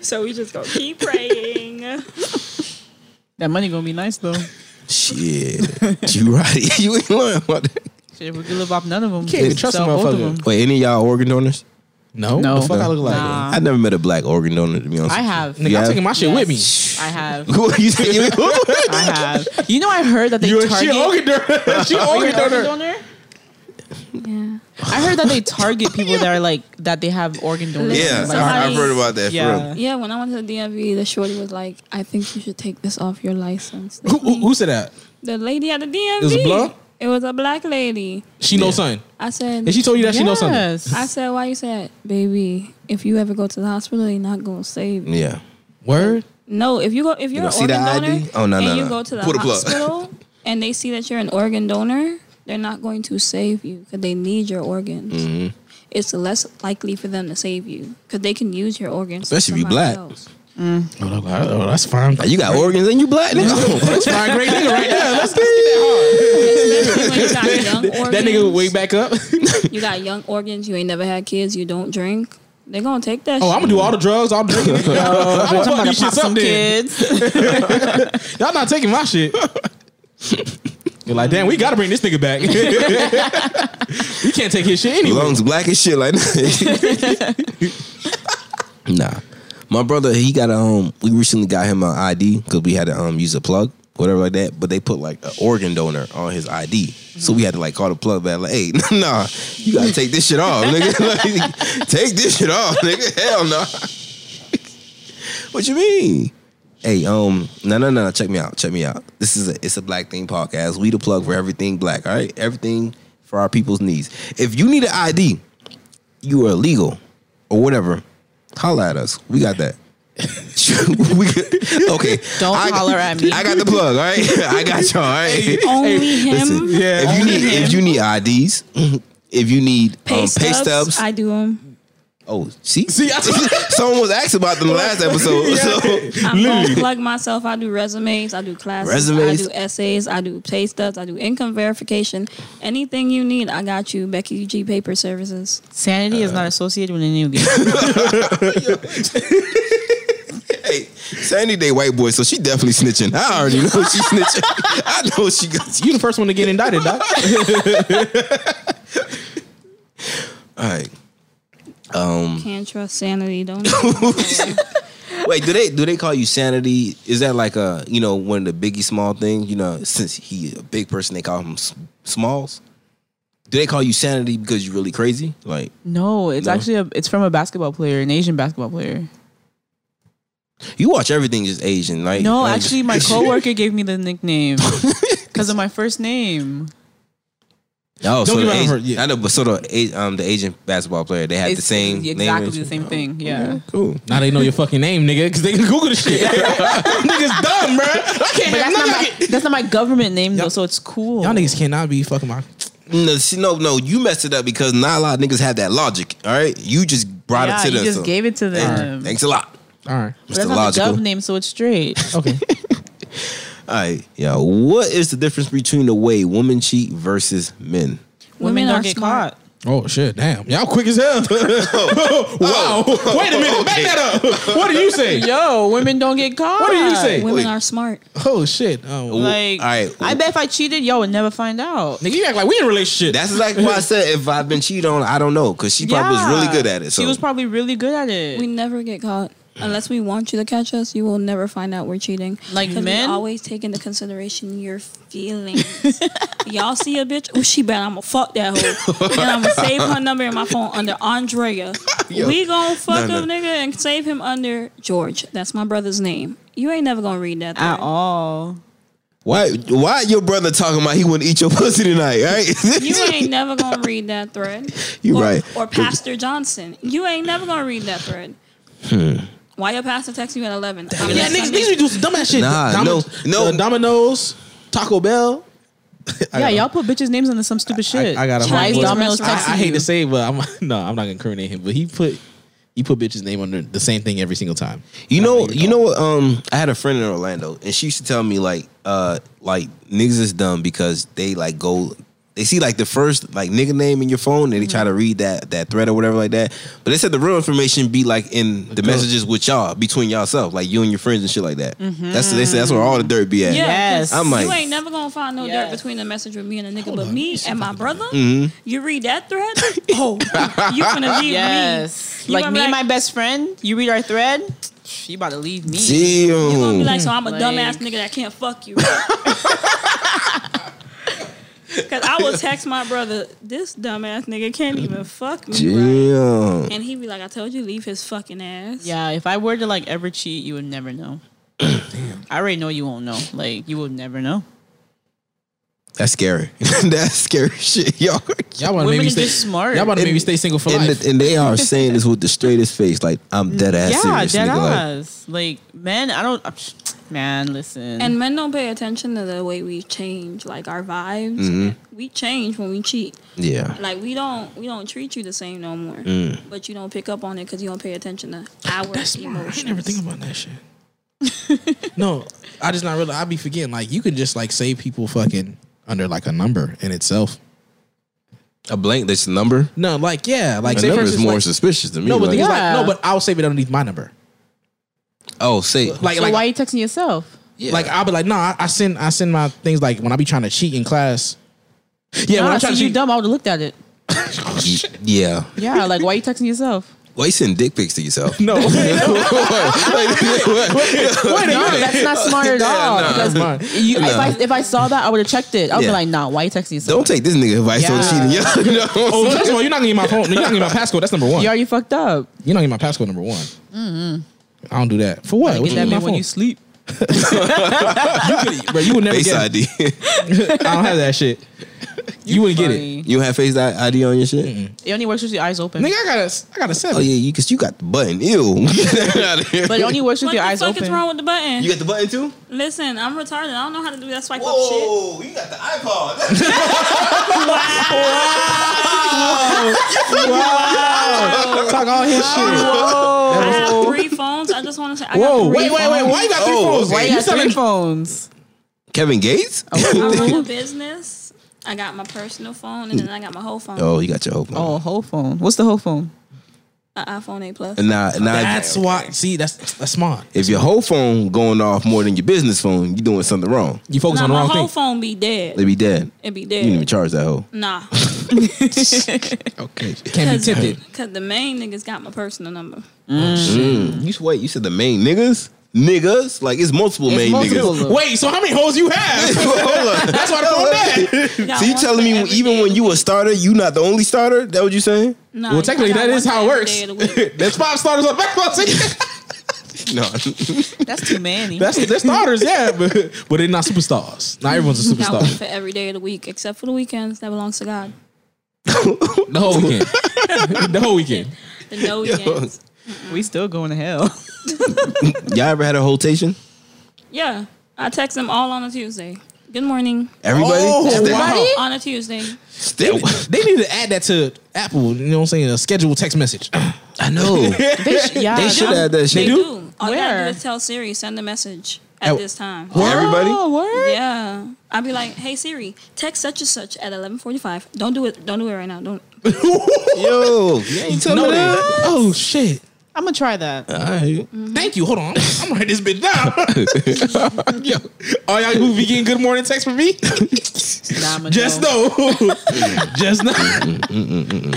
D: so we just gonna keep praying.
E: That money gonna be nice though.
A: Shit, you right? you ain't lying about that.
E: Shit, we can live off none of them.
B: Can't even trust a
E: Sell both of them.
B: motherfucker.
A: Wait, any of y'all organ donors?
B: No,
E: No.
B: the fuck I look like.
E: Nah.
A: I never met a black organ donor to be honest.
E: I have.
B: Nigga,
A: Yeah.
B: I'm taking my shit
E: Yes.
B: with me.
E: I have.
A: What you say? You-
E: I have. You know, I heard that they
B: You a
E: target.
B: shit organ donor. She
E: Are you
B: organ
E: an organ
B: donor.
E: donor?
D: Yeah.
E: I heard that they target people that are like that they have organ donors.
A: yeah,
E: Like,
A: I, I've
D: somebody-
A: heard about that.
E: Yeah.
A: For real.
D: Yeah, when I went to the DMV, the shorty was like, "I think you should take this off your license."
B: Who, who, who said that?
D: The lady at the DMV.
B: was a blonde?
D: It was a black lady.
B: She knows something.
D: I said.
B: And she told you that she knows something.
E: Yes.
D: I said, "Why you said, baby? If you ever go to the hospital, you're not gonna save." You.
A: Yeah.
B: Word.
D: No, if you go, if you're
A: don't
D: an
A: see
D: organ
A: the
D: donor,
A: ID? Oh, no,
D: and
A: no,
D: you
A: no.
D: go to the
A: Pull the plug.
D: hospital and they see that you're an organ donor, they're not going to save you because they need your organs.
A: Mm-hmm.
D: It's less likely for them to save you because they can use your organs, for
A: Especially if you black.
D: somebody else.
B: Oh, that's fine.
A: Like, you got organs and you black nigga.
B: That's fine. Great nigga right there. Let's get
D: Especially when you got young organs.
B: that nigga way back up.
D: You got young organs. You ain't never had kids. You don't drink. They're gonna take that.
B: Oh, I'm gonna do all the drugs. I'm drinking. I'm gonna fuck
E: Gotta
B: these
E: pop
B: shits
E: some
B: up then.
E: kids.
B: Y'all not taking my shit. You're like, damn, we gotta bring this nigga back. you can't take his shit anyway.
A: Lungs black as shit. Like My brother, he got a um. We recently got him an ID because we had to um use a plug, whatever like that. But they put like an organ donor on his ID, so we had to like call the plug back. Like, hey, nah, you gotta take this shit off, nigga. Like, take this shit off, nigga. Hell no. what you mean? Hey, um, no, no, no. Check me out. Check me out. This is a it's a black thing podcast. We the plug for everything black. All right, everything for our people's needs. If you need an ID, you are illegal or whatever. Holla at us. We got that. we could, okay.
E: Don't
A: I,
E: holler at me.
A: I got the plug. All right. I got y'all. All right.
D: Only him.
A: Listen,
B: Yeah,
A: if you need if you need IDs, if you need
D: Pay,
A: um,
D: stubs,
A: pay stubs,
D: I do them.
A: oh, see,
B: See, I told
A: someone was asked about them last episode. So
D: I unplug myself. I do resumes. I do classes.
A: Resumes.
D: I do essays. I do pay stubs. I do income verification. Anything you need, I got you. Becky G Paper Services.
E: Sanity is not associated with any of these.
A: hey, Sandy Day white boy, so she definitely snitching. I already know she snitching. I know she got
B: you the first one to get indicted, doc.
A: All right. Mm.
D: Can't trust sanity. Don't.
A: Wait, do they do they call you sanity? Is that like a you know one of the biggie small things? You know, since he a big person, they call him S- Smalls. Do they call you sanity because you really crazy? Like,
E: No, it's
A: No.
E: actually a, it's from a basketball player, an Asian basketball player.
A: you watch everything just Asian, right?
E: No,
A: Like-
E: actually, my coworker gave me the nickname because of my first name.
A: Oh, so
B: Don't
A: the
B: get me wrong,
A: Asian,
B: I've heard- yeah.
A: I know, but so the A- um the Asian basketball player, they had the
E: It's
A: same
E: exactly
A: name
E: the same thing. Yeah.
A: Cool.
B: now they know your fucking name, nigga, because they can Google the shit. Niggas dumb, bro. I can't.
E: But that's not,
B: none of
E: my,
B: it.
E: that's not my government name though, so it's cool.
B: Y'all niggas cannot be fucking my.
A: No, see, no, no, you messed it up because not a lot of niggas have that logic. All right, you just brought
E: yeah,
A: it to
E: you
A: them.
E: just
A: so-
E: gave it to
A: Thank-
E: them.
A: Thanks a lot,
B: All right.
E: But
A: Mr.
E: that's not the
A: Logical.
E: gov name, so it's straight.
B: Okay.
A: All right, yeah. What is the difference between the way women cheat versus men?
E: Women,
D: Women
E: don't
D: are
E: get
D: smart.
E: caught.
B: Oh shit! Damn, y'all quick as hell. wow. Wait a minute. Back that up. What do you say?
E: Yo, women don't get caught.
B: What do you say?
D: Women
A: Wait.
D: are smart.
B: Oh shit. Oh.
E: Like,
A: All right.
E: I bet if I cheated, y'all would never find out.
B: Nigga, you act like we in a relationship.
A: That's exactly why I said if I've been cheated on, I don't know because she probably was really
E: Yeah.
A: good at it. So
E: She was probably really good at it.
D: We never get caught. Unless we want you to catch us, you will never find out we're cheating.
E: Like
D: 'Cause we
E: men?
D: always take into consideration your feelings. Y'all see a bitch? Oh, she bet I'ma fuck that hoe, and I'ma save her number in my phone under Andrea. we gonna fuck
A: no,
D: him, nigga, and save him under George. That's my brother's name. You ain't never gonna read that.
E: at
D: thing.
E: all.
A: why why your brother talking about he wouldn't eat your pussy tonight? Right?
D: You ain't never gonna read that thread.
A: You
D: or,
A: right.
D: Or Pastor Johnson. You ain't never gonna read that thread. Why your pastor text you at eleven? I'm
B: yeah,
D: like,
B: niggas,
D: I'm
B: niggas be doing some dumbass shit.
A: Nah, no, no.
B: uh, Domino's, Taco Bell.
E: Yeah, y'all put bitches' names under some stupid shit.
B: I, I got a
D: Chinese
B: homeboy.
E: Domino's
B: I,
D: restaurant.
E: texting
B: I hate
E: you.
B: to say, it, but I'm no, I'm not incriminating him. But he put he put bitch's name under the same thing every single time.
A: You know,
B: you
A: you know what? Um, I had a friend in Orlando, and she used to tell me like, uh, like niggas is dumb because they like go, they see like the first like nigga name in your phone, and they try to read that that thread or whatever like that. But they said the real information be like in the messages with y'all between y'allself, like you and your friends and shit like that. That's they said that's where all the dirt be at.
D: Yeah,
E: Yes.
D: 'cause
A: I'm
D: you
A: like-
D: ain't never gonna find no
E: Yes.
D: dirt between the message with me and a nigga, but me and my brother. You read that thread? Oh, you gonna leave
E: Yes.
D: me? You
E: like
D: gonna
E: me
D: be
E: and my best friend, you read our thread, she about to leave me.
D: You gonna be
A: Damn.
D: like, so I'm a
E: Mm-hmm. Like-
D: dumbass nigga that can't fuck you. Because I will text my brother, this dumbass nigga can't even fuck me. Right?
A: Damn.
D: And he be like, I told you, leave his fucking ass.
E: Yeah, if I were to like ever cheat, you would never know. I already know you won't know. Like you would never know.
A: That's scary. that's scary shit, y'all.
B: Y'all want to
E: Women
B: maybe
E: are
B: stay
E: just smart.
B: Y'all want to
A: And-
B: maybe stay single for
A: And,
B: life.
A: the, and they are saying this with the straightest face, like I'm dead ass
E: yeah,
A: serious,
E: dead
A: nigga. Like,
E: ass. Like, men, I don't. man, listen.
D: And men don't pay attention to the way we change, like our vibes.
A: Mm-hmm.
D: We change when we cheat.
A: yeah.
D: Like we don't we don't treat you the same no more. But you don't pick up on it because you don't pay attention to our
B: Mm. That's smart. I
D: emotions.
B: ain't never think about that shit. no, I just not really. I be forgetting. Like you can just like save people fucking under like a number in itself.
A: A blank. This number.
B: No, like yeah, like
A: A
B: say for
A: number is
B: instance,
A: more
B: like,
A: suspicious to me.
B: no, but
A: like-
B: the thing is,
E: Yeah.
B: like no, but I'll save it underneath my number.
A: Oh, say it.
B: Like
E: so
B: like
E: why are you texting yourself?
B: Like I'll be like, nah, I, I send I send my things like when I be trying to cheat in class. Yeah,
E: Yeah,
B: when
E: nah,
B: I'm trying
E: see,
B: to
E: you
B: cheat.
E: dumb. I would have looked at it.
A: Y- yeah.
E: Yeah, like why are you texting yourself?
A: Why you sending dick pics to yourself?
B: No,
A: Like, what?
E: No, that's not smart at all. because you- if, I, if I saw that, I would have checked it. I would
A: Yeah.
E: be like, nah, why you texting yourself?
A: Don't take this nigga advice on
E: Yeah.
A: cheating. Yo, You know what I'm
B: Oh,
A: saying?
B: first of all, you're not gonna get my phone. You're not gonna get my passcode. That's number one.
E: You
B: You're
E: already fucked up.
B: not gonna get my passcode. Number one. I don't do that. For what? What you
E: Mm-hmm. Get that
B: need my
E: man when
B: phone?
E: you sleep.
B: You could- bro, you would never
A: Face
B: get. it.
A: ID.
B: I don't have that shit. You wouldn't get it.
E: Funny.
A: you have face ID on your shit?
E: It only works with your eyes open.
B: Nigga, I got a, I got a
A: Oh
B: seven.
A: yeah, you because you got the button. Ew. Get that out of here.
E: But it only works with
D: What
E: your
D: the
E: eyes
D: fuck
E: open.
D: is wrong with the button?
A: you got the button too?
D: Listen, I'm retarded. I don't know how to do that swipe up
A: Whoa, you got the iPod.
B: Talk all his shit.
D: shit. I have three phones. I just want to say. I
B: Whoa,
D: got
B: wait,
D: three
B: wait, wait. Why you got three
A: Oh,
B: phones?
A: okay.
E: Why you
B: You
E: got
B: selling-
E: three phones?
A: Kevin Gates?
B: Oh,
D: phones. I run a business. I got my personal phone, and then I got my whole phone.
A: Oh, you got your whole phone.
E: Oh, whole phone. What's the whole phone?
D: An iPhone 8 Plus.
A: Nah, nah.
B: That's why. See, that's that's smart.
A: if your whole phone going off more than your business phone, you doing something wrong.
B: You focus
D: Nah,
B: on the
D: my
B: wrong
D: whole
B: thing.
D: phone be dead.
A: They be dead.
D: It be
A: You didn't even
D: dead.
A: charge that hoe.
D: Nah,
B: Okay, can't be tempted.
D: because the main niggas got my personal number.
A: Mm. You wait. You said the main niggas, niggas. Like it's multiple main
E: multiple.
A: niggas.
B: Wait, so how many holes you have?
A: Hold on.
B: That's why the phone dead.
D: Got
A: So you
D: one
A: telling
D: for
A: me
D: every
A: even
D: day
A: when
D: of
A: you
D: the
A: a starter, you not the only starter? That what you saying?
D: week. Nah,
B: Well, technically,
D: I got
B: that is
D: one
B: how it
D: for every day
B: works.
D: of the week.
B: There's five starters on basketball team.
A: No.
E: That's too many.
B: That's they're starters, yeah, but but they're not superstars. Not everyone's a
D: Got one
B: superstar.
D: for every day of the week, except for the weekends. That belongs to God.
B: The whole weekend. the whole weekend.
D: The no weekends.
E: we still going to hell.
A: Y'all ever had a rotation?
D: Yeah, I text them all on a Tuesday. Good morning.
A: Everybody.
B: Oh,
A: Still-
B: wow.
D: On a Tuesday.
A: Still.
B: They need to add that to Apple, you know what I'm saying? A scheduled text message.
A: I know.
E: They sh- yeah,
A: They should add that
D: They
A: shit.
D: do.
E: do?
D: All you gotta
E: Where?
D: do is tell Siri, send a message at
B: At-
D: this time.
A: Everybody.
E: Oh, word?
D: Yeah. I'd be like, hey Siri, text such and such at eleven forty five. Don't do it don't do it right now. Don't
A: Yo. You ain't telling me
B: No, they-
A: that.
B: oh shit.
E: I'm gonna try that.
B: Uh, Thank you. Hold on. I'm gonna write this bitch down. Yo, all y'all who be getting good morning text from me,
E: Nah, I'ma
B: just
E: know.
B: know. just know.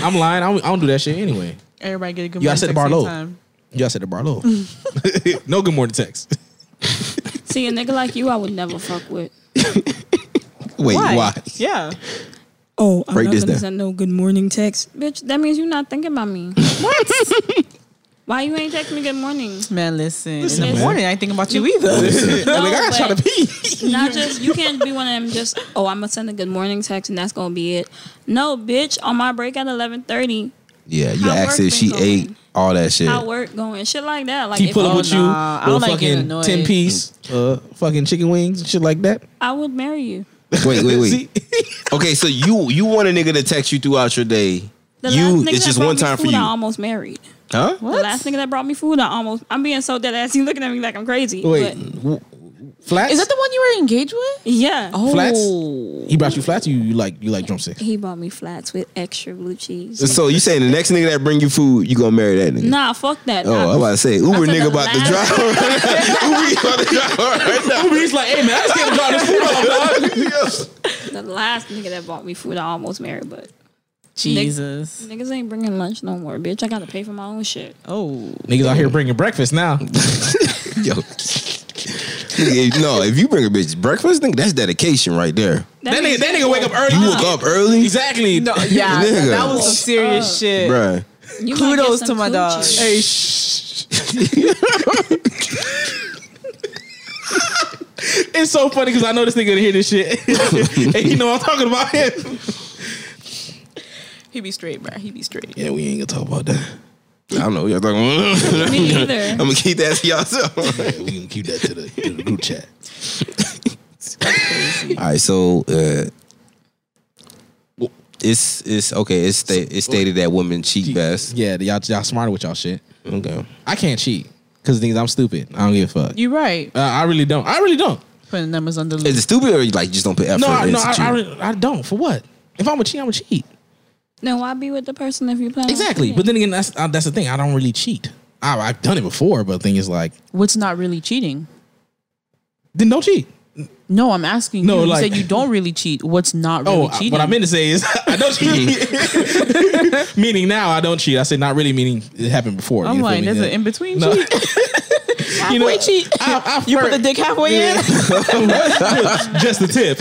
B: I'm lying. I don't, I don't do that shit anyway.
E: Everybody get a good
B: You
E: morning
B: gotta set the
E: text
B: bar low.
E: anytime.
B: Y'all said the bar low. no good morning text.
D: see a nigga like you I would never fuck with.
A: Wait. Why?
E: Yeah.
D: Oh, I'm
A: Break
D: not
A: this
D: gonna
A: down.
D: send no good morning text. Bitch, that means you're not thinking about me. what? Why you ain't texting me good morning?
E: Man, listen. in the
D: man.
E: morning, I ain't thinking about you either.
D: No,
B: like I gotta try
D: but-
B: to pee.
D: Not just you can't be one of them. Just oh, I'm gonna send a good morning text and that's gonna be it. No, bitch. On my break at eleven thirty,
A: Yeah. You
D: How
A: ask
D: work
A: if she
D: been going?
A: ate all that shit.
D: how work going, shit like that. Like
B: Keep
D: if
B: pulling
E: Oh,
B: with you,
E: nah. I
B: little
E: don't like getting
B: fucking
E: annoyed.
B: ten piece, uh, fucking chicken wings and shit like that.
D: I would marry you.
A: Wait. Wait. Wait.
B: See?
A: Okay, so you you want a nigga to text you throughout your day.
D: The
A: you
D: last nigga
A: it's
D: that
A: just
D: brought
A: one
D: me
A: time for
D: food,
A: you.
D: I almost married.
A: Huh?
D: The
E: What?
D: last nigga that brought me food, I almost. I'm being so dead ass. You looking at me like I'm crazy.
B: Wait,
D: but,
B: w- flats?
E: Is that the one you were engaged with? Oh.
D: yeah.
B: Flats? He brought you flats. Or you, you like you like drumsticks.
D: Oh, He bought me flats with extra blue cheese.
A: So you saying the next nigga that bring you food, you gonna marry that nigga?
D: Nah, fuck that.
A: Oh, I'm about to say Uber
D: I said
A: nigga
D: the
A: about to
D: last-
A: drive. Uber about to drive right now.
B: He's like, hey man, I just can't drop this food off.
D: the last nigga that bought me food, I almost married. But
E: Jesus.
D: niggas ain't bringing lunch no more, bitch. I gotta pay for my own shit.
E: Oh.
B: Niggas out here bringing breakfast now.
A: Yo. Nigga, if- no, if you bring a bitch breakfast, nigga, that's dedication right there.
B: That nigga,
D: means-
B: that nigga wake up early.
A: You woke up early,
B: Exactly.
E: No, yeah,
A: Nigga.
E: that was some serious shit.
A: bruh.
D: You might
E: Kudos
D: get some
E: to my dog.
D: coochie.
B: Hey, shh. it's so funny because I know this nigga gonna hear this shit, and you know I'm talking about him.
E: He be straight, bro. He be straight.
B: Yeah, we ain't gonna talk about that.
A: I don't know. Y'all talking.
D: Me either.
A: I'm gonna keep that to y'all.
B: we gonna keep that to the, to the group chat.
A: All right, so uh, it's it's okay. It's sta- it's stated that women cheat best.
B: Yeah, y'all y'all smarter with y'all shit.
A: Okay.
B: I can't cheat because things I'm stupid. I don't give a fuck.
E: You right.
B: Uh, I really don't. I really don't.
E: Putting numbers on the
A: Is it
E: list.
A: stupid or you like just don't put effort?
B: No, I,
A: into
B: no, I,
A: cheating?
B: I, really- I don't. For what? If I'm a cheat, I'm a cheat.
D: No, why be with the person if you plan? on
B: Exactly.
D: cheating?
B: But then again, that's uh, that's the thing. I don't really cheat. I, I've done it before, but the thing is, like,
E: What's not really cheating?
B: then don't cheat.
E: No, I'm asking
B: No,
E: you.
B: like-
E: you said you don't really cheat. What's not really
B: Oh, I-
E: cheating?
B: what I meant to say is, I don't cheat. meaning now I don't cheat. I said not really meaning it happened before.
E: I'm
B: you feel
E: like,
B: me?
E: there's
B: Yeah.
E: an in between
B: No.
E: cheat.
B: You know,
E: Halfway cheat.
B: I- I
E: you put
B: flirt.
E: the dick halfway in.
B: just the tip.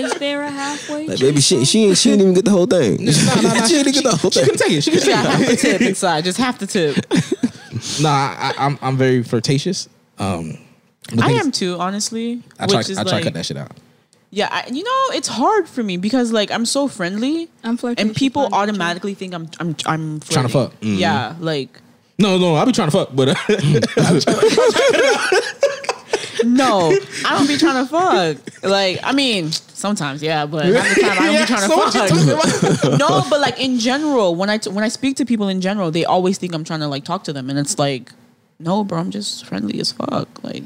D: Is there a halfway?
A: Like, baby, she she ain't she didn't even get the whole thing. she didn't get the whole
B: she
A: thing.
B: can take it. She can take
E: Yeah, half the
B: it.
E: tip inside. Just half the tip.
B: Nah, I, I- I'm I'm very flirtatious. Um, but
E: I
B: things-
E: am too, honestly.
B: I try, I
E: which is
B: try to
E: like,
B: cut that shit out.
E: Yeah, I, you know, it's hard for me because like I'm so friendly.
D: I'm flirtatious,
E: and people
D: I'm not
E: automatically think I'm I'm I'm
B: Trying to
E: flirting.
B: fuck. Mm.
E: Yeah, like
B: No, no, I'll be trying to fuck, but uh,
E: no, I don't be trying to fuck. Like I mean, sometimes yeah, but half the time I don't
B: Yeah,
E: be trying
B: so what you talking
E: to fuck. no, but like in general, when I t- when I speak to people in general, they always think I'm trying to like talk to them, and it's like, no, bro, I'm just friendly as fuck. Like.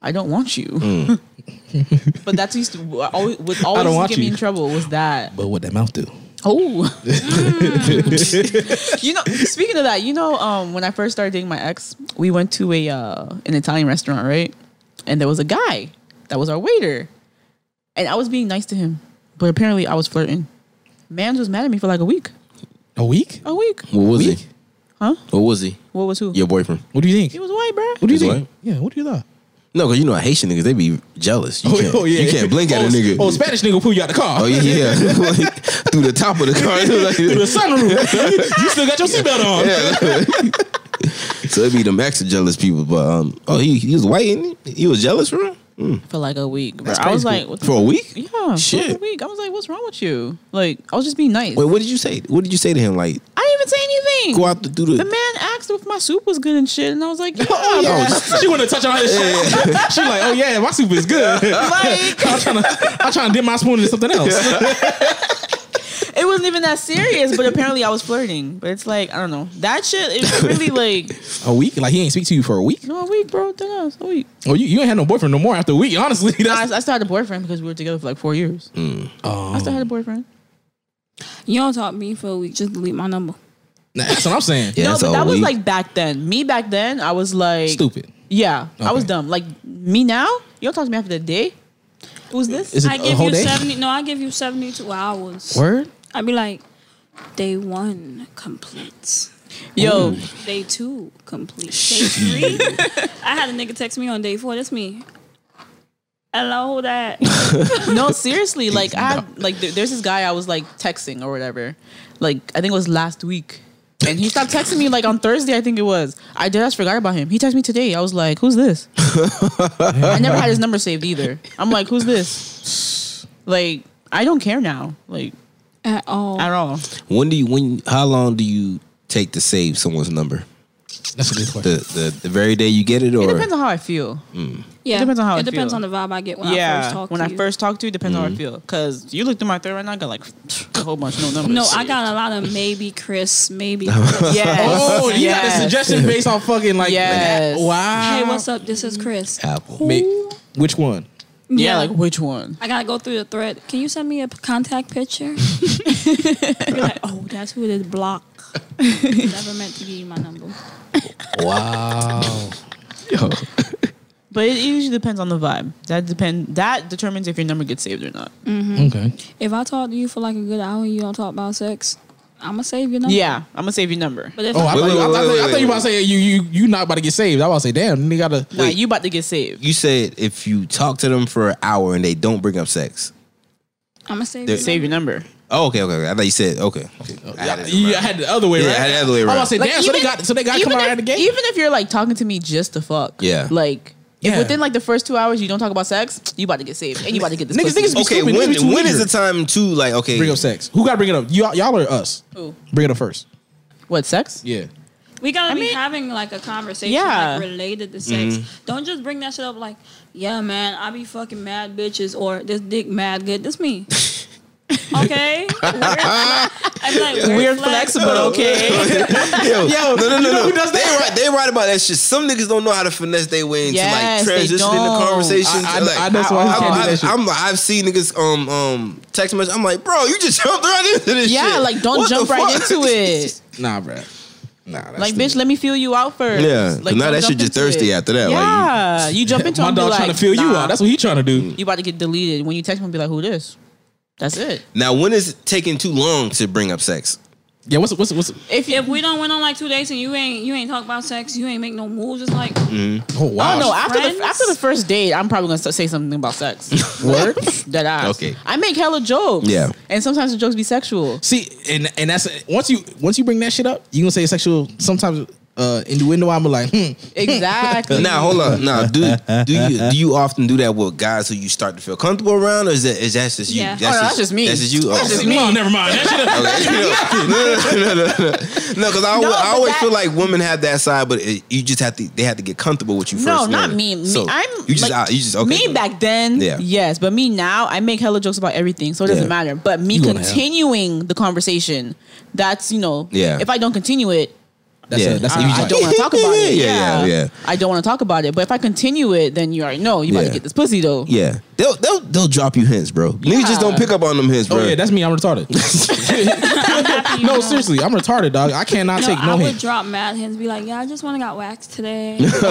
E: I don't want you, but that's used to what always, what always used to
B: Mm. want
E: get me
B: you.
E: in trouble was that.
B: but what that mouth do?
E: Oh, Mm. you know. Speaking of that, you know, um, when I first started dating my ex, we went to a uh, an Italian restaurant, right? And there was a guy that was our waiter, and I was being nice to him, but apparently I was flirting. Mans was mad at me for like a week.
B: A week?
E: A week?
A: What was
B: Weak.
A: he?
E: Huh?
A: What was he?
E: What was who?
A: Your boyfriend?
B: What do you think?
E: He was white, bro.
B: What do you
A: His
B: think?
A: what?
B: Yeah, what do you thought?
A: No, because you know Haitian niggas they be jealous. You can't, you can't blink at
B: oh,
A: a nigga.
B: Oh, Spanish nigga pull you out the car.
A: Oh yeah, yeah. Like, through the top of the car.
B: Through the
A: Like,
B: sunroof. you still got your seatbelt on.
A: so it be them extra jealous people. But um, oh he he was white, and he? He was jealous for real? Mm.
E: For like a week, bro. I was like, what the
A: for a week.
E: yeah, For
A: Shit.
E: a week. I was like, what's wrong with you? Like, I was just being nice.
A: Wait, what did you say? What did you say to him? Like
E: I didn't even say anything.
A: go out to do the.
E: The man asked if my soup was good and shit, and I was like, yeah.
B: Oh, yeah. She wanted to touch on his shit. She like, oh yeah, my soup is good.
E: Like-
B: I'm trying to, I'm trying to dip my spoon into something else.
E: It wasn't even that serious, but apparently I was flirting. But it's like I don't know that shit. It's really like
B: a week? Like he ain't speak to you for a week?
E: no a week, bro. That ass, a week.
B: Well, you, you ain't had no boyfriend no more after a week. Honestly,
E: Oh, No, I,
B: that's
E: I still had a boyfriend because we were together for like four years.
B: Oh.
E: I still had a boyfriend.
D: You don't talk to me for a week. Just delete my number.
B: Nah, that's what I'm saying.
A: Yeah,
E: no,
A: that's
E: but
A: a
E: that was
A: week.
E: like back then. Me back then, I was like
B: Stupid.
E: Yeah, I was
B: Okay.
E: dumb. Like me now, you don't talk to me after the day. Who's this?
B: Is it
D: I
B: a
D: give
B: whole
D: you
B: day?
D: seventy. No, I give you seventy-two hours.
B: Word.
D: I'd be like, day one complete.
E: Yo,
D: Day two complete. Day three. I had a nigga text me on day four. That's me. Hello, that.
E: no, seriously. Like I had, like there, there's this guy I was like texting or whatever. Like I think it was last week. And he stopped texting me like on Thursday, I think it was. I did I forgot about him. He texted me today. I was like, Who's this? I never had his number saved either. I'm like, Who's this? Like, I don't care now. Like
D: At all.
E: at all.
A: When do you when? How long do you take to save someone's number?
B: That's a good question.
A: The the, the very day you get it, or
E: It depends on how I feel.
D: Yeah.
E: It depends on how I
D: It depends
E: feel.
D: on the vibe I get when I first
E: yeah.
D: talk
E: when
D: to
E: I
D: you.
E: first talk to you, it depends on how I feel. Cause you look through my thread right now, I got like a whole bunch, no numbers.
D: No, I got a lot of maybe Chris, maybe. Chris.
E: Yes.
B: Oh, you
E: yes.
B: got a suggestion based on fucking like
E: Yes.
B: wow.
D: hey, what's up? This is Chris.
A: Apple.
B: Ma- which one?
E: Yeah, like which one?
D: I gotta go through the thread. Can you send me a p- contact picture? You're like, oh, that's who it is. Block. Never meant to give you my number.
B: Wow. Yo.
E: But it usually depends on the vibe. That depend that determines if your number gets saved or not.
B: Mm-hmm. Okay.
D: If I talk to you for like a good hour and you don't talk about sex, I'ma save your number.
E: Yeah, I'm gonna save your number.
D: But if
B: Oh, I
A: Wait,
B: thought, you, I,
A: wait,
B: thought,
A: wait,
B: I thought you
A: wait,
B: about to say you you you not about to get saved. I was about to say, damn, you gotta.
E: Nah, you about to get saved.
A: You said if you talk to them for an hour and they don't bring up sex.
D: I'ma save
A: There-
D: your
E: Save
D: number.
E: your number.
A: Oh, okay, okay, okay. I thought you said okay. I had it in my-
B: Yeah, I had the other way
A: Yeah,
B: around.
A: I had it the other way
B: I
A: around.
B: was about to say,
E: Like,
B: damn, so they got so they got to
E: even
B: come out
E: if-
B: of the game.
E: Even if you're like talking to me just to fuck.
A: Yeah.
E: Like if
B: Yeah.
E: within like the first two hours you don't talk about sex, you about to get saved. And you about to get this.
B: Niggas-
E: pussy.
B: niggas be
A: Okay,
B: stupid.
A: when
B: Niggas be too
A: when is
B: eager.
A: the time to like okay?
B: bring up sex. Who got to bring it up? Y'all, y'all or us?
E: Who?
B: Bring it up first.
E: What, sex?
B: Yeah.
D: We gotta
E: I
D: be
E: mean-
D: having like a conversation
E: Yeah. Mm-hmm.
D: like related to sex. Don't just bring that shit up like, yeah, man, I be fucking mad bitches or this dick mad good. This me. okay. Weird, fla- I be like weird,
E: Weird
D: flex,
E: flex, but okay.
A: Yo, no, no, no,
B: you know
A: no.
B: who does
A: they
B: that?
A: right, they right about that shit. Some niggas don't know how to finesse their way into
E: Yes,
A: like
E: they
A: transitioning the
E: don't.
A: conversation.
B: I- I-
A: like,
B: I know someone who
A: I,
B: can't do that shit.
A: am like, I've seen niggas um um text message. I'm like, bro, you just jumped right into this.
E: yeah,
A: shit.
E: like don't
A: What the
E: jump right
A: fuck?
E: into it.
B: Nah, bruh. Nah. That's
E: Like,
B: stupid.
E: bitch, let me feel you out first.
A: Yeah, 'cause
E: Like,
A: now
E: don't
A: that shit
E: jump
A: just
E: into
A: thirsty
E: it.
A: after that, like,
E: Yeah, you, jump into it
B: My
E: and be
B: dog trying
E: like,
B: to feel you
E: nah.
A: Mm.
B: out. That's what he trying to do.
E: you about to get deleted. When you text me, be like, who this? That's it.
A: Now, when is it taking too long to bring up sex?
B: Yeah, what's what's what's?
E: If you,
D: If we don't went on like two dates and you ain't you ain't talk about sex, you ain't make no moves. It's like
B: Oh wow!
E: oh no, after
D: Friends?
E: the after the first date, I'm probably gonna say something about sex. Word that I
A: Okay.
E: I make hella jokes.
A: Yeah.
E: and sometimes the jokes be sexual.
B: See, and and that's once you once you bring that shit up, you gonna say sexual. Sometimes uh, innuendo. I'm like, hmm.
E: Exactly.
A: Now, hold on. Now, do do you do you often do that with guys who you start to feel comfortable around, or is that is that just you?
D: Yeah.
E: Oh, no, that's just me.
A: That's just you.
E: That's just
A: okay.
E: me.
B: Oh, never mind. That shit-
A: Okay. no, no, no, no, no, no. Because I, alwa-
E: No,
A: I
E: but
A: always
E: that-
A: feel like women have that side, but it, you just have to. They have to get comfortable with you first.
E: No, not
A: learning.
E: me. Me-
A: So
E: I'm
A: you just
E: like-
A: out. You just okay.
E: me back then,
A: Yeah.
E: yes, but me now, I make hella jokes about everything, so it doesn't
A: Yeah.
E: matter. But me
B: You gonna have-
E: continuing the conversation, that's you know,
A: Yeah.
E: if I don't continue it,
B: That's
A: Yeah.
B: a, that's a,
E: I,
A: You
E: I
A: like-
E: don't want to talk about it.
A: Yeah, yeah, yeah.
E: I don't want to talk about it. But if I continue it, then you already know you about
A: Yeah.
E: to get this pussy though.
A: Yeah, they'll they'll they'll drop you hints, bro. Niggas just don't pick up on them hints, bro.
B: Oh yeah, that's me. I'm retarded.
D: happy, you
B: no,
D: know.
B: seriously, I'm retarded, dog. I cannot
D: No,
B: take
D: I
B: no
D: would
B: hint.
D: drop mad hints. Be like, yeah, I just want to got waxed today.
A: Yeah.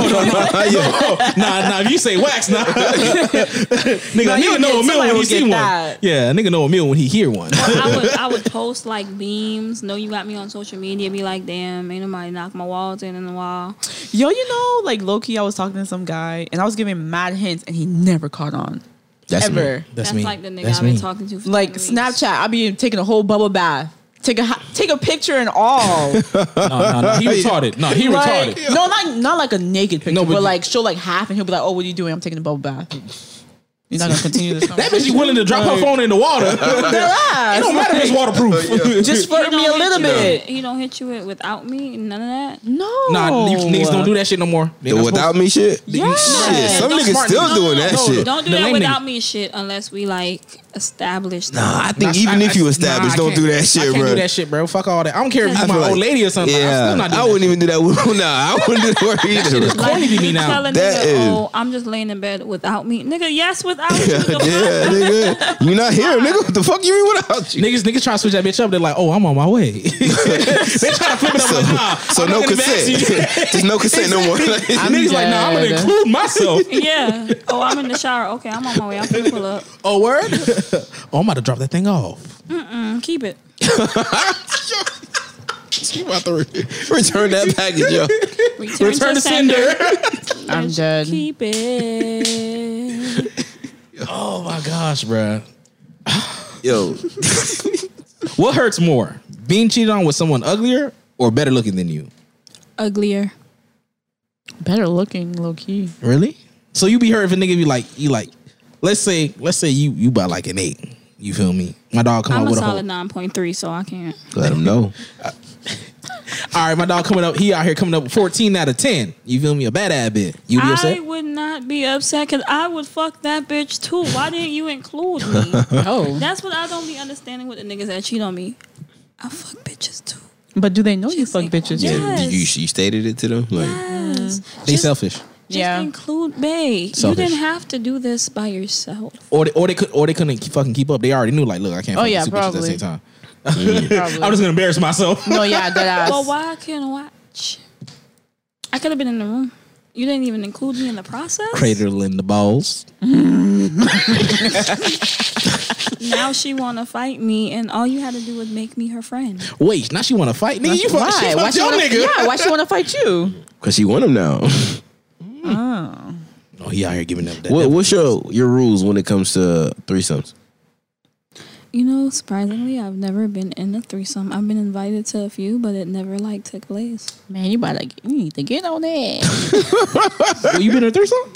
B: nah, nah. If you say wax, nah. nigga,
E: No,
B: a nigga know a
E: you get-
B: meal
E: somebody
B: when he
E: will
B: see
E: get
B: one.
E: that.
B: Yeah, a nigga know a meal when he hear one.
D: I would I would post like memes. Know you got me on social media. Be like, damn, ain't nobody knocked my walls in in a while.
E: Yo, you know, like low key, I was talking to some guy and I was giving mad hints and he never caught on.
A: That's me.
E: ever.
D: That's, like the nigga I've been talking to. For
E: Like
D: three weeks.
E: Snapchat, I'll be taking a whole bubble bath. Take a ho- take a picture and all.
B: No, no, no. He retarded. No, he
E: like,
B: retarded.
E: no, not not like a naked picture,
B: No, but
E: but,
B: you-
E: like show like half, and he'll be like, "Oh, what are you doing? I'm taking a bubble bath." You're not gonna continue this.
B: That bitch, you willing to drop her phone in the water? it don't matter if it's waterproof.
E: Just
D: He
E: flirt me a
D: don't hit
E: little
D: you with-
E: bit.
D: He don't hit you with without me. None of that.
E: No,
B: Nah, you niggas don't do that shit no more. They
A: The
B: not
A: without me shit.
E: Yeah.
A: Shit, some
B: No,
A: niggas
B: smart
A: still
B: niggas.
A: doing that
B: No,
A: shit.
D: Don't do
B: The
D: that
B: lame
D: without
B: nigga.
D: me shit unless we like established.
A: Nah, I
B: supposed
A: think
B: to-
A: even
B: I-
A: if you
B: I-
A: established,
B: nah, I
A: don't do
B: can't-
A: that shit,
B: I can't
A: bro.
B: do that shit, bro. Fuck all that. I don't care if
A: I
B: you
A: feel
B: my old
A: like-
B: lady or something. I'm still
A: Yeah,
B: not
A: I
B: doing
A: wouldn't even do that. With, nah, I wouldn't do that either.
B: corny to me now.
D: Tell a
A: That
D: nigga,
A: is-
D: oh, I'm just laying in bed without me, nigga. Yes, without you. nigga.
A: yeah, nigga, you not here, nigga. What the fuck you mean without you?
B: Niggas, niggas trying to switch that bitch up. They're like, oh, I'm on my way. they trying to flip it up. like, nah,
A: So
B: I'm
A: no
B: not gonna embarrass
A: consent.
B: you.
A: There's no consent no more.
E: I'm
B: niggas like, nah, I'm gonna
E: dead.
B: include myself.
D: Yeah. Oh, I'm in the shower. Okay, I'm on my way. I'm gonna pull up.
B: oh, word? oh, I'm about to drop that thing off.
D: Mm, keep it.
A: you about to re- return that package, yo.
D: Return,
B: Return to sender.
E: I'm dead.
D: Keep it.
B: oh my gosh, bruh.
A: Yo,
B: What hurts more? Being cheated on with someone uglier or better looking than you?
D: Uglier.
E: Better looking, low key.
B: Really? So you be hurt if a nigga be like, you like, let's say, let's say you you by like an eight. You feel me? My dog come
D: I'm
B: out
D: a
B: with a hole.
D: solid 9.3, so I can't.
A: let him know.
B: All right, my dog coming up. He out here coming up with 14 out of 10. You feel me? A bad ad bit. You be
D: I
B: upset?
D: would not be upset because I would fuck that bitch too. Why didn't you include me?
E: Oh,
D: That's what I don't be understanding with the niggas that cheat on me. I fuck bitches too.
E: but do they know you fuck
D: like,
E: bitches?
D: yeah.
E: Yeah.
A: Yeah, you, you stated it to them. Like,
D: Yes.
B: They
D: Just-
B: selfish.
D: Just
E: Yeah.
D: include Bay. You
B: Selfish.
D: didn't have to do this by yourself.
B: Or they, or they could or they couldn't keep, fucking keep up. They already knew like, look, I can't
E: Oh,
B: fucking
E: yeah,
B: two bitches at the
E: probably.
B: same time. I'm
E: Probably.
B: just gonna embarrass myself.
E: Oh, No, yeah, dead ass.
D: Well, why I couldn't watch? I could have been in the room. You didn't even include me in the process.
B: Cradling the balls.
D: Now she want to fight me, and all you had to do was make me her friend.
B: Wait, now she wanna fight? Nigga, you fuck, she
E: Why? Why
B: fucked
E: she
B: your
E: wanna,
B: nigga.
E: yeah, why she want to fight you?
A: Cause she want him now.
B: No, he out here giving up that.
A: what, what's your your rules when it comes to threesomes?
D: You know, surprisingly, I've never been in a threesome. I've been invited to a few, but it never like took place.
E: Man, you about to you need to get on that.
B: Well, you been in a threesome?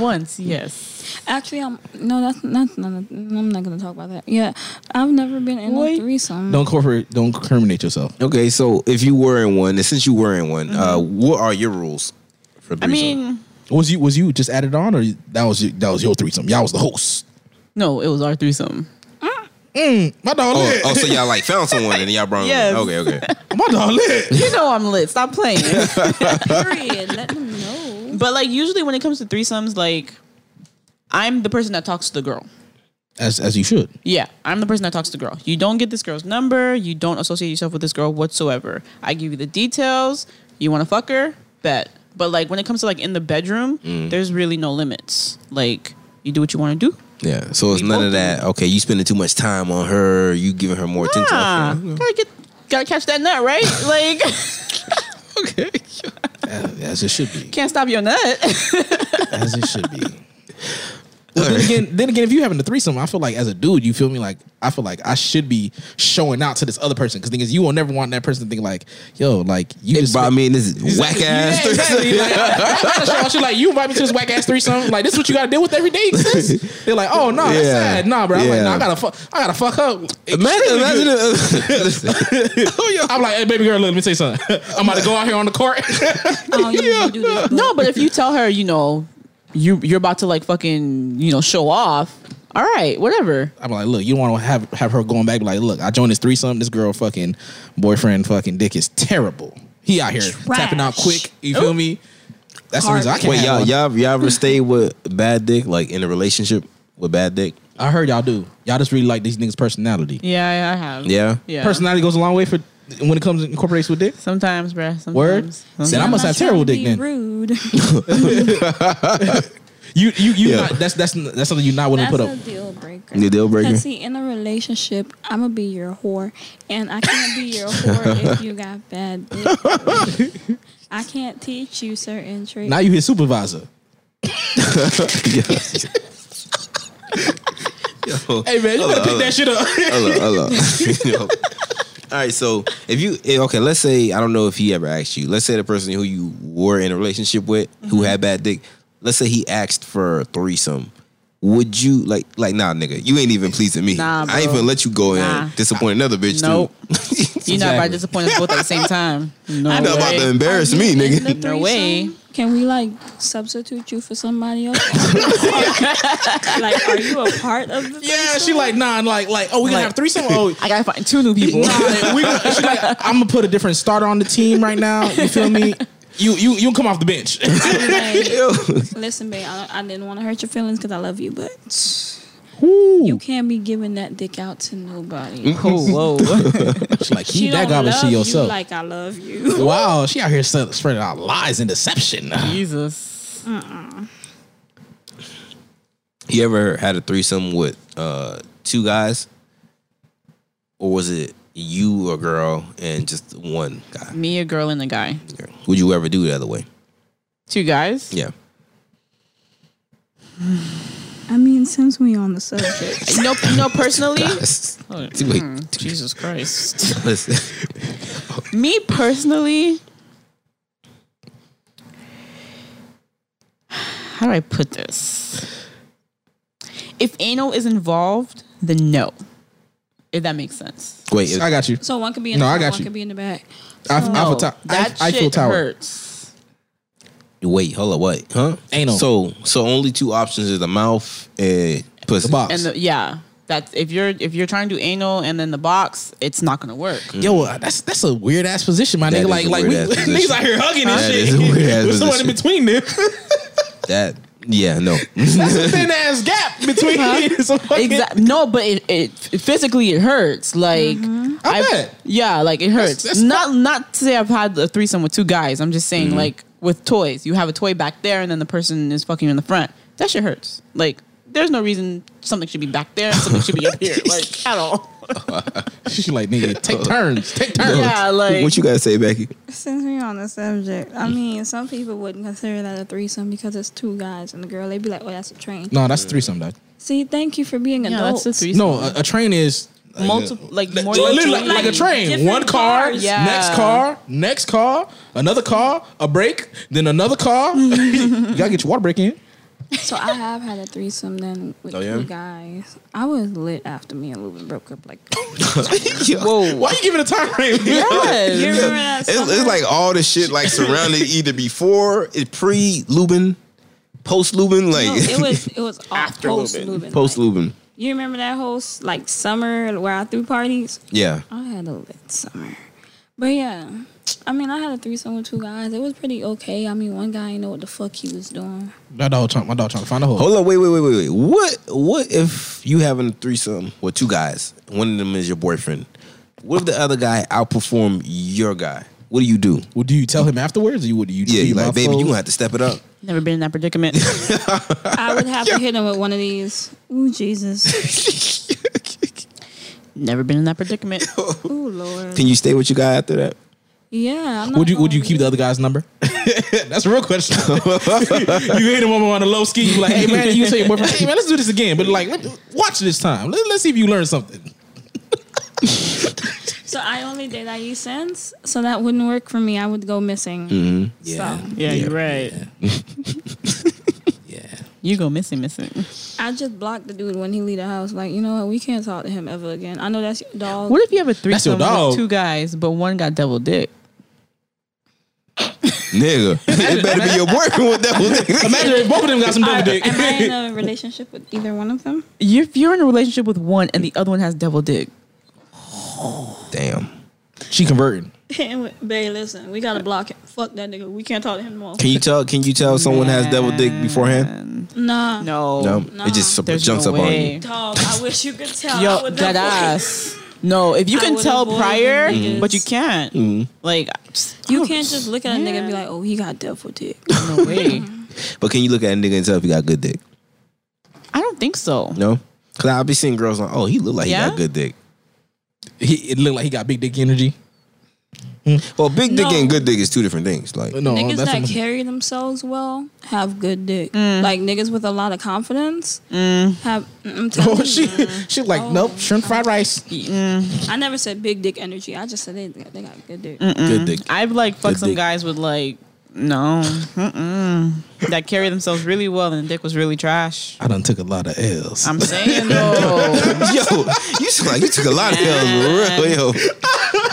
E: Once, yes.
D: Actually, I'm no, that's that's none. Of, I'm not gonna talk about that. Yeah, I've never been in a
E: Wait.
D: threesome.
B: Don't corporate don't criminate yourself.
A: Okay, so if you were in one, and since you were in one, uh, what are your rules for
E: Mm-hmm. I
A: threesome?
E: mean,
B: Was you was you just added on or you- that was your, that was your threesome? Y'all was the host.
E: no, it was our threesome.
B: My dog
A: oh,
B: lit.
A: oh, so y'all like found someone and y'all brought
E: Yes.
A: them. Okay, okay.
B: My dog lit.
E: You know I'm lit. Stop playing.
D: Period. Let them know.
E: but like usually when it comes to threesomes, like I'm the person that talks to the girl.
B: As as you should.
E: Yeah, I'm the person that talks to the girl. You don't get this girl's number. You don't associate yourself with this girl whatsoever. I give you the details. You want to fuck her? Bet.
B: Mm.
E: But like when it comes to like in the bedroom, there's really no limits. Like you do what you want to do.
A: Yeah. So it's
C: We
A: none
C: both
A: of that. Okay, you spending too much time on her. You giving her more attention.
C: Ah,
A: Okay.
C: gotta get, gotta catch that nut, right? like,
B: As it should be.
C: can't stop your nut.
B: As it should be. Well, then again, then again, if you having a threesome, I feel like as a dude, you feel me? Like I feel like I should be showing out to this other person because thing is, you will never want that person to think like, "Yo, like you
A: It
B: just
A: brought
B: spent-
A: me in this whack ass.
B: Yeah, exactly. like, I, I gotta show out. She's like, "You invite me to this whack ass threesome? Like this is what you gotta deal with every day, sis." They're like, "Oh no, that's
A: Yeah.
B: sad, nah, bro." I'm like,
A: Yeah.
B: nah, "I gotta fuck, I gotta fuck up."
A: Imagine, imagine Oh,
B: I'm like, "Hey, baby girl, let me say something. I'm about to go out here on the court."
D: Oh, you, you do this.
E: No, but if you tell her, you know, you you're about to like fucking, you know, show off. All right, whatever.
B: I'm like, "Look, you don't want to have have her going back. be Like, look, I joined this threesome. This girl, fucking boyfriend, fucking dick is terrible. He out here tapping out quick. You feel me?" That's the reason I can't.
A: Wait,
B: have
A: y'all,
B: one.
A: y'all, y'all ever stayed with bad dick, like in a relationship with bad dick?
B: I heard y'all do. Y'all just really like these niggas' personality.
E: Yeah, I- I have.
A: Yeah.
E: yeah.
B: Personality goes a long way for when it comes incorporates with dick.
E: Sometimes, bruh. Sometimes.
B: Word?
E: Sometimes.
B: Then I must
D: I'm
B: have
D: not
B: terrible
D: trying to
B: dick
D: be
B: then.
D: Rude.
B: You you you
A: Yeah.
B: not, that's that's that's something you're not willing to
D: That's
B: put
D: a
B: up.
D: deal breaker.
A: You deal breaker?
D: Because see, in a relationship, I'm gonna be your whore, and I can't be your whore if you got bad dick. I can't teach you certain tricks.
B: Now you his supervisor. Hey man, you better pick that shit up.
A: Hello, hello. You know. All right, so if you eh, okay, let's say I don't know if he ever asked you. Let's say the person who you were in a relationship with, who
E: Mm-hmm.
A: had bad dick. Let's say he asked for a threesome. Would you like like nah, nigga? You ain't even pleasing me.
E: Nah,
A: I ain't
E: bro.
A: gonna let you go
E: Nah.
A: and disappoint another bitch
E: Nope.
A: too.
E: You're not about
B: Exactly.
E: to disappoint us both at the same time. No.
D: I'm
A: You're not about
E: way.
A: to embarrass
D: Are you
A: me,
D: in
A: nigga.
D: the
E: No way.
D: threesome? Can we like substitute you for somebody else? like, are you a part of the?
B: yeah, she
D: threesome?
B: like nah, and like like oh we gonna
E: Like-
B: have threesome. Oh
E: I gotta find two new people.
B: nah, we gonna, she like I'm gonna put a different starter on the team right now. You feel me? You you you come off the bench.
D: Like, listen, babe, I, I didn't want to hurt your feelings because I love you, but you can't be giving that dick out to nobody.
E: oh, whoa.
B: she like
D: She
B: keep Mm-hmm. that
D: don't
B: garbage
D: love
B: to
D: you
B: yourself.
D: like I love you.
B: wow, she out here sell- spreading out lies and deception.
E: Jesus.
A: You ever had a threesome with uh two guys? Or was it you a girl and just one guy?
E: Me, a girl, and a guy.
A: Would you ever do it the other way?
E: Two guys?
A: Yeah.
D: I mean, since we on the subject,
E: No, no, personally.
A: That's-
E: Oh,
A: wait.
E: mm, Jesus Christ.
A: Listen.
E: Me personally, how do I put this? If anal is involved, then no. If that makes sense.
A: Wait,
B: I got you.
D: so one could be in
B: No,
D: the
B: I
D: front,
B: got
D: one
B: you.
D: could be in the back.
B: I,
E: No,
B: Eiffel Tower.
E: that
B: Eiffel
E: shit
B: Tower.
E: hurts.
A: wait, hold up, what? Huh?
B: Anal.
A: So, so only two options is the mouth and pussy.
B: The box.
E: And the, yeah, that's if you're if you're trying to do anal and then the box, it's not gonna work.
B: Yo, uh, that's that's a weird ass position, my
A: Mm-hmm. That
B: nigga.
A: is
B: Like
A: a
B: like we,
A: weird-ass
B: niggas
A: position.
B: out here hugging and
A: That
B: shit.
A: is a weird-ass
B: With someone in
A: position.
B: between them.
A: That, yeah, no.
B: That's a thin ass gap between some fucking-
E: Exactly. No, but it, it, it physically it hurts. Like
B: Mm-hmm. I
E: I've-
B: bet.
E: Yeah, like it hurts.
B: that's Mm-hmm.
E: not not to say I've had a threesome with two guys. I'm just saying like with toys, you have a toy back there, and then the person is fucking you in the front. That shit hurts. Like there's no reason something should be back there and something should be up here. Like at all.
B: She's like, nigga, take turns. Take turns.
E: Yeah, like
A: what you guys say, Becky?
D: Since we on the subject, I mean, some people wouldn't consider that a threesome because it's two guys and a girl. They'd be like, "Oh, that's a train."
B: No, that's a threesome, dog.
D: See, thank you for being
E: yeah,
D: adults.
E: that's a threesome.
B: No, a, a train is
E: multiple like more
B: Well,
E: than
B: literally,
E: two.
B: like, like a train.
D: different
B: One car,
D: cars.
E: Yeah.
B: next car, next car, another car, a break, then another car. you gotta get your water break in.
D: So I have had a threesome then with
A: Oh, yeah?
D: two guys. I was lit after me and Lubin broke up. Like,
E: Whoa.
B: Why you giving a time frame?
E: Yes.
D: you remember that?
A: It's, it's like all the shit like surrounding either before, it pre Lubin, post Lubin, like
D: No, it was it was after post Lubin.
A: post
D: Like,
A: Lubin.
D: you remember that whole s- like summer where I threw parties?
A: Yeah.
D: I had a lit summer, but yeah. I mean, I had a threesome with two guys. It was pretty okay. I mean, one guy didn't know what the fuck he was doing.
B: my dog trying, my dog trying to find a hole.
A: Hold on, wait, wait, wait, wait, wait. What what if you having a threesome with two guys? One of them is your boyfriend. What if the other guy outperform your guy? What do you do?
B: Well, do you tell him afterwards? Or you what do you?
A: Yeah,
B: do
A: you
B: mouth
A: like, baby,
B: close?
A: you gonna have to step it up.
E: Never been in that predicament.
D: I would have to hit him with one of these. Ooh, Jesus.
E: Never been in that predicament.
D: Ooh, Lord.
A: Can you stay with your guy after that?
D: Yeah. I'm not
B: Would you would you
D: going-
B: keep the other guy's number? That's a real question. you hit him on, on the low ski. You like, hey man, you say your boyfriend, hey man, let's do this again. But like, let- watch this time. Let, us see if you learn something.
D: So I only did IE since, so that wouldn't work for me. I would go missing.
B: Mm-hmm.
A: Yeah.
D: So
E: Yeah, you're right.
A: Yeah.
E: You go missing, missing.
D: I just blocked the dude when he leave the house. Like, you know what? We can't talk to him ever again. I know that's your dog.
E: What if you have a threesome
B: dog.
E: with two guys, but one got double dick?
A: Nigga, it better be your boyfriend with that one.
B: Imagine if both of them got some double dick.
D: Am I in a relationship with either one of them?
E: You're, if you're in a relationship with one and the other one has double dick,
A: Damn.
B: she converting.
D: Bay, listen, we gotta block him. Fuck that nigga. We can't talk to him more.
A: Can you tell? Can you tell someone has double dick beforehand?
D: Nah.
E: no,
A: No,
D: No.
A: it just sup-
E: there's
A: jumps
E: no
A: up on
E: way.
A: you.
D: Dog, I wish you could tell. I
E: Yo,
D: would
E: that
D: never-
E: ass. No, if you
D: I
E: can
D: would
E: tell
D: avoid
E: prior,
A: Mm-hmm.
D: niggas.
E: but you can't. Like,
D: You can't just look at a nigga and be
E: Yeah.
D: like, oh, he got devil dick.
E: no way.
A: But can you look at a nigga and tell if he got good dick?
E: I don't think so.
A: No, because I'll be seeing girls like, oh, he look like he
E: Yeah?
A: got good dick.
B: He, it looked like he got big dick energy.
A: Well, big dick
D: No.
A: and good dick is two different things. Like,
B: No,
D: niggas
B: that's
D: that
B: what-
D: carry themselves well have good dick. Like niggas with a lot of confidence have. mm, I'm telling
B: Oh,
D: you,
B: she she like
D: Oh.
B: nope shrimp fried rice.
D: I never said big dick energy. I just said they they got good dick.
A: good dick.
E: I've like fucked
A: The
E: some
A: dick.
E: guys with like no, mm-mm, that carry themselves really well and the dick was really trash.
B: I done took a lot of L's.
E: I'm saying though,
A: yo, you sound like you took a lot of L's for real, yo.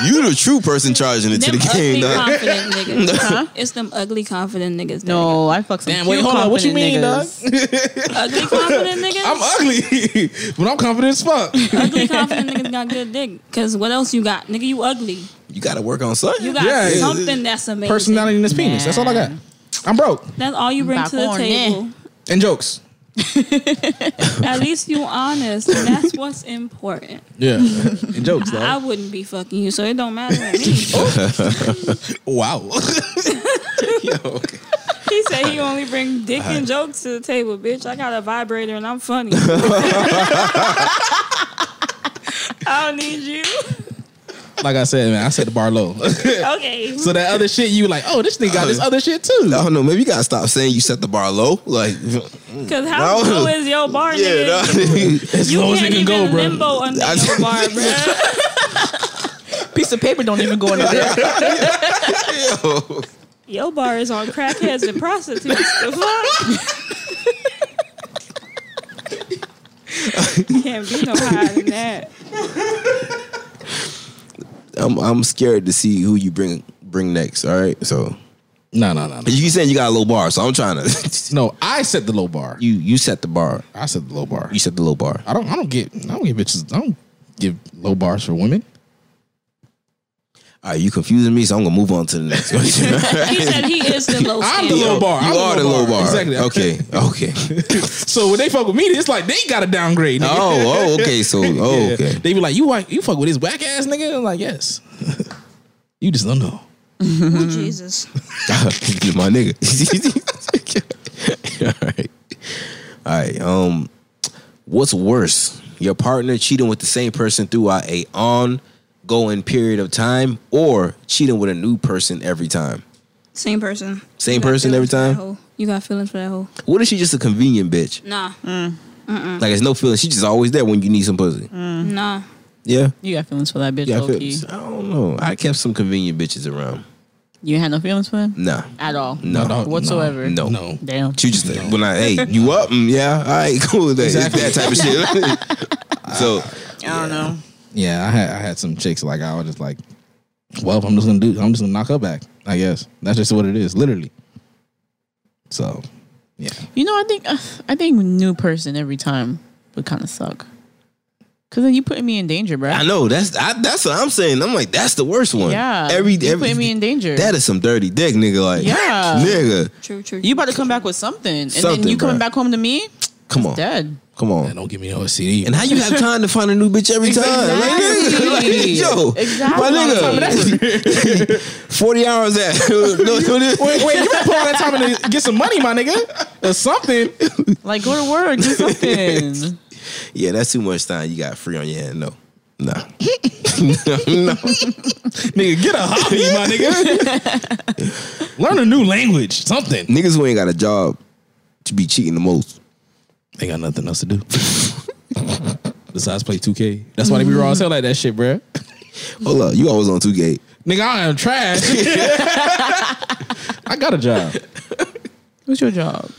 A: You the true person charging it to
D: Them
A: the game,
D: ugly
A: dog.
D: confident niggas. It's them ugly confident niggas. that
E: no, I fucked some.
B: Damn, wait,
E: cute,
B: hold on. What you
E: confident
B: mean,
E: niggas.
D: got- ugly confident niggas.
B: I'm ugly, but I'm confident as fuck.
D: Ugly confident niggas got good dick. Cause what else you got, nigga? You ugly.
A: You got to work on something.
D: You got
B: Yeah, yeah.
D: something that's amazing.
B: Personality in this penis. That's all I got. I'm broke
D: That's all you bring
E: Back
D: to the
E: on it.
D: table.
B: and jokes.
D: At least you honest, and that's what's important.
B: Yeah, and jokes though.
D: I wouldn't be fucking you, so it don't matter to me.
B: wow.
D: he said he only bring dick and jokes to the table, bitch. I got a vibrator and I'm funny. I don't need you.
B: like I said, man, I set the bar low.
D: Okay.
B: so that other shit, you like, oh, this nigga got this other shit too.
A: I don't know. Maybe you gotta stop saying you set the bar low. Like,
D: Cause how
A: No.
D: low is your bar,
A: yeah,
D: nigga?
A: dog.
B: As
D: You
B: low as
D: can't
B: it can
D: even
B: go, bro.
D: limbo under
A: I-
D: your bar, bruh.
E: Piece of paper don't even go in there.
D: Your bar is on crackheads and prostitutes. The fuck? Can't be no higher than that.
A: I'm I'm scared to see who you bring bring next. All right, so
B: No, no, no, no.
A: you saying you got a low bar, so I'm trying to.
B: No, I set the low bar.
A: you you set the bar.
B: I set the low bar.
A: You set the low bar.
B: I don't. I don't get. I don't give bitches. I don't give low bars for women.
A: All right, you confusing me, so I'm gonna move on to the next question.
D: He said he is the low
B: I'm
D: standard.
B: the low bar. I'm
A: You are the low bar.
B: Exactly.
A: Okay. Okay.
B: So when they fuck with me, it's like they got a downgrade. Nigga.
A: oh. Oh. Okay. So. Oh.
B: Yeah.
A: Okay.
B: They be like, you wa- you fuck with this whack ass nigga? I'm like, yes. you just don't know.
D: Oh, Jesus.
A: My nigga. All right. All right. Um, what's worse, your partner cheating with the same person throughout a ongoing period of time, or cheating with a new person every time?
D: Same person.
A: Same
D: You got
A: person every
D: feelings for that
A: time?
D: hoe. You got feelings for that hoe?
A: What if she just a convenient bitch?
D: Nah,
A: Like, there's no feeling. She just always there when you need some pussy.
D: nah.
A: Yeah.
E: You got feelings for that bitch,
A: Yeah. I,
E: low
A: feel,
E: key.
A: I don't know. I kept some convenient bitches around.
E: You had no feelings for him
A: Nah.
E: at all,
A: No.
B: No, no.
E: whatsoever.
A: No.
B: No.
E: Damn.
A: She just when I hey you up Mm, yeah all right cool that, that type of shit. so
E: I don't know.
B: Yeah, I had I had some chicks like I was just like, well, I'm just gonna do. I'm just gonna knock her back. I guess that's just what it is, literally. So, yeah,
E: You know, I think uh, I think new person every time would kind of suck. Cause then you putting me in danger, bro.
A: I know that's I, that's what I'm saying. I'm like that's the worst one.
E: Yeah.
A: every
E: You
A: every
E: putting me in danger.
A: that is some dirty dick nigga like
E: Yeah.
A: nigga
D: True, true.
E: You about to come back with something, and
A: Something,
E: then you coming
A: bruh.
E: back home to me
A: come on
E: dead.
A: Come
B: Man,
A: on.
B: don't give me no CD.
A: And how you have time to find a new bitch every time? Like,
E: Exactly.
A: nigga, like, yo,
E: Exactly.
A: my nigga, forty hours at no, no, no.
B: wait, wait, you better put all that time in to get some money, my nigga, or something.
E: Like go to work, do something.
A: Yeah, that's too much time you got free on your hand. No, no.
B: nigga, get a hobby, my nigga. Learn a new language, something.
A: Niggas who ain't got a job to be cheating the most.
B: They got nothing else to do. Besides play 2K. That's why they be raw as hell like that shit, bruh.
A: Hold up, you always on two gate.
B: Nigga, I am trash. I got a job.
E: What's your job?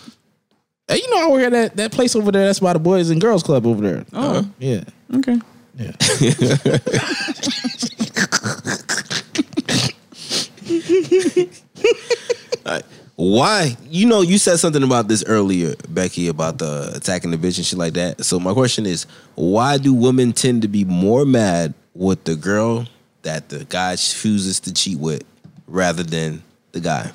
B: Hey, you know I work at that, that place over there. That's by the Boys and Girls Club over there. Uh,
E: Oh.
B: yeah.
E: Okay.
B: Yeah.
A: Why? You know, you said something about this earlier, Becky, about the attacking the bitch and shit like that. So my question is, why do women tend to be more mad with the girl that the guy chooses to cheat with rather than the guy?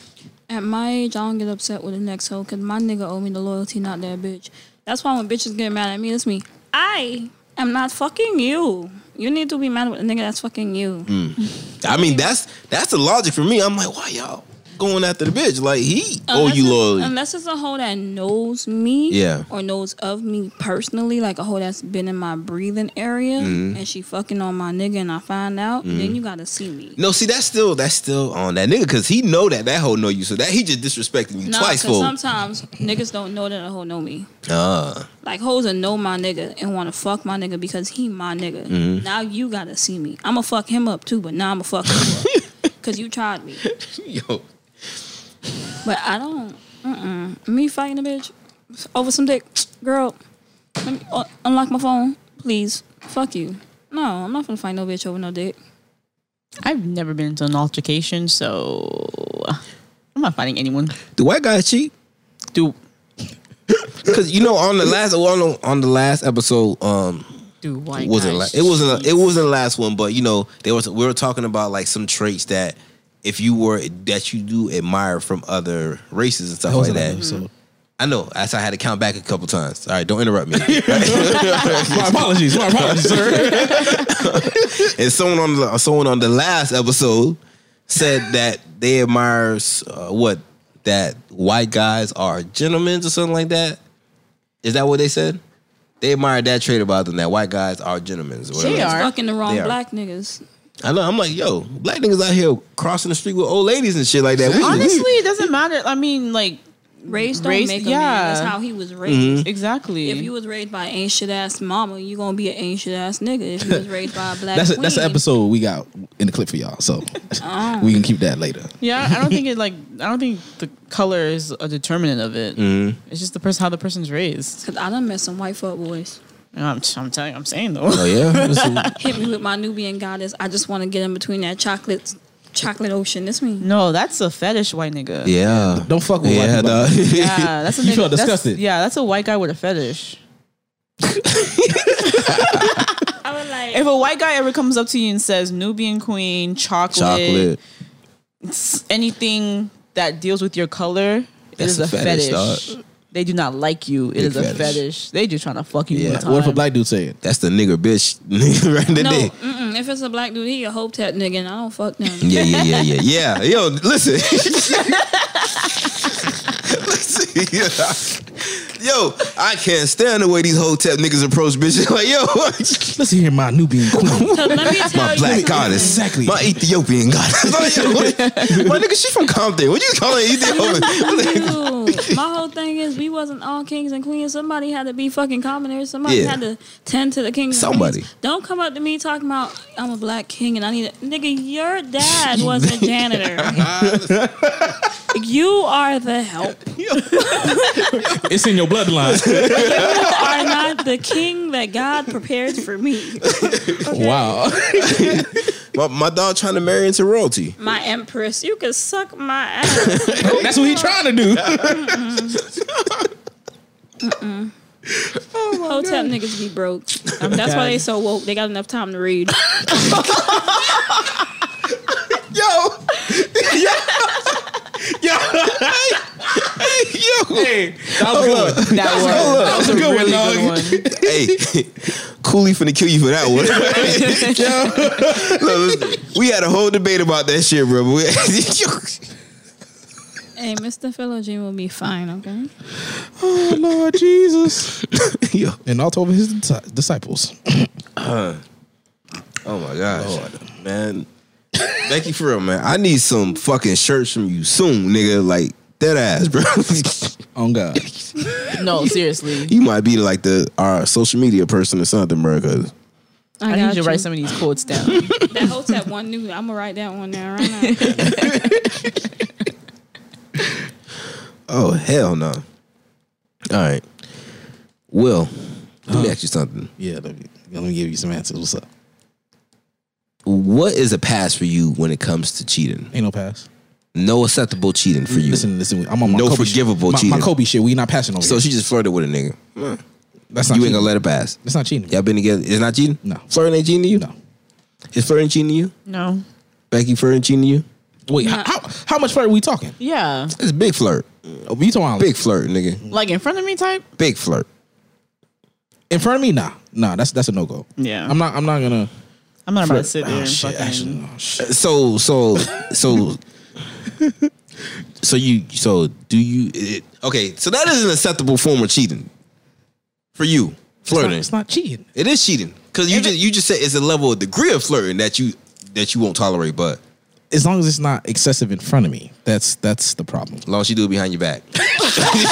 D: At my age, I don't get upset with the next hoe because my nigga owe me the loyalty, not that bitch. That's why when bitches get mad at me, it's me. I am not fucking you. You need to be mad with the nigga that's fucking you.
A: Mm. I mean, that's that's the logic for me. I'm like, why y'all going after the bitch? Like he owe
D: Unless
A: Oh, you
D: it's-
A: loyalty.
D: Unless it's a hoe that knows me
A: Yeah.
D: or knows of me personally, like a hoe that's been in my breathing area
A: Mm.
D: and she fucking on my nigga and I find out, then you gotta see me.
A: No, see, that's still that's still on that nigga because he know that that hoe know you, so that he just disrespecting you
D: Nah,
A: twice
D: 'cause
A: for.
D: sometimes niggas don't know that a hoe know me.
A: uh,
D: Like hoes that know my nigga and want to fuck my nigga because he my nigga.
A: Mm-hmm.
D: Now you gotta see me. I'ma fuck him up too, but now I'ma fuck you up because you tried me.
A: yo,
D: But I don't. Mm-mm. Me fighting a bitch over some dick, girl. Let me uh, unlock my phone, please. Fuck you. No, I'm not gonna fight no bitch over no dick.
E: I've never been to an altercation, so I'm not fighting anyone.
A: do white guys cheat?
E: Do
A: Because you know, on the last on the, on the last episode, um,
E: do white
A: it wasn't la-
E: guys
A: it wasn't
E: cheat?
A: a, it wasn't the last one, but you know, there was we were talking about like some traits that if you were that you do admire from other races and stuff like that. I know. As I had to count back a couple times. All right, don't interrupt me.
B: my apologies. My apologies, sir.
A: and someone on the someone on the last episode said that they admires uh, what that white guys are gentlemen or something like that. Is that what they said? They admired that trait about them that white guys are gentlemen. or whatever.
E: They are.
D: Fucking the wrong
A: They are.
D: black niggas.
A: I know. I'm like, yo, black niggas out here crossing the street with old ladies and shit like that. We-
E: Honestly, it doesn't matter. I mean, like
D: Race don't
E: Race-
D: make a
E: yeah.
D: man. That's how he
A: Mm-hmm.
D: was raised.
E: exactly.
B: Mm-hmm.
D: If you was raised by an ancient ass mama, you gonna be an ancient ass nigga. If you was raised by a black
B: That's a,
D: queen,
B: that's the episode we got in the clip for y'all. So we can keep that later.
E: yeah, I don't think it like I don't think the color is a determinant of it.
A: Mm-hmm.
E: It's just the person how the person's raised.
D: Cause I done met some white fuck boys.
E: And I'm, I'm telling, I'm saying though.
A: Oh yeah.
D: Hit me with my Nubian goddess. I just want to get in between that chocolate, chocolate ocean. That's me.
E: No, that's a fetish, white nigga.
A: yeah.
B: Don't fuck with
A: Yeah,
B: white people.
A: dog.
E: Yeah, that's a
B: You
E: nigga-
B: felt
E: that's-
B: disgusted.
E: Yeah, that's a white guy with a fetish.
D: I was like,
E: If a white guy ever comes up to you and says Nubian queen, chocolate,
A: Chocolate.
E: s- anything that deals with your color, it
A: That's
E: is
A: a
E: a,
A: fetish,
E: fetish.
A: dog.
E: They do not like you. It
A: Big
E: is a
A: fetish.
E: fetish. They just trying to fuck you.
A: Yeah.
E: Yeah.
B: What if a black dude say it?
A: That's the nigger bitch right there.
D: no, mm-mm, if it's a black dude, he a hope tap nigga, and I don't fuck them.
A: Yeah, yeah, yeah, yeah, yeah. Yo, listen. listen. Yo, I can't stand the way these whole tap niggas approach bitches. Like, yo,
B: Let's hear my Nubian queen.
D: So let me tell
A: my
D: you
A: black
D: something.
A: goddess,
B: Exactly.
A: my Ethiopian goddess. Like, yo, what- my nigga, she from Compton. What you calling Ethiopian?
D: Dude, my whole thing is we wasn't all kings and queens. Somebody had to be fucking commoners. Somebody
A: Yeah.
D: had to tend to the king.
A: Somebody.
D: Don't come up to me talking about I'm a black king and I need a nigga. Your dad was a janitor. you are the help.
B: it's in your bloodline.
D: You are not the king that God prepared for me.
B: wow.
A: my, my dog trying to marry into royalty.
D: My empress, you can suck my ass.
B: That's what he trying to do.
A: Oh
D: Hotel niggas be broke. Um, That's why they so woke. They got enough time to read.
A: Yo, yo, yo, hey, yo.
B: hey,
E: That was good. That, was, that was a
B: good one,
E: really
B: dog.
E: good one.
A: hey, Cooley finna kill you for that one. Look, listen, we had a whole debate about that shit, bro. but we-
D: Hey, Mr. Philogene will be fine, okay?
B: Oh Lord Jesus!
A: Yo.
B: And all over his dis- disciples.
A: Oh my gosh, man, Becky, for real, man, I need some fucking shirts from you soon, nigga. Like that ass, bro.
B: On God,
E: No, seriously.
A: you might be like the our social media person or something, bro. 'cause-
E: I,
D: I, got
E: need you to write
D: some.
E: some of these quotes down.
D: That Hotep one new. I'm gonna write that one down right now.
A: oh hell no. All right, Will, let me ask you something.
B: yeah. Let me, let me give you some answers. What's up?
A: What is a pass for you when it comes to cheating?
B: Ain't no pass.
A: No acceptable cheating for you.
B: Listen, listen. I'm on my
A: No
B: Kobe
A: forgivable
B: shit. My- My,
A: cheating.
B: Kobe shit. We not passing over.
A: So
B: here.
A: she just flirted with a nigga.
B: that's
A: You
B: not
A: ain't
B: cheating.
A: gonna let her pass.
B: That's not cheating.
A: Y'all been together. It's not cheating.
B: No.
A: flirting ain't cheating to you.
B: No.
A: is flirting cheating to you?
E: no.
A: Becky, flirting cheating to you?
B: Wait, how, how how much further are we talking?
E: Yeah.
A: It's big flirt.
B: Oh, you talking about
A: Big flirt, nigga.
E: Like in front of me type?
A: Big flirt.
B: in front of me? Nah, nah. That's that's a no go.
E: Yeah.
B: I'm not. I'm not gonna.
E: I'm not about to sit there
B: Oh,
E: and
B: shit,
E: fucking.
B: actually, oh, shit.
A: So so so so you so do you it, okay? So that is an acceptable form of cheating for you
B: It's, not,
A: flirting.
B: it's not cheating.
A: It is cheating because you just you just said it's a level of degree of flirting that you that you won't tolerate, but
B: As long as it's not excessive in front of me, that's that's the problem.
A: as long as you do it behind your back.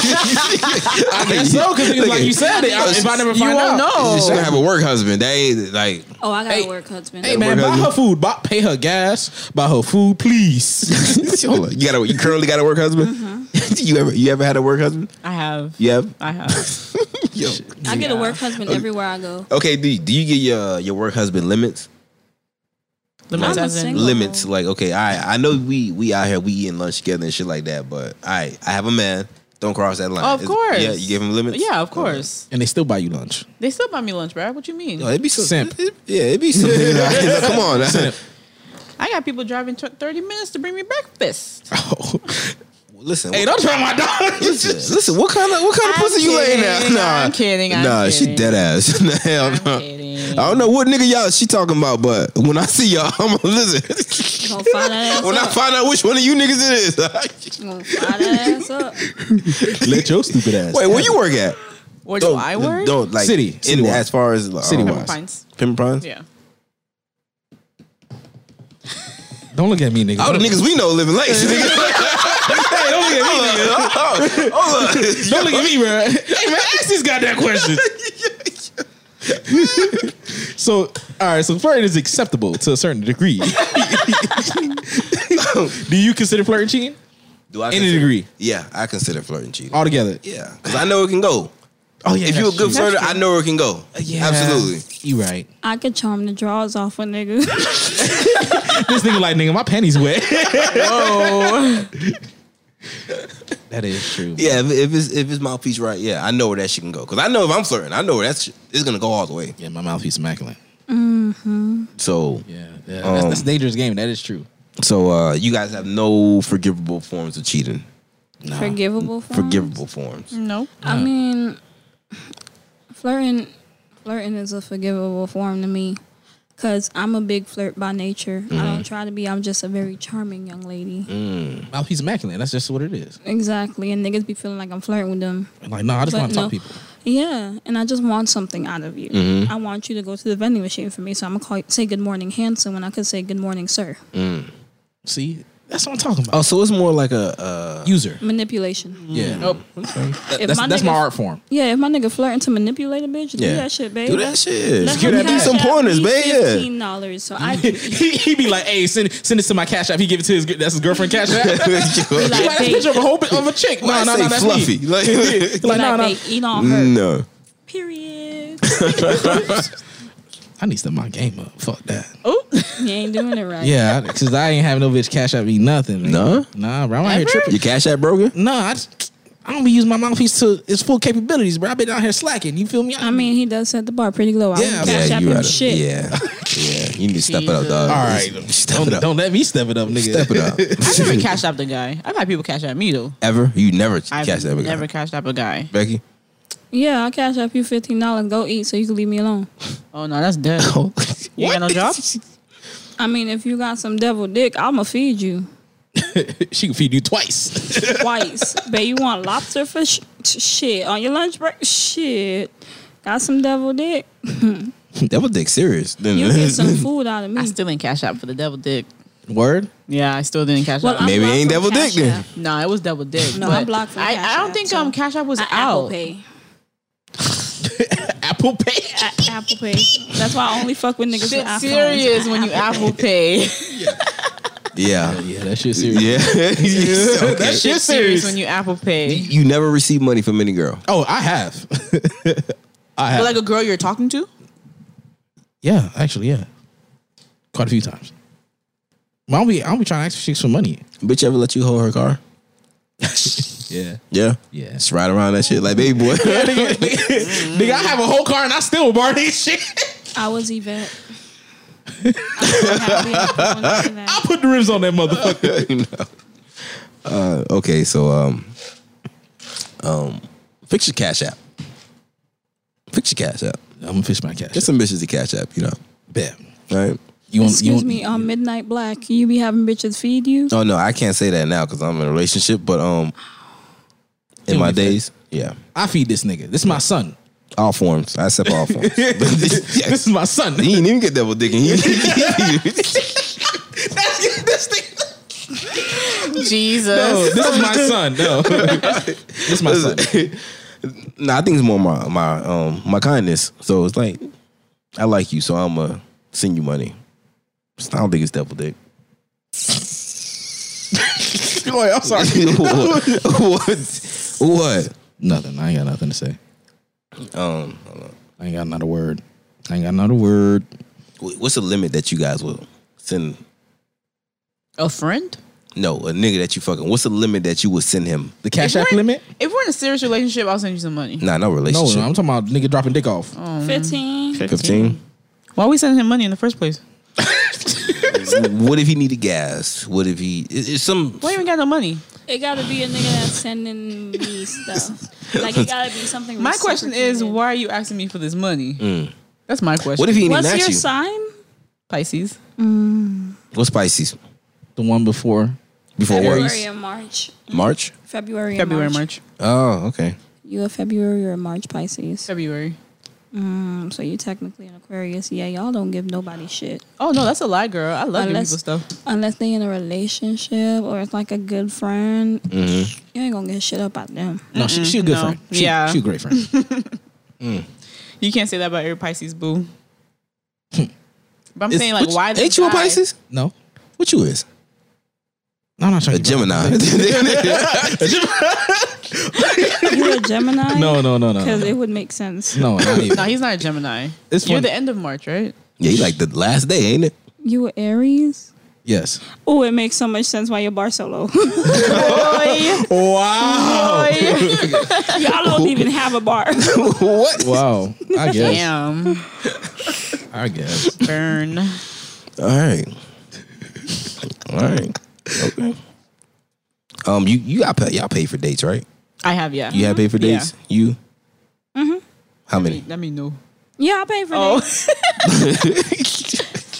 A: I
B: guess so, 'cause it's like you said it. I- if I never find out.
A: she's gonna have a work husband. That ain't like
D: Oh, I gotta
B: Hey,
D: work, husband.
B: Hey man,
A: work
B: buy
A: husband.
B: her food, buy, pay her gas, buy her food, please.
A: Hold on. you gotta you currently got a work husband. you ever you ever had a work husband?
E: I have.
A: You have.
E: I have.
A: Yo.
D: I get a work
B: Oh.
D: husband everywhere I go.
A: Okay, do do you get your your work husband limits?
E: Limits
D: I'm
E: as in-
D: single.
A: Limits like okay, I I know we we out here we eating lunch together and shit like that, but I I have a man. Don't cross that line.
E: Oh, Of
A: Is-
E: course.
A: Yeah, you give him limits.
E: Yeah, of course.
B: and they still buy you lunch.
E: They still buy me lunch, bruh. What you mean?
A: Oh, it'd be some,
B: Simp.
A: it- yeah, it'd be some. Come on,
E: I got people driving tw 30 minutes to bring me breakfast.
A: listen.
B: hey,
A: what,
B: don't try my dog.
A: listen, listen. What kind of what kind of
E: I'm
A: pussy you laying down?
E: kidding,
A: Nah,
E: I'm kidding, I'm
A: nah, she
E: kidding.
A: dead ass. Hell
E: I'm
A: no. I
E: kidding.
A: don't know what nigga y'all she talking about, but when I see y'all, I'm gonna listen.
D: Gonna fire that ass
A: when I
D: up.
A: find out which one of you niggas it is.
D: Gonna fire that ass up.
B: Let your stupid ass.
A: Wait, where you work at?
E: Where do I work?
A: Don't like
B: City,
A: in
B: city-wise.
A: as far as like,
B: City-wise.
A: um,
E: Pepper Pines.
A: Pimp Pines?
E: Yeah.
B: Don't look at me, Oh, nigga.
A: All the niggas we know living late.
B: don't look at me. Nigga. Don't look at me, man. Hey, man, ask these goddamn questions. so, all right. So, flirting is acceptable to a certain degree. Do you consider flirting cheating
A: Do I
B: Any degree.
A: Yeah, I consider flirting cheating.
B: altogether?
A: yeah, because I know it can go.
B: Oh yeah.
A: if you a good flirter, I know it can go. absolutely.
B: You right.
D: I could charm the drawers off a nigga.
B: This nigga like nigga, my panties wet. that is true.
A: Yeah, if, if it's if his mouthpiece right, yeah, I know where that shit can go. Because I know if I'm flirting, I know where that shit is gonna go all the way.
B: Yeah, my mouthpiece immaculate.
A: So,
B: Yeah, yeah. That's,
A: Um,
B: that's a dangerous game. That is true.
A: so uh, you guys have no forgivable forms of cheating.
D: Forgivable for
A: Forgivable forms.
E: No.
D: I mean, flirting, flirting is a forgivable form to me, cause I'm a big flirt by nature. I
B: Mm.
D: don't try to be. I'm just a very charming young lady.
B: Mouthpiece immaculate. That's just what it is.
D: Exactly, and niggas be feeling like I'm flirting with them.
B: Like, no, I just
D: But
B: want to talk
D: no.
B: to people.
D: Yeah, and I just want something out of you.
A: Mm-hmm.
D: I want you to go to the vending machine for me, so I'm gonna call you, say good morning, handsome, when I could say good morning, sir.
A: Mm.
B: See, that's what I'm talking about.
A: Oh, so it's more like a uh,
B: Oh, user.
D: Manipulation.
B: Yeah.
E: Nope.
D: If
B: Oh. That's,
D: my
B: that's
D: nigga-
B: my art form.
D: Yeah, if my nigga flirting to manipulate a bitch,
A: Yeah.
D: do that shit, babe.
A: do that shit.
D: Let
A: Give that
D: him
A: bitch some
D: cash out
A: pointers,
D: me
A: babe. Yeah.
D: Fifteen dollars, so I
B: he,
D: can
B: he be like, hey, send send this to my cash app. He give it to his gir- that's his girlfriend cash app. He
A: Like,
B: like, that's a picture of a whole bi- of a chick. No,
A: I
B: no,
A: say
B: no, that's
A: fluffy.
B: me.
A: Like,
B: Like, no,
D: like
B: no.
D: they eat on her.
A: no.
D: Period.
B: I need to step my game up. Fuck that.
E: Oh,
D: you ain't doing it right.
B: Yeah, because I ain't having no bitch cash app eat nothing. man.
A: Nah?
B: Nah, bro. I'm out here tripping.
A: Your cash app broken?
B: No, I, just- I don't be using my mouthpiece to its full capabilities, bro. I've been out here slacking. You feel me?
D: I mean, he does set the bar pretty low. I
B: Yeah,
D: yeah, cash
A: yeah,
D: app
A: you
D: him
A: outta-
D: shit.
A: Yeah, yeah. You need to step it up, dog.
E: Jesus.
B: All right,
A: step
B: don't,
A: it up.
B: don't let me step it up, nigga.
A: step it up.
E: I never cashed out the guy. I've had people cash out me though.
A: Ever? You never
E: I've
A: catch that ever.
E: never cashed out a guy.
A: Becky.
D: Yeah, I'll cash up you fifteen dollars. Go eat so you can leave me alone.
E: Oh no, that's dead.
A: Oh,
E: You ain't got no job?
D: I mean, if you got some devil dick, I'ma feed you
B: she can feed you twice.
D: twice. but you want lobster for sh- sh- shit on your lunch break? Shit, got some devil dick.
A: Devil dick serious. Then
D: You get some food out of me.
E: I still didn't cash out for the devil dick.
B: Word.
E: Yeah, I still didn't cash
D: Well,
E: out.
D: I'm
A: Maybe it
D: blocked
A: ain't
D: from
A: devil dick
D: Cash
A: then.
D: App.
E: No, it was double dick.
D: No,
E: but
D: I'm blocked from
E: I,
D: Cash
E: I don't
D: App,
E: think
D: so-
E: um Cash App was
D: I
E: out.
D: Apple Pay.
B: Apple Pay.
D: I, Apple Pay. That's why I only fuck with niggas with
E: Shit
D: iPhones.
E: serious when you Apple Pay.
A: Yeah.
B: Yeah, that shit serious.
A: Yeah. okay.
B: That shit
E: Shit serious when you Apple Pay.
A: You never receive money from any girl.
B: Oh, I have. I have.
E: But like a girl you're talking to?
B: yeah, actually, yeah. Quite a few times. But I don't be, I don't be trying to ask chicks for money.
A: Bitch ever let you hold her car?
B: Yeah.
A: Yeah.
B: Yeah.
A: Just ride around that shit like baby boy.
B: Nigga, I have a whole car and I still bar these shit.
D: I was Yvette. I'm so happy I'm going to
B: I
D: that.
B: put the rims on that motherfucker.
A: Uh, okay, so um um fix your cash app. Fix your cash app.
B: I'm gonna fish my cash.
A: Get some bitches to cash app, you know.
B: bam.
A: Right?
B: You want,
D: Excuse me, on Midnight Black, you be having bitches feed you?
A: Oh no, I can't say that now because I'm in a relationship, but um in my days, yeah.
B: I feed this nigga. This is my son.
A: All forms. I accept all forms.
B: This
A: yes.
B: is my son.
A: He didn't even get double dicking. He,
B: this, thing-
E: Jesus.
B: no, Oh, this is my son. No, this is my son.
A: nah, I think it's more my my um my kindness. So it's like I like you, so I'm gonna send you money. I don't think it's double dick.
B: Boy, I'm sorry.
A: what? What? What?
B: Nothing. I ain't got nothing to say.
A: Um,
B: I ain't got another word. I ain't got another word.
A: wh- what's the limit that you guys will send?
E: A friend?
A: No, a nigga that you fucking. What's the limit that you would send him?
B: The cash
E: If
B: app
E: we're-
B: limit?
E: If we're in a serious relationship, I'll send you some money.
A: Nah, no
B: No,
A: relationship.
B: no, I'm talking about nigga dropping dick off.
A: Um,
D: 15.
A: Fifteen.
E: Why are we sending him money in the first place?
A: what if he needed gas? What if he? It's, it's some.
E: Why you ain't got no money?
D: It gotta be a nigga that's sending me stuff. Like, it gotta be something.
E: My question is,
D: reciprocated.
E: why are you asking me for this money? That's my question.
A: Mm. What if he didn't
D: What's
A: match
D: your
A: you?
D: sign?
E: Pisces?
A: What's Pisces?
B: The one before.
A: Before what?
D: February and March.
A: March.
D: February and
E: February,
D: March.
E: March.
A: Oh, okay.
D: You a February or a March Pisces.
E: February.
D: Mm, so you technically an Aquarius. Yeah, y'all don't give nobody shit.
E: Oh no, that's a lie, girl. I love giving
D: Unless-
E: people stuff.
D: Unless they in a relationship or it's like a good friend. You ain't gonna get shit up about them.
B: No, she, she a good
E: no.
B: friend. She,
E: Yeah.
B: she a great friend.
E: You can't say that about every Pisces, boo. but I'm saying, like,
A: Which-
E: why? the
A: Ain't you a
E: guy-
A: Pisces?
B: No,
A: What you is?
B: no, I'm not trying
A: A
B: to give up.
A: Gemini.
D: You a Gemini?
B: No, no, no, no.
D: Because it would make sense.
B: No, not even.
E: No, he's not a Gemini.
B: It's
E: You're
B: one-
E: the end of March, right?
A: yeah, you like the last day, ain't it?
D: You a Aries?
B: Yes.
D: Oh, it makes so much sense why you're bar solo.
B: Wow.
D: Y'all don't even have a bar.
A: what?
B: Wow. I guess.
E: Damn,
B: I guess.
E: burn.
A: All right. All right. Okay. Um, you you got pay, y'all pay for dates, right?
E: I have yeah.
A: You have paid for dates. You. Mm-hmm. How many?
E: Let me know.
D: yeah, I pay for
E: Oh,
D: dates.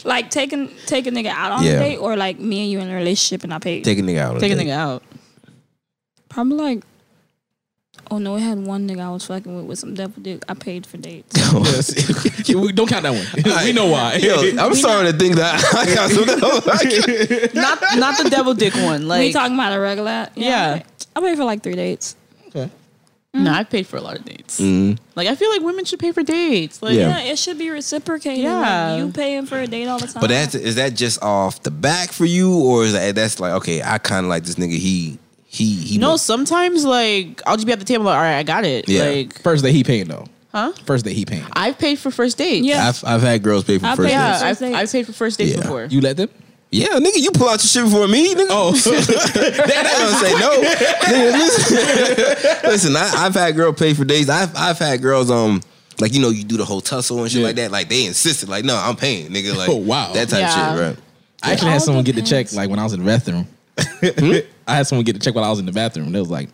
D: Like taking take a nigga out on
A: Yeah.
D: a date or like me and you in a relationship and I paid.
A: Take a nigga out. on
E: take a
A: date.
E: nigga out.
D: Probably like Oh no, I had one nigga I was fucking with with some devil dick. I paid for dates.
B: We- Don't count that one. We know why.
A: Yo, I'm sorry to think that I got some.
E: Not not the devil dick one. Like
D: we talking about a regular?
E: Yeah.
D: I paid- I paid for like three dates.
B: Okay.
E: no, I paid for a lot of dates. Like I feel like women should pay for dates. Like
A: Mm-hmm. Yeah.
D: Yeah, it should be reciprocated.
E: Yeah.
D: Like, you paying for a date all the time.
A: But that's is that just off the back for you, or is that that's like okay? I kind of like this nigga. He he he.
E: no,
A: know-
E: sometimes like I'll just be at the table. Like all right, I got it.
A: Yeah.
E: Like
B: First day he paying though.
E: huh?
B: First day he paying.
E: I've paid for first dates.
D: yeah.
A: I've I've had girls pay for
D: I
A: first
D: pay-
E: Yeah,
A: dates.
D: First
E: I've,
D: dates.
E: I've paid for first dates
A: Yeah.
E: before.
B: You let them?
A: Yeah, nigga, you pull out your shit before me, nigga.
B: Oh,
A: I don't say no. Nigga, listen, listen I, I've had girl pay for days. I've I've had girls um Like you know, you do the whole tussle and shit
B: Yeah.
A: like that. Like they insisted, like no, I'm paying, nigga. Like
B: Oh, wow.
A: that type
E: Yeah.
A: shit, right?
B: I actually had
D: all
B: someone get the check
D: depends.
B: like when I was in the bathroom. I had someone get the check while I was in the bathroom. They was like,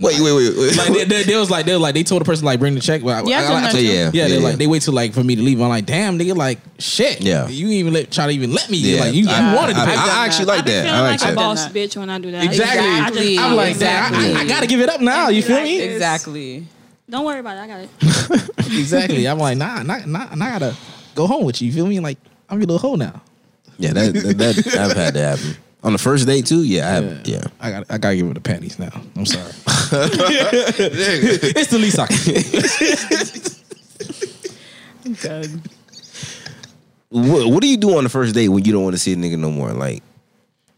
A: Wait, wait, wait. wait.
B: like they, they- they was like, they was like, they told the person like bring the check. But I, I-
E: Yeah, I've done
B: I-
E: that
A: so,
E: too.
A: yeah,
B: yeah, they like they wait till like for me to leave. I'm like, damn, nigga, like shit.
A: Yeah.
B: you even let, try to even let me.
A: Yeah.
B: Like you,
A: I-
B: you wanted to.
A: I,
B: pay.
A: I actually like
D: I be
A: that.
D: feeling
A: I like
D: like, a
A: that.
D: boss
C: that.
D: bitch when I do that.
B: exactly.
E: Exactly.
B: I'm like, damn, I- I, I
E: Exactly.
B: gotta give it up now. You feel me?
E: Exactly.
D: Don't worry about it. I got it.
B: exactly. I'm like, nah, nah, nah, nah, I gotta go home with you. You feel me? Like I'm your little hoe now.
A: Yeah, that, that, that I've had that happen on the first date too. Yeah, I have, yeah.
B: I got, I gotta give her the panties now. I'm sorry. it's the least I can. do.
E: Good.
A: What, what do you do on the first date when you don't want to see a nigga no more? Like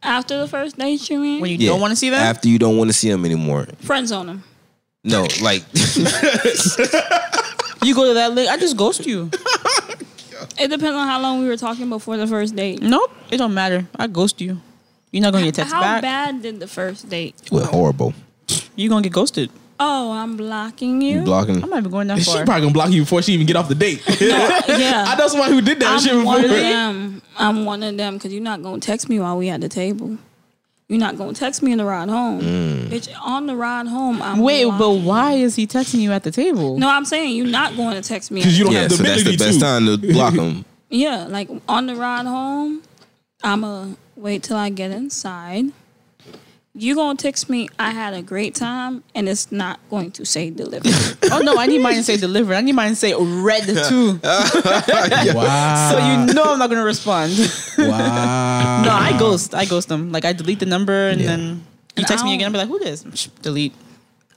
D: After the first date, you mean?
E: When you
A: yeah,
E: don't want to see them,
A: after you don't want to see him anymore.
D: friend zone them.
A: No, like
E: you go to that link. I just ghost you.
D: It depends on how long we were talking before the first date.
E: nope, it don't matter. I ghost you. You're not gonna get text
D: how
E: back.
D: bad did the first date?
A: it was horrible.
E: You're gonna get ghosted.
D: Oh, I'm blocking you.
A: You blocking?
E: I'm not even going that
B: She
E: far.
B: probably gonna block you before she even get off the date.
D: yeah.
B: I know somebody who did that shit
D: I'm
B: before.
D: one of them. I'm one of them because you're not gonna text me while we at the table. You're not gonna text me in the ride home. Bitch, on the ride home, I'm
E: Wait, but
D: blocking-
E: why is he texting you at the table?
D: no, I'm saying you're not going to text me.
B: Because you don't
A: Yeah,
B: have the
A: so that's
B: ability
A: the best
B: to.
A: time to block him.
D: yeah, like on the ride home, I'ma wait till I get inside. You gonna text me? I had a great time, and it's not going to say delivery.
E: Oh no, I need mine to say delivered. I need mine to say read too.
B: Wow.
E: So
A: Ah.
E: you know I'm not gonna respond.
B: wow.
E: No, I ghost. I ghost them. Like I delete the number and then you
D: And
E: text me
D: I'll-
E: again. I'm like, who this? Psh, Delete.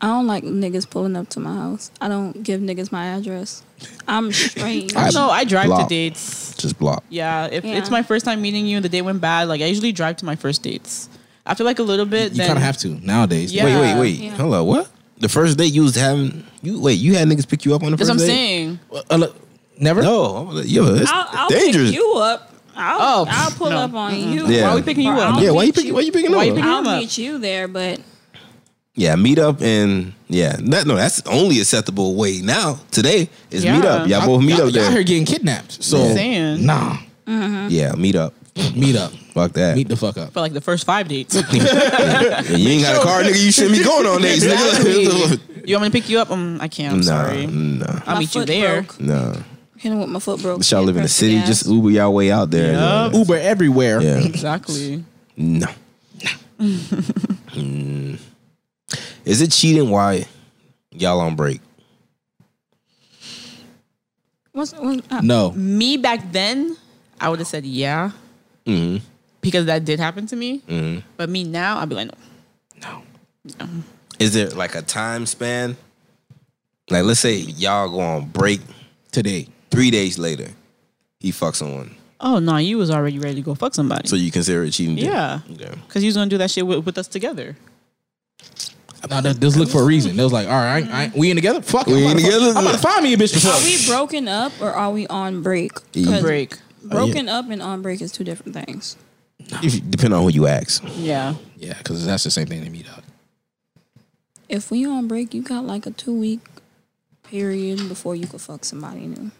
D: I don't like niggas pulling up to my house. I don't give niggas my address. I'm straight.
A: I-
E: No, I drive
A: block.
E: to dates.
A: Just block.
E: Yeah, if
D: Yeah.
E: it's my first time meeting you and the date went bad, like I usually drive to my first dates. After like a little bit,
B: You
E: then
B: kind of have to nowadays.
E: Yeah.
A: Wait, wait, wait.
D: Yeah.
A: Hello, what? The first date you was having you wait, you had niggas pick you up on the
E: That's
A: first
E: what I'm
A: date?
E: saying.
B: Wait, uh, look, never.
A: No, I'm- yo, that's
D: I'll, I'll
A: dangerous.
D: pick you up. I'll,
E: Oh,
D: I'll pull
E: no.
D: up on you.
A: Yeah. Why we
E: picking you
D: Bro,
E: up?
D: I'll
A: yeah, why you
D: meet
A: pick why you picking
E: Why you
A: up?
E: picking-
D: I'll
E: him up?
D: meet you there, but
A: Yeah, meet up and yeah, that no, that's the only acceptable way now today is meet
E: Yeah.
A: up. Y'all both meet
B: y'all,
A: up there.
B: Y'all here getting kidnapped. So
A: Yeah.
E: Saying.
B: nah,
E: Mm-hmm.
A: Yeah, meet up.
B: meet up,
A: Fuck that.
B: meet the fuck up.
E: For like the first five dates.
A: Yeah, you ain't got a car, nigga. You shouldn't be going on dates, nigga.
E: you want me to pick you up? Um, I can't. I'm sorry.
A: nah,
E: I'll
D: my
E: meet you
D: foot
E: there.
D: broke.
A: nah.
D: Hitting with my foot broke.
A: Y'all live in the
D: Press
A: city.
D: gas.
A: Just Uber y'all way out there.
E: Yup.
B: Uber everywhere.
A: Yeah.
E: Exactly.
A: No. Mm. Is it cheating? Why y'all on break?
D: What's, what's, uh,
B: No,
E: Me back then, I would have said yeah
A: hmm
E: because that did happen to me.
A: Mm-hmm.
E: But me now, I'd be like, no.
A: Is there like a time span? Like, let's say y'all go on break
B: today.
A: three days later, he fucks someone.
E: Oh no, you was already ready to go fuck somebody.
A: So you consider it cheating? then?
E: yeah,
A: Okay.
E: because you was gonna do that shit with, with us together.
B: Now they just look for a reason. They was like, all right, I ain't- we ain't together. Fuck,
A: We
B: I'm
A: ain't
B: about to fuck-
A: together?
B: I'm about to find me a bitch to
D: are
B: fuck.
D: we broken up or are we on break? 'Cause
E: Break.
D: Broken up and on break is two different things.
A: If, depending on who you ask.
E: Yeah.
B: Yeah, because that's the same thing to meet up.
D: If we on break, you got like a two week period before you could fuck somebody new.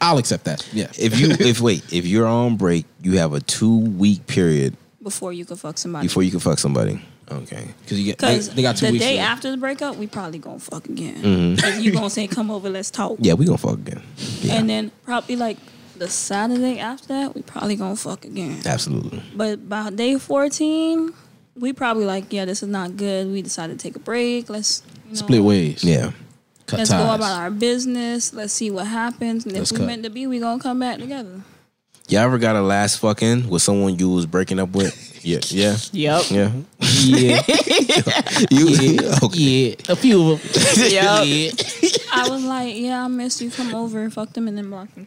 B: I'll accept that. Yeah.
A: If you, if wait, if you're on break, you have a two week period
D: Before you could fuck somebody.
A: before you can fuck somebody. Okay.
B: Because you get they,
D: Because
B: they got two
D: the
B: weeks.
D: day
B: for it.
D: after the breakup, we probably gonna fuck again. And you gonna say, "Come over, let's talk."
A: Mm-hmm. Yeah, we gonna fuck again. Yeah,
D: And then probably like the Saturday after that, we probably gonna fuck again.
A: absolutely.
D: But by day fourteen, we probably like, yeah, this is not good. We decided to take a break. Let's you know,
B: split ways.
A: Yeah,
B: Cut
D: Let's go
B: ties.
D: about our business. Let's see what happens. And
B: Let's
D: if we
B: cut.
D: meant to be, we gonna come back together.
A: y'all ever got a last fucking with someone you was breaking up with? Yeah, yeah,
E: Yep.
A: yeah.
B: yeah.
A: You okay?
B: Yeah. A few of them.
E: Yep.
B: Yeah.
D: I was like, yeah, I miss you. Come over, fuck them, and then block them.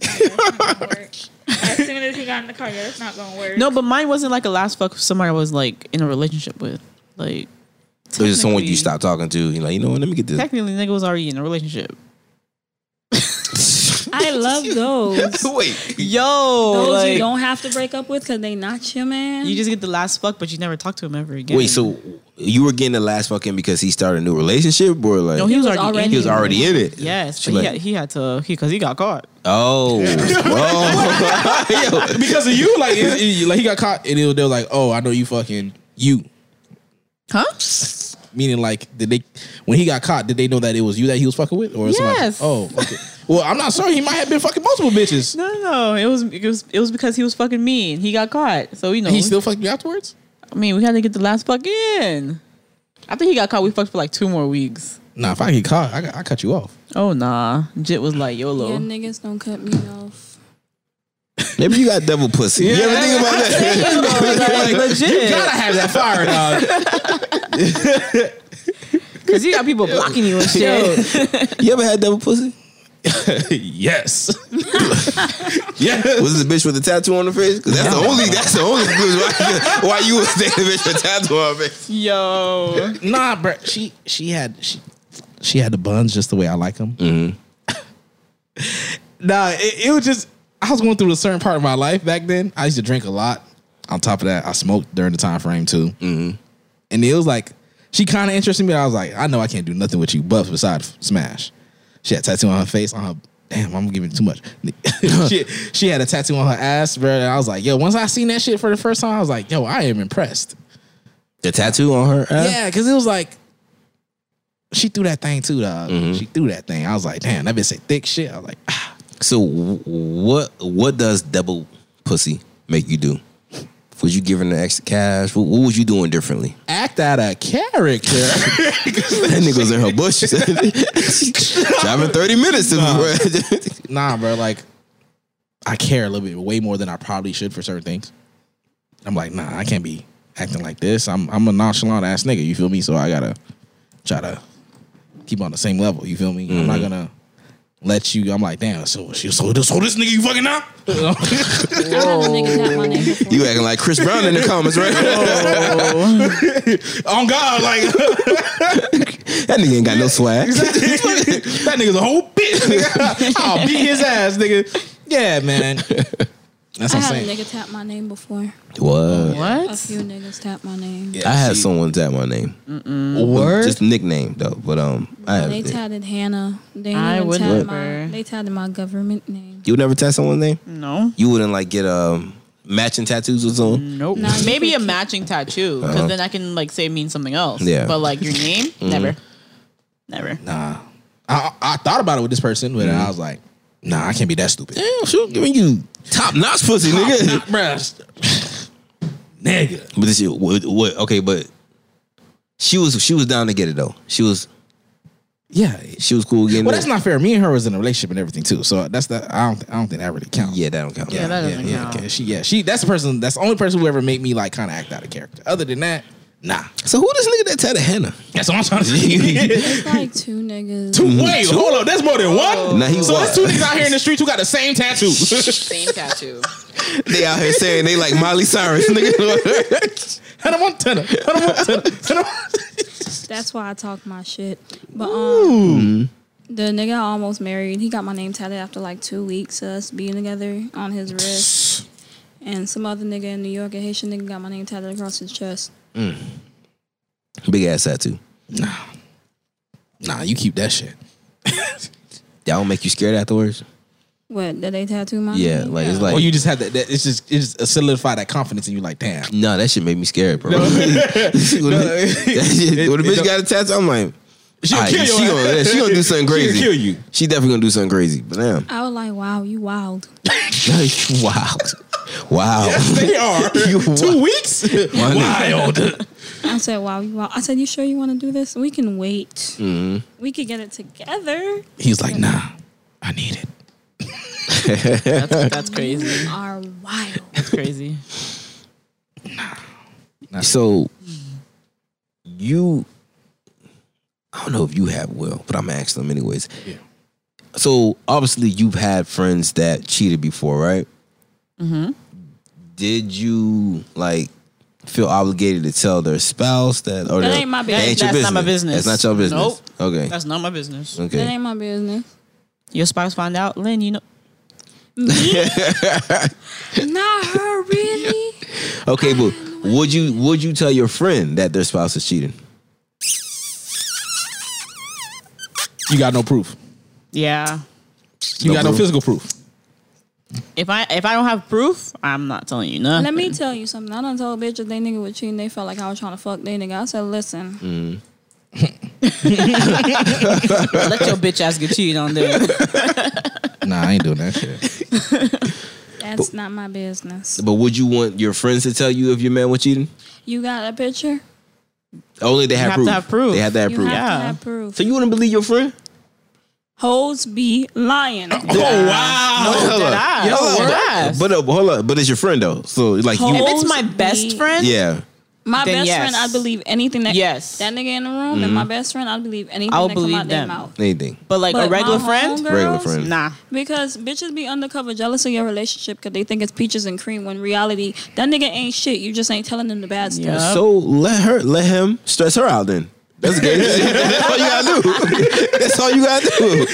D: as soon as he got in the car, yeah, that's not gonna work.
E: No, but mine wasn't like a last fuck with somebody I was like in a relationship with. Like
A: So it's someone you
E: technically-
A: stopped talking to. You're like, you know what? Let me get
E: Technically, nigga was already in a relationship.
A: this.
D: I love those.
A: Wait,
E: Yo,
D: Those
E: like,
D: you
E: you,
D: don't have to break up with because they not your man.
E: just get the last fuck, but you never talk to him ever again.
A: wait. So you were getting the last fucking because he started a new relationship, or like
E: no, he,
D: He
E: was,
D: was
E: already,
D: already-
A: he was already in it.
E: yes,
A: She
E: but he
A: like,
E: had, he had to because he, got caught.
A: oh, oh,
B: because of you, like, it, it- like he got caught, and it, they were like, "Oh, I know you fucking you."
E: Huh?
B: Meaning, like, did they when he got caught? Did they know that it was you that he was fucking with, or somebody-
E: Yes.
B: Oh, okay. well, I'm not sorry. He might have been fucking multiple bitches.
E: No, no, no. It was it was it was because he was fucking mean. He got caught. So you know,
B: He still fucked you afterwards.
E: I mean, we had to get the last fuck in. I think he got caught. We fucked for like two more weeks.
B: Nah, if I get caught, I, got- I cut you off.
E: Oh nah, Jit was like
D: yeah,
E: YOLO.
D: niggas don't cut me off.
A: maybe you got devil pussy. You ever think about that?
E: like, legit,
B: have that fire, dog.
E: because you got people blocking you and shit.
A: You ever had double pussy?
B: yes. yes.
A: Was this a bitch with a tattoo on her face? Because that's the only that's the only clue why, you- why you was dating a bitch with a tattoo on her face.
E: Yo,
B: Nah, bro. She she had she she had the buns just the way I like them. nah, it, it was just I was going through a certain part of my life back then. I used to drink a lot. On top of that, I smoked during the time frame too. And it was like she kind of interested me. I was like, I know I can't do nothing with you, but besides smash, she had a tattoo on her face. On her, damn, I'm giving too much. she, she had a tattoo on her ass, bro. And I was like, yo, once I seen that shit for the first time, I was like, yo, I am impressed.
A: The tattoo on her? ass?
B: Yeah, because it was like she threw that thing too, dog. She threw that thing. I was like, damn, that bitch say thick shit. I was like, ah,
A: So wh- what what does double pussy make you do? Would you give her the extra cash? What, what was you doing differently?
B: act out a character.
A: That nigga was in her bush. Driving 30 minutes to
B: nah, bro, like I care a little bit way more than I probably should for certain things. I'm like, nah, I can't be acting like this. I'm I'm a nonchalant ass nigga, you feel me? So I gotta try to keep on the same level, you feel me? I'm not gonna let you I'm like, damn, so she so this so this nigga you fucking up?
D: I had a nigga tap my name before.
A: You acting like Chris Brown in the comments, right?
B: On Oh, God, like
A: that nigga ain't got no swag.
B: that nigga's a whole bitch. Nigga. I'll beat his ass, nigga. Yeah, man. That's what
D: I
B: I'm
D: had
B: saying.
D: a nigga tap my name before.
A: What?
D: A
E: what?
D: few niggas tap my name.
A: I had someone tap my name.
B: word.
A: Just nickname though, but um, I have.
D: They tatted Hannah. They
E: I
D: didn't even
E: would
D: tat my.
E: never.
D: They tatted my government name.
A: you would never tat someone's name.
E: No.
A: You wouldn't like get um matching tattoos or something.
E: Nope.
D: Nah, you
E: Maybe a
D: could-
E: matching tattoo, because
A: Uh-huh.
E: then I can like say it means something else.
A: Yeah. Mm-hmm.
E: But like your name, never, never.
B: Nah, I, I thought about it with this person, but I was like, Nah, I can't be that stupid.
A: Damn, Oh, she was giving you top notch pussy, nigga.
B: Nigga,
A: But this shit, what, what? Okay, but she was she was down to get it though. She was
B: yeah.
A: she was cool getting
B: Well,
A: it.
B: that's not fair. Me and her was in a relationship and everything too, so that's that. I don't. I don't think that really counts.
A: Yeah, that don't count.
E: Yeah, that doesn't
B: yeah,
E: count.
B: okay. She, yeah, she. That's the person. That's the only person who ever made me like kind of act out of character. Other than that, nah.
A: So who this nigga that tatted Hannah?
B: That's what I'm trying to say.
D: It's like two niggas.
B: Wait, hold up. That's more than one.
A: Nah, he
B: Oh. so
A: was.
B: there's two niggas out here in the streets who got the same tattoos.
E: Same tattoo.
A: They out here saying they like Miley Cyrus, nigga.
B: Hannah Montana. Hannah Montana. Hannah Montana.
D: That's why I talk my shit. But um, the nigga I almost married, he got my name tatted after like two weeks of us being together on his wrist. And some other nigga in New York, a Haitian nigga, got my name tatted across his chest.
A: Big ass tattoo.
B: Nah, you keep that shit.
A: That don't make you scared afterwards.
D: What? Did they tattoo my
A: Yeah,
D: name?
A: like it's like
B: or Oh, you just have that, that. It's just it just solidify that confidence, and you like, damn.
A: No, that shit made me scared, bro. when, that shit-
B: It-
A: when the
B: it
A: bitch
B: don't-
A: got a tattoo, I'm like,
B: She'll
A: "Aight,
B: kill your
A: she,
B: ass."
A: gonna, yeah, she gonna do something
B: She'll
A: crazy.
B: kill you.
A: She definitely gonna do something crazy. But damn,
D: I was like, wow, you wild.
A: wow, wow.
B: They are
A: You
B: two weeks. Wild.
D: I said, wow, you wild. I said, you sure you want to do this? We can wait.
E: Mm-hmm.
D: We could get it together.
B: He's like, nah, I need it.
E: That's, that's crazy.
D: Are wild.
E: That's crazy.
A: So you, I don't know if you have Will, but I'm gonna ask them anyways.
B: Yeah.
A: So obviously you've had friends that cheated before, right? Mm-hmm. Did you like feel obligated to tell their spouse that? Or
D: That
A: their-
D: ain't my business.
A: your
E: That's not my business.
A: That's not your business.
E: Nope.
A: Okay.
E: That's not my business.
A: okay.
D: That ain't my business.
E: Your spouse found out, Lynn. You know,
D: Not her, really.
A: Okay, but would you would you tell your friend that their spouse is cheating?
B: You got no proof.
E: yeah.
B: You
A: No
B: got
A: proof.
B: no physical proof.
E: If I if I don't have proof, I'm not telling you nothing.
D: Let me tell you something. I done told bitches they nigga was cheating. They felt like I was trying to fuck they nigga. I said, listen,
E: Mm. let your bitch ass get cheated on there.
B: Nah, I ain't doing that shit.
D: that's not my business.
A: But would you want your friends to tell you if your man was cheating?
D: You got a picture?
A: Only they have,
E: have to
A: proof.
E: have proof.
A: They have that
D: You
A: proof.
D: have
E: Yeah.
D: to have proof.
A: So you wouldn't believe your friend?
D: Hoes be lying.
A: Oh wow! hold up.
E: ass.
A: Yeah, hold
E: Dead
A: up.
E: ass.
A: But uh, hold up, but it's your friend though. So like
D: Hold-
A: you,
E: if it's my
D: Hoes be-
E: best friend,
A: yeah.
D: My
E: Then
D: best
E: yes.
D: friend, I believe anything that
E: Yes. Mm-hmm.
D: that nigga in the room, and my best friend, I believe anything
E: I'll
D: that
E: believe
D: come out their
E: them.
D: mouth.
A: Anything.
E: but like
D: But
E: a regular
D: my
E: friend,
D: homegirls,
A: Regular friend.
E: nah.
D: Because bitches be undercover jealous of your relationship because they think it's peaches and cream when reality that nigga ain't shit. You just ain't telling them the bad stuff.
E: Yeah.
A: So let her, let him stress her out. Then that's good. that's all you gotta do. That's all you gotta do.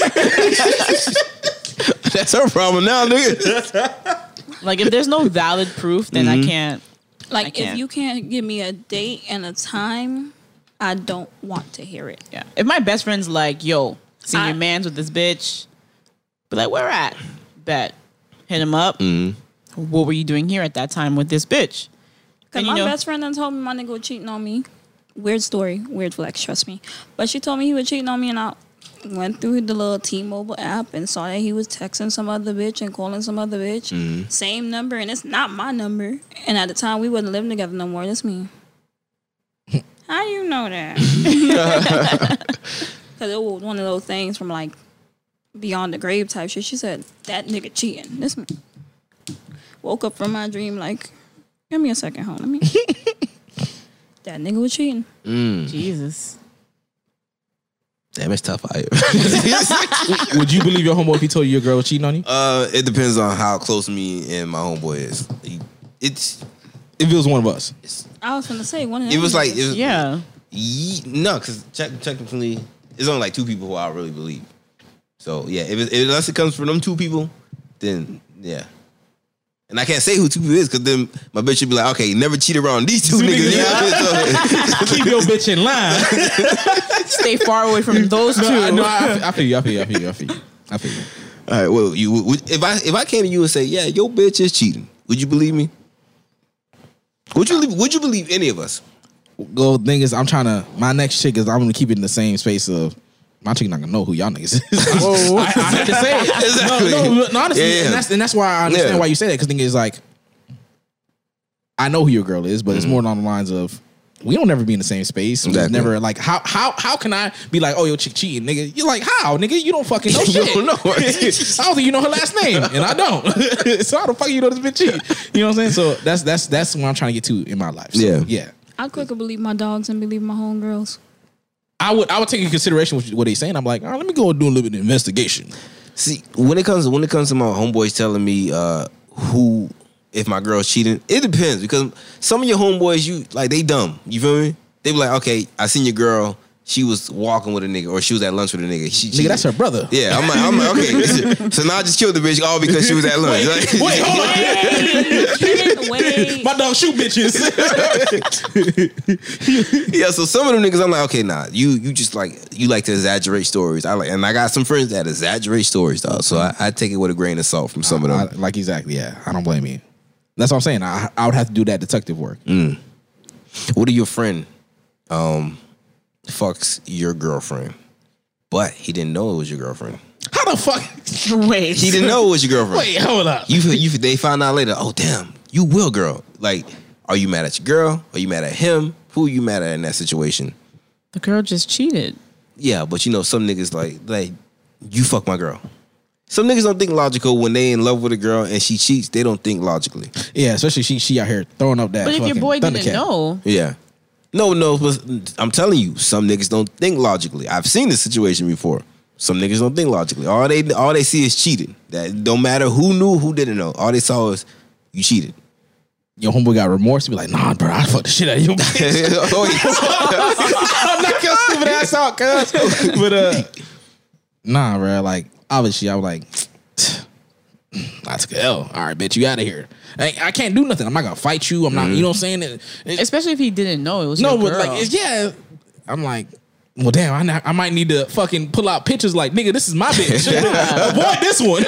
A: that's her problem now, nigga.
E: Like if there's no valid proof, then
A: Mm-hmm.
E: I can't. I
D: Like if
E: can't.
D: you can't give me a date and a time, I don't want to hear it.
E: Yeah. If my best friend's like, yo, senior
D: I-
E: man's with this bitch, be like, where at? Bet. Hit him up.
B: Mm-hmm.
E: What were you doing here at that time with this bitch?
D: Cause
E: And you
D: my
E: know-
D: best friend done told me my nigga was cheating on me. Weird story, weird flex, trust me. But she told me he was cheating on me, and I went through the little T-Mobile app and saw that he was texting some other bitch and calling some other bitch,
E: Mm-hmm.
D: same number, and it's not my number. And at the time, we wasn't living together no more. That's me. How do you know that? Because it was one of those things from like beyond the grave type shit. She said that nigga cheating. This me. woke up from my dream like. Give me a second, hold on. Let me. that nigga was cheating.
E: Jesus.
A: Damn, it's tough out here.
B: Would you believe your homeboy if he told you your girl was cheating on you?
A: Uh, it depends on how close me and my homeboy is. It's
B: If it was one of us,
D: I was gonna say one of them.
A: it was like
D: niggas.
A: it was,
E: Yeah.
A: Ye- no, because technically, it's only like two people who I really believe. So yeah, if it, unless it comes from them two people, then yeah. And I can't say who two people is because then my bitch should be like, okay, never cheat around these two niggas. Yeah.
B: keep your bitch in line.
E: Stay far away from those two.
B: I, no, I, I feel you. I feel you. I feel you. I feel you. I feel you.
A: All right, well, you would- if I if I came to you and say, yeah, your bitch is cheating, would you believe me? Would you believe, would you believe any of us?
B: Well, thing is, I'm trying to. My next chick is I'm gonna keep it in the same space of. My chick not gonna know who y'all niggas is. I, I have to say it.
A: Exactly.
B: No, no, no, honestly,
A: Yeah, yeah.
B: And, that's, and that's why I understand
A: Yeah.
B: why you say that because thing is like, I know who your girl is, but it's more along the lines of we don't never be in the same space. We
A: Mm-hmm. Exactly.
B: Never like how how how can I be like oh your chick cheating nigga? You're like how nigga you don't fucking know shit.
A: don't know her.
B: I don't think you know her last name, and I don't. so how the fuck you know this bitch cheat? You know what I'm saying? So that's that's that's what I'm trying to get to in my life. So,
A: Yeah.
B: yeah.
D: I quicker believe my dogs and believe my homegirls.
B: I would I would take into consideration what, what they saying. I'm like, all right, let me go and do a little bit of investigation.
A: See, when it comes when it comes to my homeboys telling me uh who if my girl's cheating, it depends because some of your homeboys you like they dumb. You feel me? They be like, okay, I seen your girl. She was walking with a nigga, or she was at lunch with a nigga. She,
B: Nigga, that's her brother.
A: Yeah, I'm like, I'm like, okay. So now I just killed the bitch all because she was at lunch. Like,
B: Wait, hold on.
D: Wait, wait.
B: My dog shoot bitches.
A: yeah, so some of them niggas, I'm like, okay, nah, you you just like you like to exaggerate stories. I like, and I got some friends that exaggerate stories, dog. So I, I take it with a grain of salt from some of them.
B: I- like exactly, yeah. I don't blame you. That's what I'm saying. I, I would have to do that detective work.
A: What if your friend um fucks your girlfriend, but he didn't know it was your girlfriend?
B: How the fuck? Wait,
A: He didn't know it was your girlfriend.
B: Wait, hold up.
A: You you they found out later. Oh damn, you will, girl. Like, are you mad at your girl? Are you mad at him? Who you mad at in that situation?
E: the girl just cheated.
A: Yeah, but you know some niggas like like you fuck my girl. Some niggas don't think logical when they in love with a girl and she cheats. They don't think logically.
B: Yeah, especially she she out here throwing up that.
E: But if your
B: fucking
E: boy didn't
B: Thundercat.
E: know,
A: Yeah. No, no, but I'm telling you, some niggas don't think logically. I've seen this situation before. Some niggas don't think logically. All they all they see is cheating. That don't matter who knew, who didn't know. All they saw is you cheated.
B: your homeboy got remorse, he be like, nah, bro, I fucked the shit out of you.
A: Oh,
B: knock your stupid ass out, cuz. But uh, nah, bro, like obviously I was like, I took a L. All right, bitch, you out of here. I, I can't do nothing. I'm not gonna fight you. I'm not. You know what I'm saying? It- it-
E: Especially if he didn't know it was
B: no,
E: no,
B: but
E: your girl.
B: like, it's, yeah. I'm like, well, damn. I, not- I might need to fucking pull out pictures. Like, nigga, this is my bitch. Avoid this one.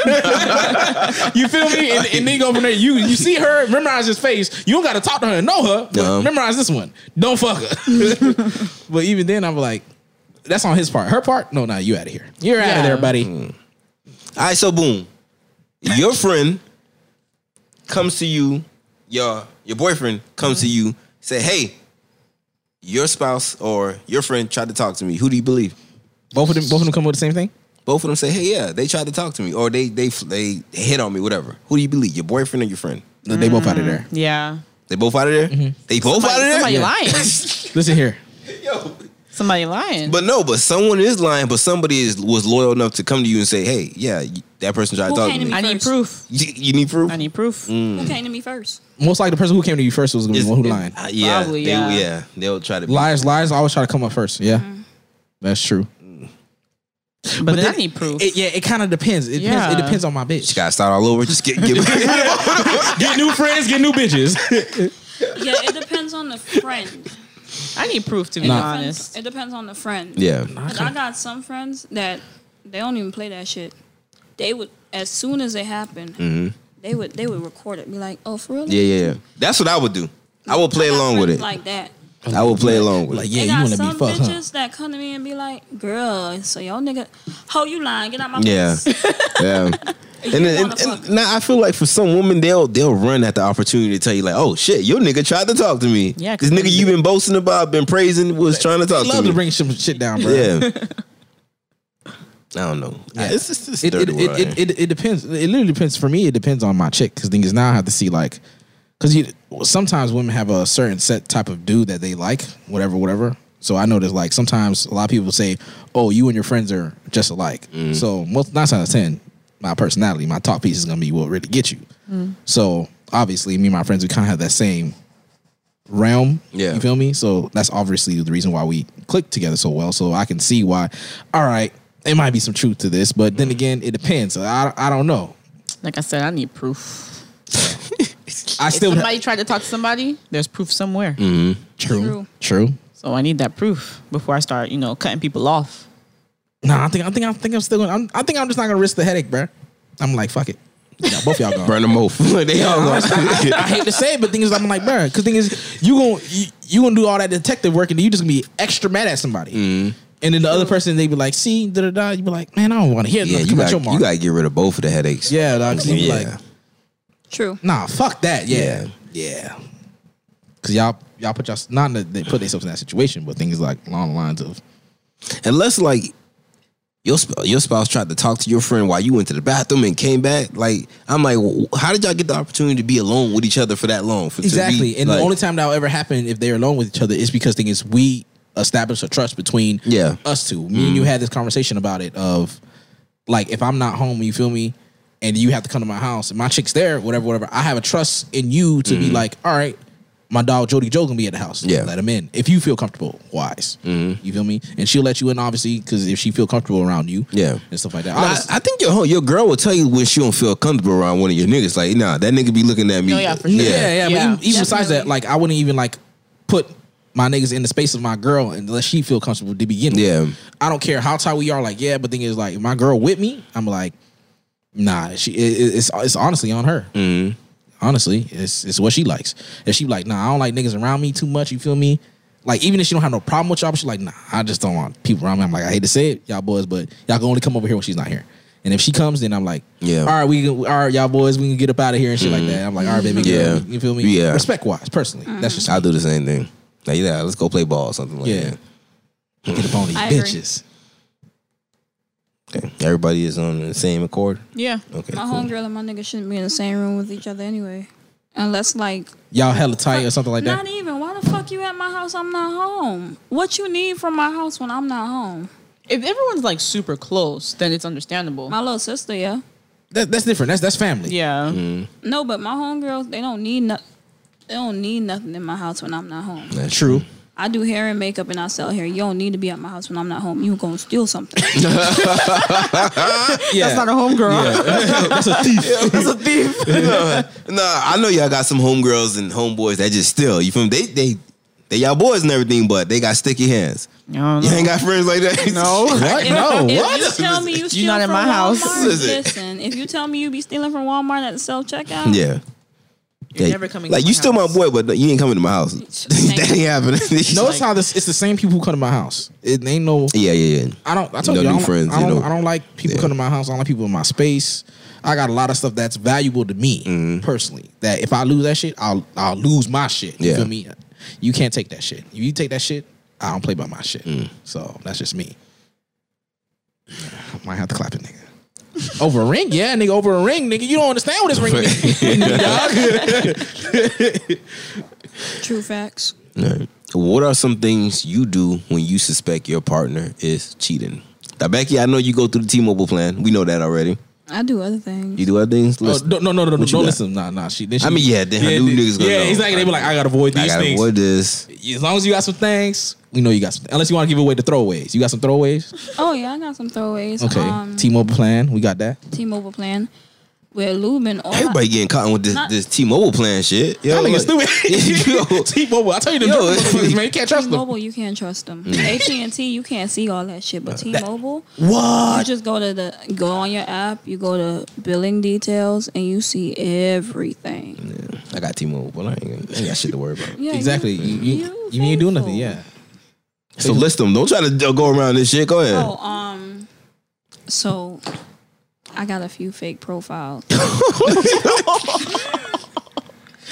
B: you feel me? And, and nigga over there, you you see her, memorize his face. You don't gotta talk to her, and know her. But
A: Uh-huh.
B: Memorize this one. Don't fuck her. but even then, I'm like, that's on his part. Her part, no, no, you out of here. You're out
E: Yeah. Mm.
B: of there, buddy.
A: All right, so boom. Your friend comes to you, your your boyfriend comes to you, say, "Hey, your spouse or your friend tried to talk to me. Who do you believe?"
B: Both of them, both of them come with the same thing.
A: Both of them say, "Hey, yeah, they tried to talk to me, or they they they hit on me, whatever." Who do you believe, your boyfriend or your friend?
B: They both out of there.
E: yeah.
A: They both out of there. They both out of there.
E: Somebody
A: Yeah.
E: lying. Mm.
B: Listen here.
A: Yo.
E: Somebody lying.
A: But no, but someone is lying, but somebody is was loyal enough to come to you and say, "Hey, yeah, y- that person tried to
D: Who
A: talk to
D: came
A: me."
D: to
E: I
D: me?
E: need
D: first.
E: proof.
A: You, you need proof.
E: I need proof.
B: Mm.
A: Mm.
D: Who came to me first?
B: Most likely, the person who came to you first was gonna be the one who lying.
A: Uh, yeah,
E: Probably,
A: they,
E: yeah.
A: yeah, they'll try to be
B: Liars, liars always try to come up first. Yeah,
E: Mm.
B: that's true.
E: But, then, I need proof.
B: It, yeah, it kind of depends. It
E: Yeah.
B: depends. It depends on my
A: She
B: bitch.
A: gotta start all over. Just get, get
B: Get new friends, get new bitches.
D: Yeah, it depends on the friend.
E: I need proof to be
D: It depends-
E: honest.
D: It depends on the friend.
A: yeah.
D: But I got some friends that they don't even play that shit. They would as soon as it happened, they would they would record it, be like, "Oh, for real?"
A: Mm-hmm. yeah, yeah, yeah. That's what I would do. I would play
D: I got
A: along with
D: friends
A: it.
D: Like that.
A: I would play along with
B: like,
A: it.
B: yeah,
D: they
B: you
D: got
B: want to be
D: some
B: fucked, huh?
D: bitches that come to me and be like, "Girl, so y'all nigga, ho, you lying? Get out my
A: Yeah,
D: face."
A: yeah. And, then- and, and now I feel like for some women they'll they'll run at the opportunity to tell you like oh shit your nigga tried to talk to me
E: Yeah,
A: this
E: 'cause
A: nigga
E: they-
A: you been boasting about been praising was trying to talk
B: Love
A: to
B: to
A: me
B: bring some shit down, bro.
A: yeah I don't know it's just it's
B: It, it,
A: dirty
B: it,
A: world
B: it, it, it depends. It literally depends. For me, it depends on my chick. Because thing is, now I have to see like, because you sometimes women have a certain set type of dude that they like, whatever, whatever. So I notice like sometimes a lot of people say, "Oh, you and your friends are just alike."
A: Mm.
B: So most nine times out of ten, my personality, my talk piece is gonna be what really get you.
E: Mm.
B: So obviously, me and my friends we kind of have that same realm.
A: Yeah.
B: You feel me? So that's obviously the reason why we click together so well. So I can see why, all right, it might be some truth to this, but
A: Mm-hmm.
B: then again, it depends. I, I don't know.
E: Like I said, I need proof.
B: I
E: If
B: still
E: somebody tried to talk to somebody, there's proof somewhere.
A: Mm.
B: true.
D: True.
B: True.
E: So I need that proof before I start, you know, cutting people off.
B: No, I think I think I think I'm still gonna I'm, I think I'm just not gonna risk the headache, bruh. I'm like, fuck it. Yeah, both y'all gone.
A: burn them both they all gone.
B: I hate to say it, but thing is, I'm like, bruh, because thing is, you gonna you, you gonna do all that detective work, and you just gonna be extra mad at somebody.
A: Mm-hmm.
B: And then the other person, they be like, see, da da da. You be like, man, I don't want to hear
A: yeah
B: nothing
A: you
B: come at
A: got
B: your mark.
A: you got to get rid of both of the headaches
B: yeah, dog, 'cause you be
A: yeah
B: like,
D: True.
B: Nah, fuck that. Yeah, yeah. Because y'all y'all put y'all not that they put themselves in that situation, but things like along the lines of
A: unless like your sp- your spouse tried to talk to your friend while you went to the bathroom and came back. Like I'm like, w- how did y'all get the opportunity to be alone with each other for that long? For, to be,
B: exactly. and
A: like-
B: the only time that'll ever happen if they're alone with each other is because thing is we establish a trust between
A: Yeah.
B: us two. Me and you had this conversation about it of like if I'm not home, you feel me, and you have to come to my house and my chick's there, whatever, whatever. I have a trust in you to be like, all right. My dog Jody Joe gonna be at the house.
A: Yeah.
B: let him in if you feel comfortable. Wise, you feel me? And she'll let you in, obviously, because if she feel comfortable around you,
A: Yeah.
B: and stuff like that.
A: Nah,
B: Obviously-
A: I, I think your your girl will tell you when she don't feel comfortable around one of your niggas. Like, nah, that nigga be looking at me.
E: No, Oh, yeah, for sure.
B: Yeah, yeah. but
E: Yeah.
B: even, even besides that, like I wouldn't even like put my niggas in the space of my girl unless she feel comfortable to begin with.
A: Yeah.
B: I don't care how tight we are. Like, yeah, but thing is, like, if my girl with me, I'm like, nah. She, it, it- it's it's honestly on her.
A: Mm-hmm.
B: Honestly, it's it's what she likes. If she like, nah, I don't like niggas around me too much. You feel me? Like, even if she don't have no problem with y'all, but she like, nah, I just don't want people around me. I'm like, I hate to say it, y'all boys, but y'all can only come over here when she's not here. And if she comes, then I'm like,
A: Yeah. Mm-hmm.
B: all right, we can, all right, y'all boys, we can get up out of here and shit like that. I'm like, all right, baby,
A: Yeah.
B: yeah, you feel me?
A: Yeah.
B: respect wise, personally,
D: Mm.
B: that's just
A: I'll do the same thing. Like, yeah, let's go play ball or something like
B: yeah. Get up on these
D: I agree.
B: bitches.
A: that. Okay. Everybody is on the same accord.
E: Yeah.
A: Okay.
D: My
A: cool.
D: homegirl and my nigga shouldn't be in the same room with each other anyway, unless like
B: Y'all hella tight or something like that.
D: Not even. Why the fuck you at my house? I'm not home. What you need from my house when I'm not home?
E: If everyone's like super close, then it's understandable.
D: My little sister, yeah.
B: that. That's different. That's that's family.
E: Yeah.
A: Mm.
D: No, but my homegirls, they don't need no, they don't need nothing in my house when I'm not home.
A: That's
B: True.
D: I do hair and makeup and I sell hair. You don't need to be at my house when I'm not home. You gonna steal something.
B: Yeah.
E: That's not a homegirl.
B: That's a thief.
E: That's a thief.
A: no, no, I know y'all got some homegirls and homeboys that just still. You feel me? They they they y'all boys and everything, but they got sticky hands.
E: No,
A: You ain't got friends like that.
E: no.
B: What?
D: If-
B: No.
D: if
B: What?
D: you tell me you steal
E: not in
D: from
E: my house.
D: Walmart,
A: Listen.
D: listen. If you tell me you be stealing from Walmart at the self checkout,
A: yeah.
E: You're
A: Yeah,
E: never coming.
A: Like
E: to my
A: you still my
E: house.
A: boy, but you ain't coming to my house. that ain't happening.
B: Notice how this it's the same people who come to my house. It ain't no
A: yeah, yeah, yeah.
B: I don't I told
A: No
B: you, I
A: new
B: don't,
A: friends,
B: I
A: you
B: don't,
A: know.
B: I don't like people
A: Yeah.
B: coming to my house. I don't like people in my space. I got a lot of stuff that's valuable to me
A: Mm-hmm.
B: personally. That if I lose that shit, I'll I'll lose my shit. You
A: Yeah.
B: feel me? You can't take that shit. If you take that shit, I don't play by my shit.
A: Mm.
B: So that's just me. Might have to clap it, nigga. Over a ring, yeah, nigga. Over a ring, nigga. You don't understand what this ring means.
D: true facts.
A: Alright. What are some things you do when you suspect your partner is cheating? Now, Becky, I know you go through the T-Mobile plan. We know that already.
D: I do other things.
A: You do other things.
B: Oh,
A: Listen.
B: no, no, no, no, no.
A: What you
B: Don't
A: got?
B: listen. Nah, nah. She, then she,
A: I mean, yeah, then her new
B: they-
A: niggas gonna
B: Yeah,
A: know.
B: exactly. They be like, I gotta avoid these
A: I gotta
B: things.
A: avoid this.
B: As long as you got some things, we know you got some. Unless you want to give away the throwaways, you got some throwaways.
D: Oh yeah, I got some throwaways.
B: Okay,
D: Um,
B: T-Mobile plan, we got that.
D: T-Mobile plan. Where lube and all.
A: Everybody getting caught with this
D: Not-
A: this T-Mobile plan shit. Yo,
B: That nigga
A: like- Yo.
B: stupid. T-Mobile, I tell you the
A: Yo.
B: motherfuckers, man, you can't trust them.
D: T-Mobile, you can't trust them.
B: Mm.
D: AT and T, you can't see all that shit. But T-Mobile, you
B: What?
D: just go to the go on your app. You go to billing details, and you see everything.
A: I got T-Mobile, but I ain't, I ain't got shit to worry about.
D: Yeah, you-
B: Exactly. You, you,
D: you
B: you ain't doing nothing. Yeah.
D: faithful.
A: So list them. Don't try to d- go around this shit. Go ahead.
D: Oh, um, so I got a few fake profiles.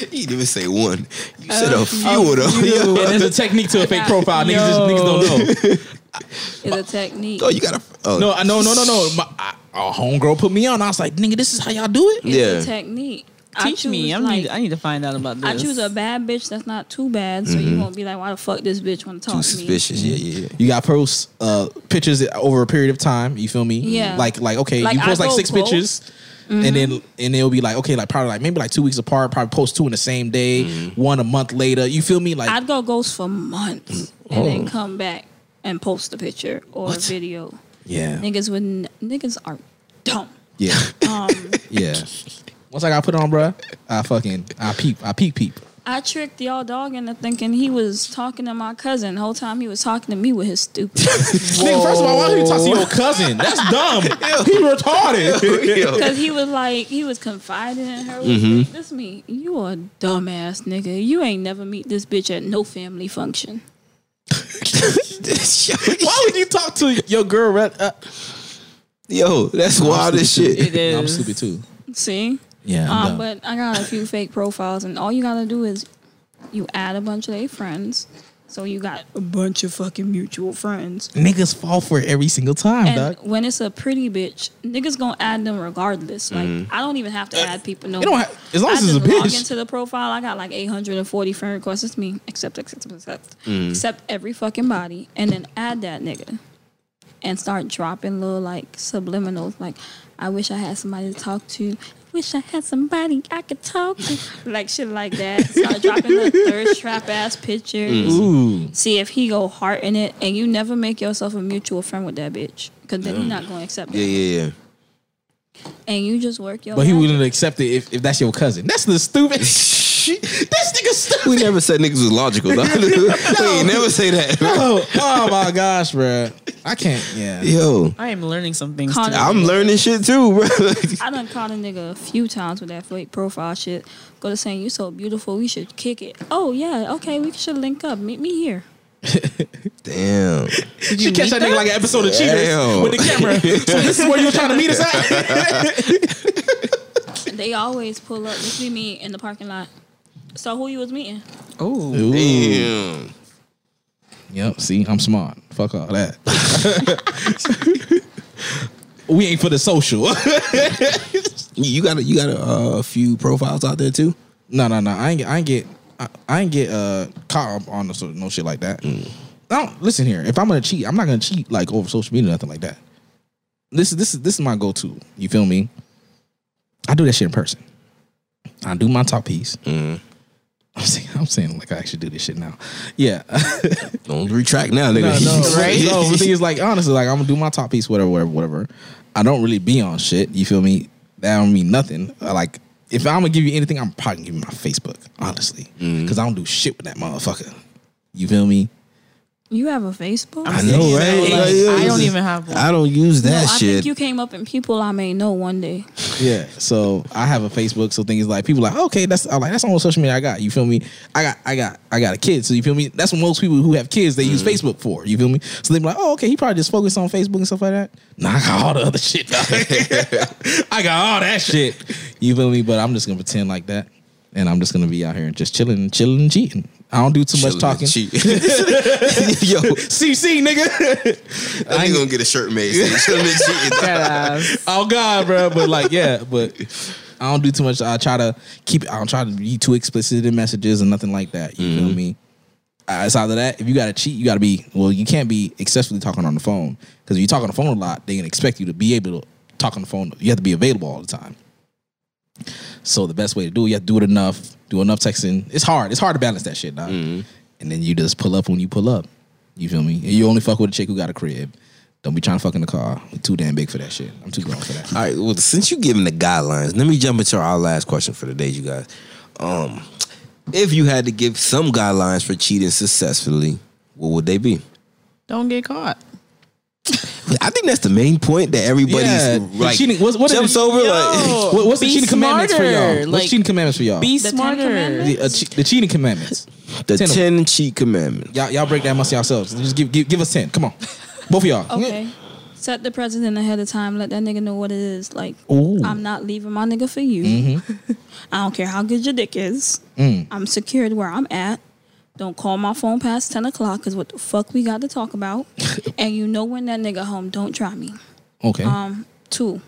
A: You didn't even say one. You said
B: Uh,
A: a few of them.
B: And there's a technique to a fake profile. Niggas, just, niggas don't know.
D: It's a technique.
A: Oh, you got a. Oh,
B: No, I- no, no, no, no. My, I, a homegirl put me on. I was like, nigga, this is how y'all do it.
D: It's
A: Yeah.
D: a technique. I
E: Teach me.
D: choose,
E: I
D: like,
E: need. I need to find out about this.
D: I choose a bad bitch that's not too bad, so
B: Mm-hmm.
D: you won't be like, "Why the fuck this bitch want to
A: too
D: talk to me?"
A: suspicious. Yeah, yeah, yeah.
B: You got post uh, pictures over a period of time. You feel me?
D: Yeah.
B: Like, like okay,
D: Like,
B: you post
D: I
B: like
D: go
B: six
D: broke.
B: pictures, and then and it'll be like okay, like probably like maybe like two weeks apart. Probably post two in the same day, one a month later. You feel me? Like
D: I'd go ghost for months and then come back and post a picture or a video.
B: yeah,
D: Niggas would n- niggas are dumb.
B: yeah,
D: Um,
B: yeah. Once I got put on, bruh, I fucking I peep, I peep peep.
D: I tricked y'all dog into thinking he was talking to my cousin. The whole time he was talking to me with his stupid.
B: Nigga, first of all, why do you talk to your cousin? That's dumb. he retarded.
D: Because he was like, he was confiding in her. This me, you a dumbass nigga. You ain't never meet this bitch at no family function. oh,
B: why would you talk to your girl? re- Uh,
A: Yo, that's wild as shit.
E: It is.
B: I'm stupid too.
D: See?
B: Yeah,
D: Um, but I got a few fake profiles, and all you gotta do is you add a bunch of their friends. So you got a bunch of fucking mutual friends.
B: niggas fall for it every single time,
D: And
B: dog.
D: when it's a pretty bitch, niggas gonna add them regardless. Like I don't even have to add people. No,
B: Uh, You don't have- as long
D: I
B: as it's a
D: just log
B: bitch.
D: into the profile. I got like 840 friend requests. It's me. Accept, accept, accept, accept every fucking body, and then add that nigga, and start dropping little like subliminals. Like I wish I had somebody to talk to. Wish I had somebody I could talk to. like shit like that. Start dropping the thirst trap ass pictures.
B: Ooh.
D: See if he go heart in it, and you never make yourself a mutual friend with that bitch, because then he not gonna accept
A: Yeah,
D: it.
A: yeah, yeah.
D: And you just work your.
B: But he
D: magic.
B: wouldn't accept it if, if that's your cousin. That's the stupid shit. This nigga stupid.
A: We never said niggas was logical. Dog. we ain't never say that.
B: Oh, oh my gosh, bruh. I can't. Yeah.
A: Yo,
E: I am learning some things.
D: Con-
E: today.
A: I'm learning shit too, bro.
D: I done caught a nigga a few times with that fake profile shit. Go to saying you so beautiful, we should kick it. Oh yeah, okay, we should link up. Meet me here.
A: Damn.
B: Did you catch that nigga like an episode of Cheaters
A: Damn.
B: with the camera? so this is where you were trying to meet us at?
D: They always pull up. Just be me in the parking lot. So who you was meeting?
E: Oh,
B: Ooh.
A: Damn.
B: Yep. See, I'm smart. Fuck all that. we ain't for the social.
A: You got a, you got a uh, few profiles out there too.
B: no, no, no. I ain't. get- I ain't get. I, I ain't get uh caught up on no, so- no shit like that. I don't listen here. If I'm gonna cheat, I'm not gonna cheat like over social media, or nothing like that. This is this is this is my go-to. You feel me? I do that shit in person. I do my top piece. I'm saying, I'm saying like I actually do this shit now. Yeah.
A: Don't retract now, nigga.
B: no, no,
E: Right?
B: No, the thing is, like, honestly, like, I'm gonna do my top piece, whatever, whatever, whatever. I don't really be on shit. You feel me? That don't mean nothing. I, Like, if I'm gonna give you anything, I'm probably gonna give you my Facebook, honestly, because I don't do shit with that motherfucker. You feel me?
D: You have a Facebook?
A: I know, right?
E: Like,
A: Like,
E: I don't even have one.
A: I don't use
D: No,
A: that
D: I
A: shit.
D: think you came up in people I may know one day.
B: Yeah. So I have a Facebook. So things like people like, okay, that's i like that's all the social media I got. You feel me? I got I got I got a kid. So you feel me? That's what most people who have kids they use
A: Mm-hmm.
B: Facebook for. You feel me? So they be like, oh okay, he probably just focused on Facebook and stuff like that. Nah, I got all the other shit. dog. I got all that shit. You feel me? But I'm just gonna pretend like that, and I'm just gonna be out here and just chilling, chilling, and cheating. I don't do too
A: Chilling
B: much talking.
A: and cheating. Yo,
B: CC nigga.
A: I ain't gonna get a shirt made. son. Chilling and cheating.
B: oh God, bro. But like, yeah, but I don't do too much. I try to keep. I don't try to be too explicit in messages and nothing like that. You feel me? Uh, it's either that. If you gotta cheat, you gotta be. Well, you can't be excessively talking on the phone because if you talk on the phone a lot, they can expect you to be able to talk on the phone. You have to be available all the time. So the best way to do it, you have to do it enough. Do enough texting. It's hard. It's hard to balance that shit, dog. And then you just pull up when you pull up. You feel me? And you only fuck with a chick who got a crib. Don't be trying to fuck in the car. we too damn big for that shit. I'm too grown for that.
A: All right. Well, since you're giving the guidelines, let me jump into our last question for today, you guys. Um, if you had to give some guidelines for cheating successfully, what would they be?
E: Don't get caught.
A: I think that's the main point that everybody's
B: Yeah,
A: like
B: cheating- what's- what is
A: jumps
B: it-
A: over.
E: Yo.
A: Like,
B: What, what's the
E: Be
B: cheating commandments for y'all?
E: smarter,
B: What's
E: like-
B: cheating commandments for y'all?
E: Be
D: The Ten
E: smarter.
D: Commandments?
B: the, uh, che- the cheating commandments.
A: the
B: Ten
A: ten,
B: of
A: cheat commandments.
B: Y'all, y'all break that amongst yourselves. Just give, give give us ten. Come on, both of y'all.
D: Okay. Set the president ahead of time. Let that nigga know what it is. Like,
B: Ooh. Mm-hmm.
D: I'm not leaving my nigga for you. I don't care how good your dick is.
B: Mm.
D: I'm secured where I'm at. Don't call my phone past 10 o'clock because what the fuck we got to talk about. and you know when that nigga home, don't try me.
B: Okay.
D: Um, Two,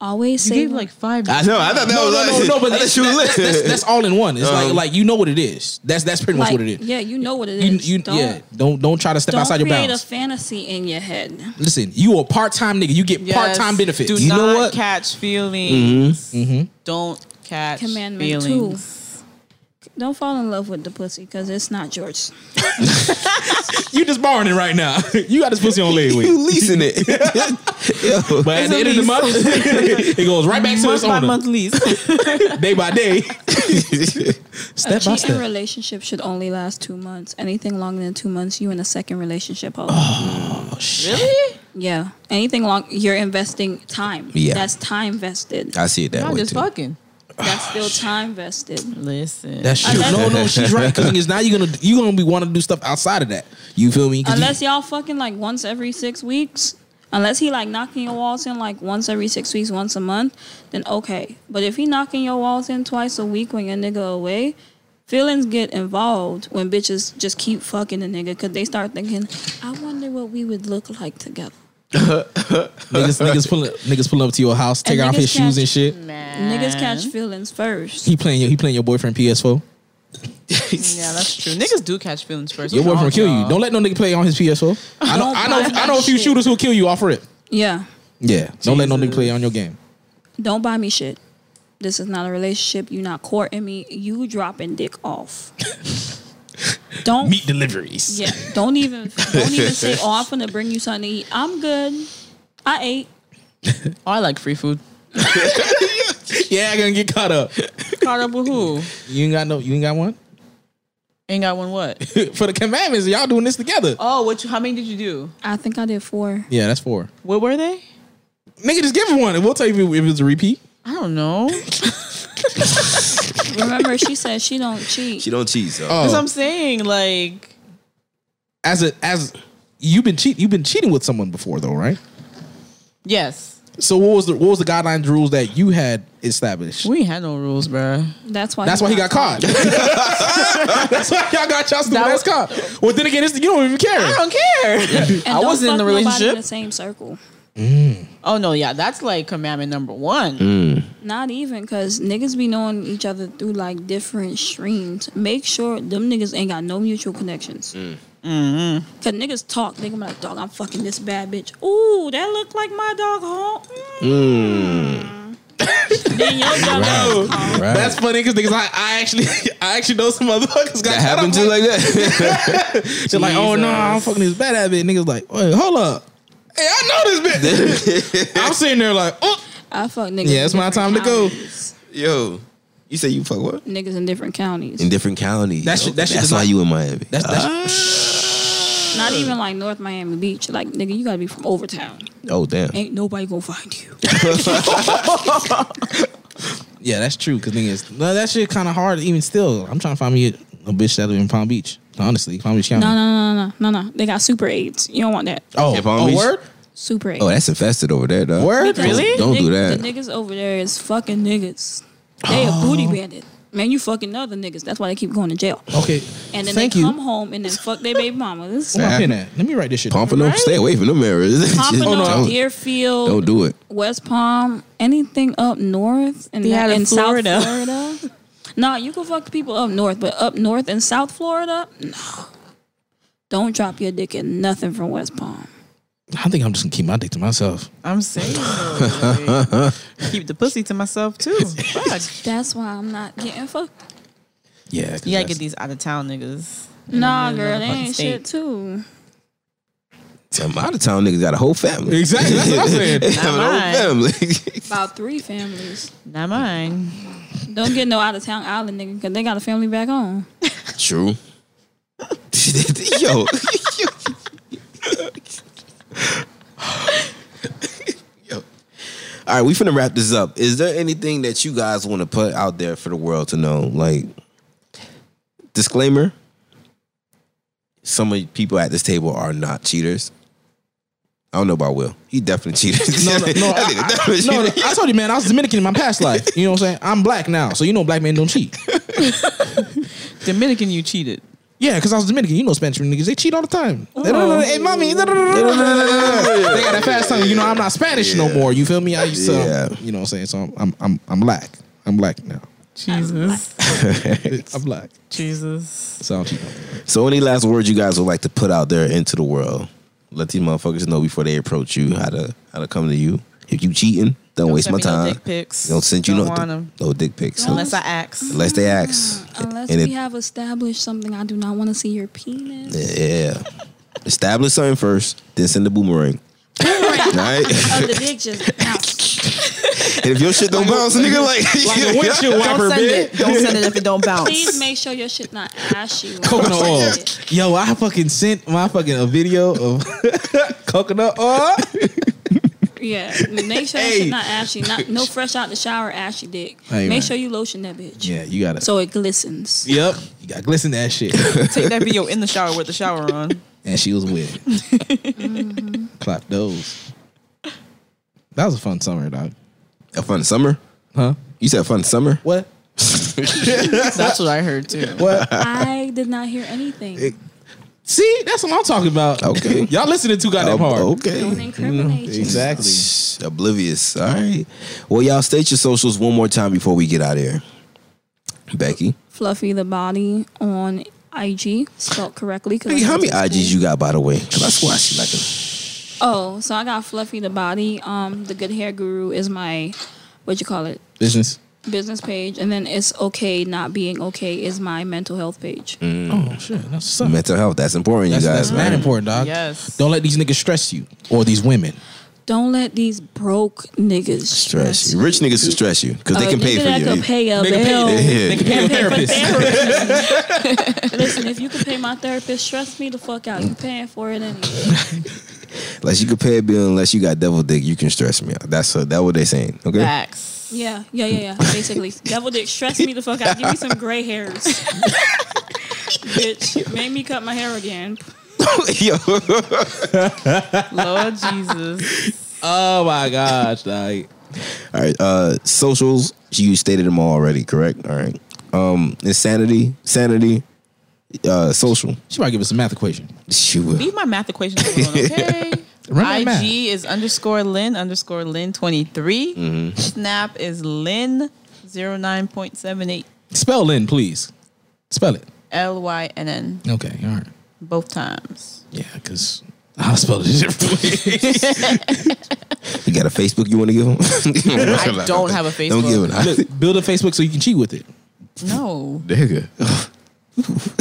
D: always
E: You
D: say,
E: gave like five.
A: I know. I thought that
B: no,
A: was
B: no,
A: like,
B: no, no, but
A: I
B: that's,
A: thought you were
B: that's, that's,
A: listening.
B: that's all in one. It's like
A: Um,
B: like you know what it is. That's that's pretty much what
D: like,
B: it is.
D: yeah, you know what it
B: You,
D: is.
B: you
D: don't,
B: yeah. Don't don't try to step
D: don't
B: outside your
D: create
B: bounds.
D: a fantasy in your head.
B: Listen, you a part time nigga. You get part time benefits.
E: Do
A: You
E: not
A: know what?
E: catch feelings. Don't catch
D: Commandment
E: feelings.
D: two. Don't fall in love with the pussy because it's not yours.
B: you just borrowing it right now. you got this pussy on leg with.
A: You leasing it. Yo.
B: But at
E: It's
B: the
E: a
B: end of the
E: lease.
B: month, it goes right back to its
E: Month by
B: owner,
E: month lease.
B: day by day,
D: A
B: step by
D: cheating
B: step.
D: relationship should only last two months. Anything longer than two months, you in a second relationship. Hold
B: Oh, shit.
E: really?
D: Yeah. Anything long, you're investing time.
A: Yeah.
D: That's time vested.
A: I see it that
E: Not
A: way
E: just
A: too.
E: fucking.
B: Ah.
D: That's still time vested.
E: Listen.
B: That's true.
D: Unless-
B: No, no, she's right. Because now you're gonna you gonna be wanting to do stuff outside of that. You feel me? 'Cause you-
D: Unless y'all fucking like once every six weeks. Unless he like knocking your walls in like once every six weeks, once a month, then okay. But if he knocking your walls in twice a week when your nigga away, feelings get involved when bitches just keep fucking the nigga because they start thinking, I wonder what we would look like together.
B: niggas niggas pull up, niggas pull up to your house, take
D: And
B: off
D: niggas
B: his shoes
D: catch-
B: and shit.
D: Niggas catch feelings first.
B: He playing your he playing your boyfriend PS4.
E: Yeah, that's true. Niggas do catch feelings first.
B: Your
E: What's
B: boyfriend
E: wrong
B: kill
E: with
B: you.
E: y'all?
B: Don't let no nigga play on his PS4. I know
D: Don't
B: I know
D: buy
B: I
D: that
B: know a few
D: Oh shit.
B: shooters who'll kill you off rip.
D: Yeah.
B: Yeah. Don't let no nigga
E: Jesus.
B: play on your game.
D: don't buy me shit. This is not a relationship. You not courting me. You dropping dick off. don't
B: Meat deliveries.
D: yeah. Don't even don't even say, oh, I'm gonna bring you something to eat. I'm good. I ate.
E: Oh, I like free food.
B: Yeah, I gonna get caught up.
E: Caught up with who?
B: You ain't got no you ain't got one?
E: Ain't got one what?
B: For the commandments, y'all doing this together.
E: Oh, what? You, how many did you do?
D: I think I did four.
B: Yeah, that's four.
E: What were they?
B: Nigga, just give him one and we'll tell you if it's a repeat.
E: I don't know.
D: Remember, she said she don't cheat.
A: She don't cheat, so
E: That's what
B: Oh,
E: I'm saying. Like,
B: as a as you've been cheat you've been cheating with someone before though, right?
E: yes.
B: So what was the what was the guidelines rules that you had established?
E: We ain't had no rules, bruh.
D: That's why.
B: That's why he got caught. That's why y'all got y'all stupid
E: That
B: ass caught. Well, then again, it's, you don't even care.
E: I don't care.
D: And
E: I
D: don't
E: wasn't in
D: fuck
E: the
D: nobody
E: relationship.
D: In the same circle.
E: oh no, yeah, that's like commandment number one.
D: Not even because niggas be knowing each other through like different streams. Make sure them niggas ain't got no mutual connections. Cause niggas talk, they gonna be like, dog, I'm fucking this bad bitch. Ooh, that look like my dog home. Mm. then your dumb ass
B: Right.
D: call.
A: Oh, Right.
B: That's funny because niggas, I, I actually, I actually know some motherfuckers
A: that
B: got caught
A: happened
B: up
A: to you
B: on-
A: like that.
B: They're like, oh no, I'm fucking this bad habit. Niggas like, wait, hold up. Hey, I know this bitch. I'm sitting there like, oh,
D: I fuck niggas.
B: Yeah, it's
D: in
B: my
D: different
B: time to go.
D: counties.
A: Yo, you say you fuck what?
D: Niggas in different counties.
A: In different counties.
B: That shit-
A: Okay,
B: that shit
A: that's
B: does
A: why
B: not-
A: you in Miami.
B: that's that's
D: Not even like North Miami Beach. Like nigga, you gotta be from over town.
A: oh damn.
D: Ain't nobody gonna find you.
B: yeah, that's true. Because niggas, no, that shit kind of hard. Even still, I'm trying to find me a, a bitch that live in Palm Beach. Honestly, Palm Beach County.
D: No, no, no, no, no, no. They got super aids. You don't want that.
B: Oh,
A: Yeah, Palm
B: oh,
A: Beach.
B: word,
D: Super aids.
A: Oh, that's infested over there, dog.
B: word.
A: Don't-
C: Really?
A: Don't do
D: Nigg- The
A: that.
D: niggas over there is fucking niggas. They
B: Oh.
D: a booty bandit. Man, you fucking other niggas. That's why they keep going to jail.
B: Okay,
D: And then
B: Oh, thank
D: they
B: you.
D: come home and then fuck their baby mamas.
B: Where my pen at? Let me write this shit. down.
A: Pompano, stay away from them areas.
D: Pompano,
A: don't,
D: Deerfield,
A: don't do it.
D: West Palm, anything up north and,
E: They out in
D: and
E: Florida.
D: South Florida. no, you can fuck people up north, but up north and South Florida, no. Don't drop your dick in nothing from West Palm.
B: I think I'm just gonna keep my dick to myself.
E: I'm saying though, like, keep the pussy to myself too. Fuck.
D: That's why I'm not getting fucked.
B: Yeah,
E: You gotta get these out of town niggas.
D: Nah,
E: in
D: girl, they
E: another
D: ain't
E: state.
D: shit too.
A: Damn, out of town niggas got a whole family.
B: Exactly, that's what I'm saying.
A: They have
E: Not
A: a whole family.
D: About three families.
E: Not mine.
D: Don't get no out of town island nigga because they got a family back home.
A: True. yo. yo. All right, we finna wrap this up. Is there anything that you guys want to put out there for the world to know? Like, disclaimer: some of the people at this table are not cheaters. I don't know about Will. He definitely cheated.
B: No, no, no,
A: That
B: I,
A: nigga
B: I,
A: definitely
B: no, no,
A: cheated.
B: I told you, man, I was Dominican in my past life. You know what I'm saying? I'm black now, so you know black men don't cheat.
E: Dominican, you cheated.
B: Yeah, because I was Dominican. You know Spanish niggas, they cheat all the time. They don't know, hey, mommy, da, da, da, da, da, da, da, da." they got that fast tongue. You know, I'm not Spanish no more. You feel me? I used to,
A: Yeah.
B: you know what I'm saying? So I'm, I'm, I'm, I'm black. I'm black now.
E: Jesus.
B: I'm black.
E: Jesus.
B: So I'm cheating.
A: So, any last words you guys would like to put out there into the world? Let these motherfuckers know before they approach you how to how to come to you. If you cheating, don't, waste
E: send
A: my
E: me no
A: time.
E: dick pics.
A: Don't send you
E: Don't
A: no
E: want 'em.
A: no dick pics
E: Unless I ask.
A: Unless they ask.
D: Uh, Unless
A: And
D: we
A: it-
D: have established something, I do not want to see your penis.
A: Yeah. Establish something first, then send the boomerang. All right.
D: Oh, the dick just bounced.
A: and if your shit don't bounce, nigga, like,
B: Like a windshield wiper,
E: Don't send it.
B: bitch.
E: Don't send it if it don't bounce.
D: Please make sure your shit not ashy.
B: Coconut oil. Yo, I fucking sent my fucking a video of coconut oil.
D: Yeah, make sure your
B: Hey.
D: shit not ashy. Not no fresh out the shower ashy dick.
B: Hey,
D: make
B: man.
D: sure you lotion that bitch
B: Yeah, you gotta.
D: so it glistens.
B: yep, you gotta glisten that shit.
E: Take that video in the shower with the shower on.
B: and she was with it. Clap those. That was a fun summer, dog.
A: a fun summer?
B: Huh?
A: You said fun summer?
B: What?
E: That's what I heard too.
B: What?
D: I did not hear anything.
B: See, that's what I'm talking about.
A: Okay.
B: Y'all listening too goddamn
A: Oh,
B: hard.
D: Don't
A: okay.
D: incriminate you.
B: Exactly.
A: Shh, Oblivious. All right. Well, y'all state your socials one more time before we get out of here. Becky.
D: Fluffy the body on IG spelled correctly. 'cause I
A: Hey, how
D: went
A: many
D: to school.
A: IGs you got, by the way? Because I swear I see like a.
D: Oh, so I got Fluffy the Body. Um, the Good Hair Guru is my what you call it
B: Business.
D: business page, and then it's okay not being okay is my mental health page.
A: Mm.
B: Oh shit, that's what's up.
A: Mental health, that's important,
B: That's,
A: you guys,
B: that's
A: man.
B: mad important, dog.
E: Yes.
B: Don't let these niggas stress you or these women.
D: Don't let these broke niggas
A: Stress you. Rich niggas can stress you because they
D: A
A: can pay
D: Oh, nigga
A: for
D: that
A: you.
D: Can pay a
B: They can pay-
D: bill.
A: Yeah. They can
B: pay a
D: Can pay for
B: therapist.
D: therapy. Listen, if you can pay my therapist, stress me the fuck out. You paying for it anyway.
A: Unless you can pay a bill, unless you got devil dick, you can stress me out. That's what, that what they saying. Okay.
E: Facts.
D: Yeah, yeah, yeah, yeah. Basically, devil dick, stress me the fuck out. Give me some gray hairs, bitch. Make me cut my hair again.
A: Yo,
E: Lord Jesus.
B: Oh my gosh, like
A: all right. Uh, socials, you stated them all already, correct? All right. Um, insanity, sanity, uh, social.
B: she might give us a math equation.
A: She will.
E: Leave my math equation alone, okay?
B: Run that
E: IG
B: math.
E: is underscore Lynn underscore Lynn 23.
B: Mm-hmm.
E: Snap is Lynn 09.78.
B: Spell Lynn, please. Spell it.
E: L Y N N.
B: Okay, all right.
E: Both times.
B: Yeah, because I'll spell this shit for you.
A: You got a Facebook you want to give him?
E: I don't have a
A: Don't
E: Facebook.
A: give him.
B: Look, build a Facebook so you can cheat with it.
E: No.
A: Nigga.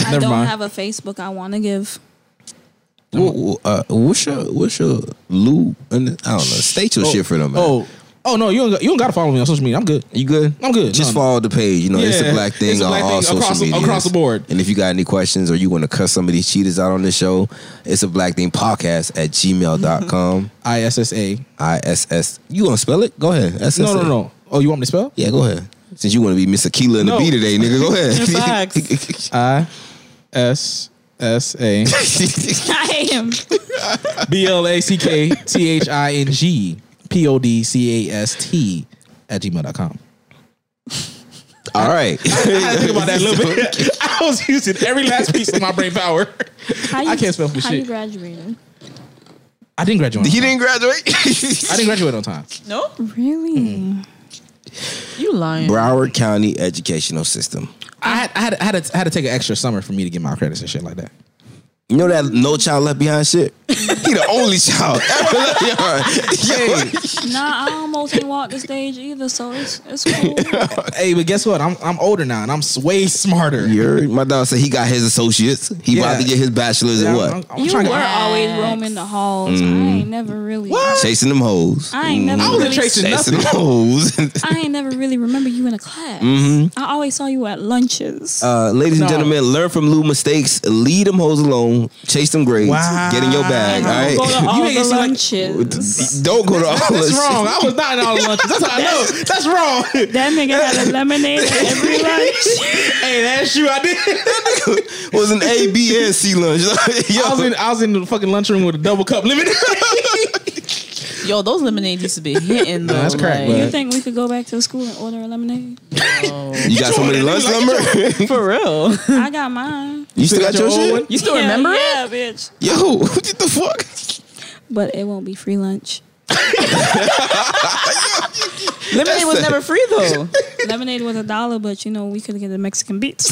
D: I
B: Never
D: don't
B: mind.
D: have a Facebook I want to give.
A: Wha- uh, what's your what's your Lou? and- I don't know. State your shit for them, man.
B: Oh, oh no, you don't, got- you don't gotta follow me on social media. I'm good.
A: You good?
B: I'm good.
A: Just
B: No, no.
A: follow the page. You know, it's a
B: Yeah,
A: black thing
B: it's a
A: on
B: black
A: all
B: thing
A: social
B: across the-
A: media.
B: across the board.
A: And if you got any questions or you want to cuss some of these cheaters out on the show, it's a black thing podcast at
E: Mm-hmm.
A: gmail.com.
B: I S S A.
A: I S S. You gonna spell it? Go ahead. S-S-A.
B: No, no, no. Oh, you want me to spell?
A: Yeah, go ahead. Since you want to be Mr. Keela and
B: No. Uh,
A: the B today, nigga, go
E: Facts.
A: ahead.
B: I S S A
D: I am.
B: B L A C K T H I N G P O D C A S T at gmail.com.
A: All right.
B: I think about that a little bit. I was using every last piece of my brain power.
D: How you,
B: I can't spell for
D: how
B: shit.
D: you graduated?
B: I didn't graduate. On
A: He
B: time.
A: didn't graduate.
B: I didn't graduate on time.
E: No?
D: Really?
E: You lying.
A: Broward County Educational System.
B: I had, I had, I had, to, I had to take an extra summer for me to get my credits and shit like that.
A: You know that No Child Left Behind shit? he the only child ever left behind. Yo,
B: Mm.
D: Nah, I almost ain't walked the stage either, so it's it's cool.
B: Hey, but guess what? I'm, I'm older now and I'm s- way smarter.
A: you heard? My dog said he got his associates. He
B: Yeah.
A: about to get his bachelor's
B: I'm-
A: in what?
B: I'm- I'm
D: you
B: trying
D: were
B: to- Mm.
D: always roaming the halls. I ain't never really.
A: Chasing them hoes.
D: I ain't never.
B: I wasn't
D: really,
B: chasing
A: Chasing
B: nothing.
A: them hoes.
D: I ain't never really remember you in a class. I always saw you at lunches.
A: Mm-hmm. uh, ladies and
B: No.
A: gentlemen, learn from Lou mistakes. Leave them hoes alone. Chase them grades.
B: Wow.
A: Get in your bag.
D: And
A: All
D: Go
A: right.
D: to all
B: make it
D: the
B: seem like-
D: lunches.
A: Don't go to all
B: That's
A: this.
B: wrong. I was not in all the lunches. That's how I know. That's wrong.
D: that nigga had a lemonade at every lunch.
B: hey, that's you. I did.
A: It was an A, B, and C lunch. Yo,
B: I was in I was in the fucking lunchroom with a double cup limit.
E: Yo, those lemonades used to be hitting though.
B: that's crack,
E: like,
D: you think we could go back to the school and order a lemonade?
A: you got somebody lunch number?
E: For real.
D: I got mine.
A: You still got your
B: old
A: shit?
B: one?
E: You still
D: Hell
E: remember it?
D: yeah, bitch.
A: Yo, what the fuck?
D: But it won't be free lunch.
E: Lemonade was never free though.
D: lemonade was a dollar, but you know we could get the Mexican beats.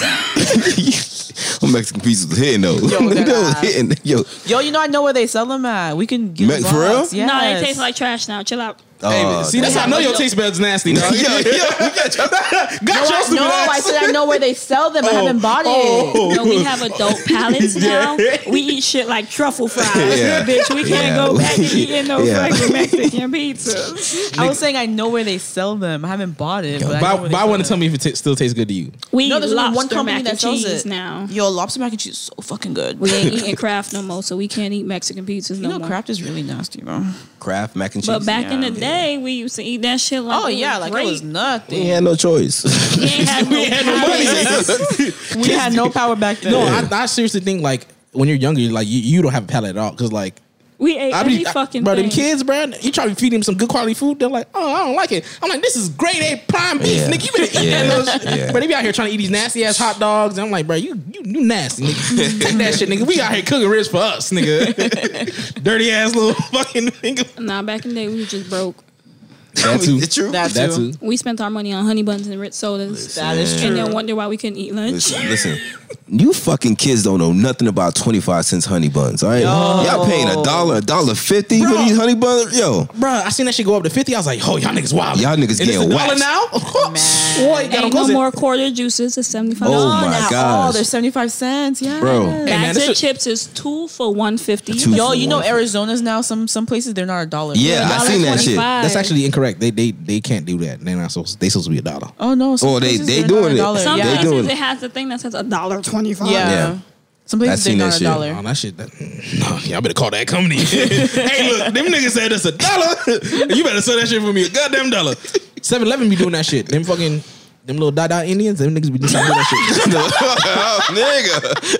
A: Well, Mexican pizza was hitting though.
E: Yo,
A: They
E: that
A: was
E: ass.
A: hitting. Yo,
E: Yo, you know I know where they sell them at. We can give
A: Me-
E: a
A: for real?
E: box. Yes.
D: No, they taste like trash now. Chill out.
A: Oh,
B: See, Uh, that's how I know your taste buds nasty, dog.
A: yo, yo, we got your-
B: Got your
E: No,
B: stupid
E: I
B: ass.
E: said I know where they sell them. I haven't bought it.
B: Oh.
D: No, we have adult palates now. We eat shit like truffle fries,
A: Yeah.
D: bitch. We can't
A: Yeah.
D: go back to eating no
A: Yeah.
D: fucking Mexican pizzas.
E: I was saying I know where they sell them. I haven't bought it. But, I know
B: Buy,
E: where they
B: buy
E: sell
B: one and
E: them.
B: tell me if it t- still tastes good to you.
D: We
E: No,
D: eat
E: there's only
D: lobster
E: one company
D: mac
E: that
D: and
E: sells
D: cheese
E: it
D: now.
E: Yo, lobster mac and cheese is so fucking good.
D: We ain't eating craft no more, so we can't eat Mexican pizzas
E: you
D: no
E: know,
D: more.
E: craft is really nasty, bro.
A: Kraft mac and cheese.
D: but back in
E: yeah.
D: the day, we used to eat that shit like
E: Oh
D: it
E: yeah,
D: was
E: like
D: great.
E: it was
A: we
E: nothing.
A: had no choice.
D: We ain't had no, palates.
E: We had no power back then. Oh
B: No, I, I seriously think like when you're younger, like you, you don't have a palate at all because like.
D: We ate
B: I
D: every
B: be, I-
D: fucking
B: bro, them
D: thing.
B: kids, bro. You try to feed them some good quality food, they're like, "Oh, I don't like it." I'm like, "This is grade A prime beef,
A: Yeah.
B: nigga. You better eat
A: Yeah.
B: that little shit."
A: Yeah.
B: But they be out here trying to eat these nasty ass hot dogs, and I'm like, "Bro, you you, you nasty, nigga. Take that shit, nigga. We out here cooking ribs for us, nigga. Dirty ass little fucking nigga.
D: Nah, back in the day, we was just broke.
B: That
A: too. It's true.
E: That
B: That
E: too.
B: too.
D: We spent our money on honey buns and Ritz sodas,
E: that is
D: and
E: true.
D: then wonder why we couldn't eat lunch.
A: Listen, listen. You fucking kids don't know nothing about twenty five cents honey buns, all right? Y'all paying a dollar, a dollar fifty for
B: Bro.
A: these honey buns, yo.
B: Bro, I seen that shit go up to fifty. I was like, "Oh, y'all niggas wild.
A: Y'all niggas
B: and it's a
A: getting
B: dollar
A: waxed.
B: now.
E: Man.
B: Boy, you got
D: Ain't
B: them
D: no
B: close it.
D: more quarter juices. It's seventy five.
A: Oh
E: Oh,
A: my
E: now,
A: gosh.
E: Oh, they're 75 cents. Yeah.
A: Bro.
B: Hey, man,
D: Bags
B: this shit-
D: of chips is two for one fifty.
A: Two
E: Yo, you know
A: Wonderful.
E: Arizona's now some some places they're not a dollar.
A: Yeah, I seen that shit.
D: $1.25.
B: That's actually incorrect. They they they can't do that. They're not supposed. They supposed to be a dollar.
E: Oh no. some
A: Oh, they-
E: places
A: they
E: they're
A: doing
E: not a
A: it.
E: dollar.
D: Some
A: They
E: yeah.
A: doing
D: places
A: it.
D: it has the thing that says a dollar twenty five.
E: Yeah.
A: Yeah.
E: Some
A: I
E: places
A: seen
E: they're not
A: that
E: a
A: shit. Um,
E: dollar.
B: Oh, that shit. That, no, y'all better call that company. hey, look, them niggas said it's a dollar. you better sell that shit for me a goddamn dollar. 7 Eleven be doing that shit. Them fucking, them little dot dot Indians, them niggas be doing that shit.
A: oh, nigga.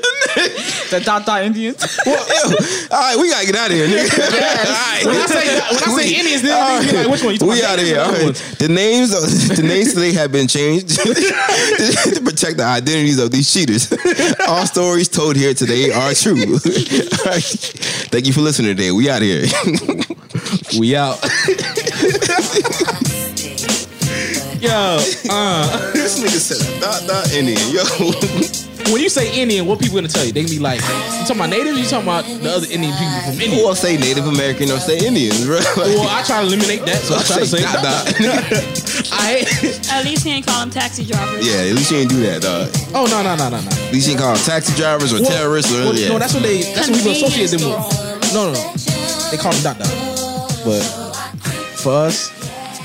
E: The dot dot Indians.
A: Well, yo. All right, we gotta get out of here, nigga. All right.
B: when I say Indians, then
A: All
B: niggas be like, which one? You
A: Uh, we out of here. All right. The names, of, the names today have been changed to protect the identities of these cheaters. All stories told here today are true. All right. Thank you for listening today. We out of here.
B: We out. Yo. uh,
A: this nigga said dot dot Indian. Yo.
B: when you say Indian, what people gonna tell you? They gonna be like, you talking about natives? You talking about the other Indian people from India?
A: Or say Native American or say Indians, bro.
B: Well, I try to eliminate that, so I try to say
A: nah, nah.
B: I.
D: At least he ain't call them taxi drivers.
A: yeah, at least you ain't do that, dog.
B: Oh no no no no no.
A: At least you ain't call them taxi drivers or
B: Well,
A: terrorists or
B: well,
A: yeah.
B: No, that's what they. That's what people associate them with. No, no, no. They call them dot dot. But for us,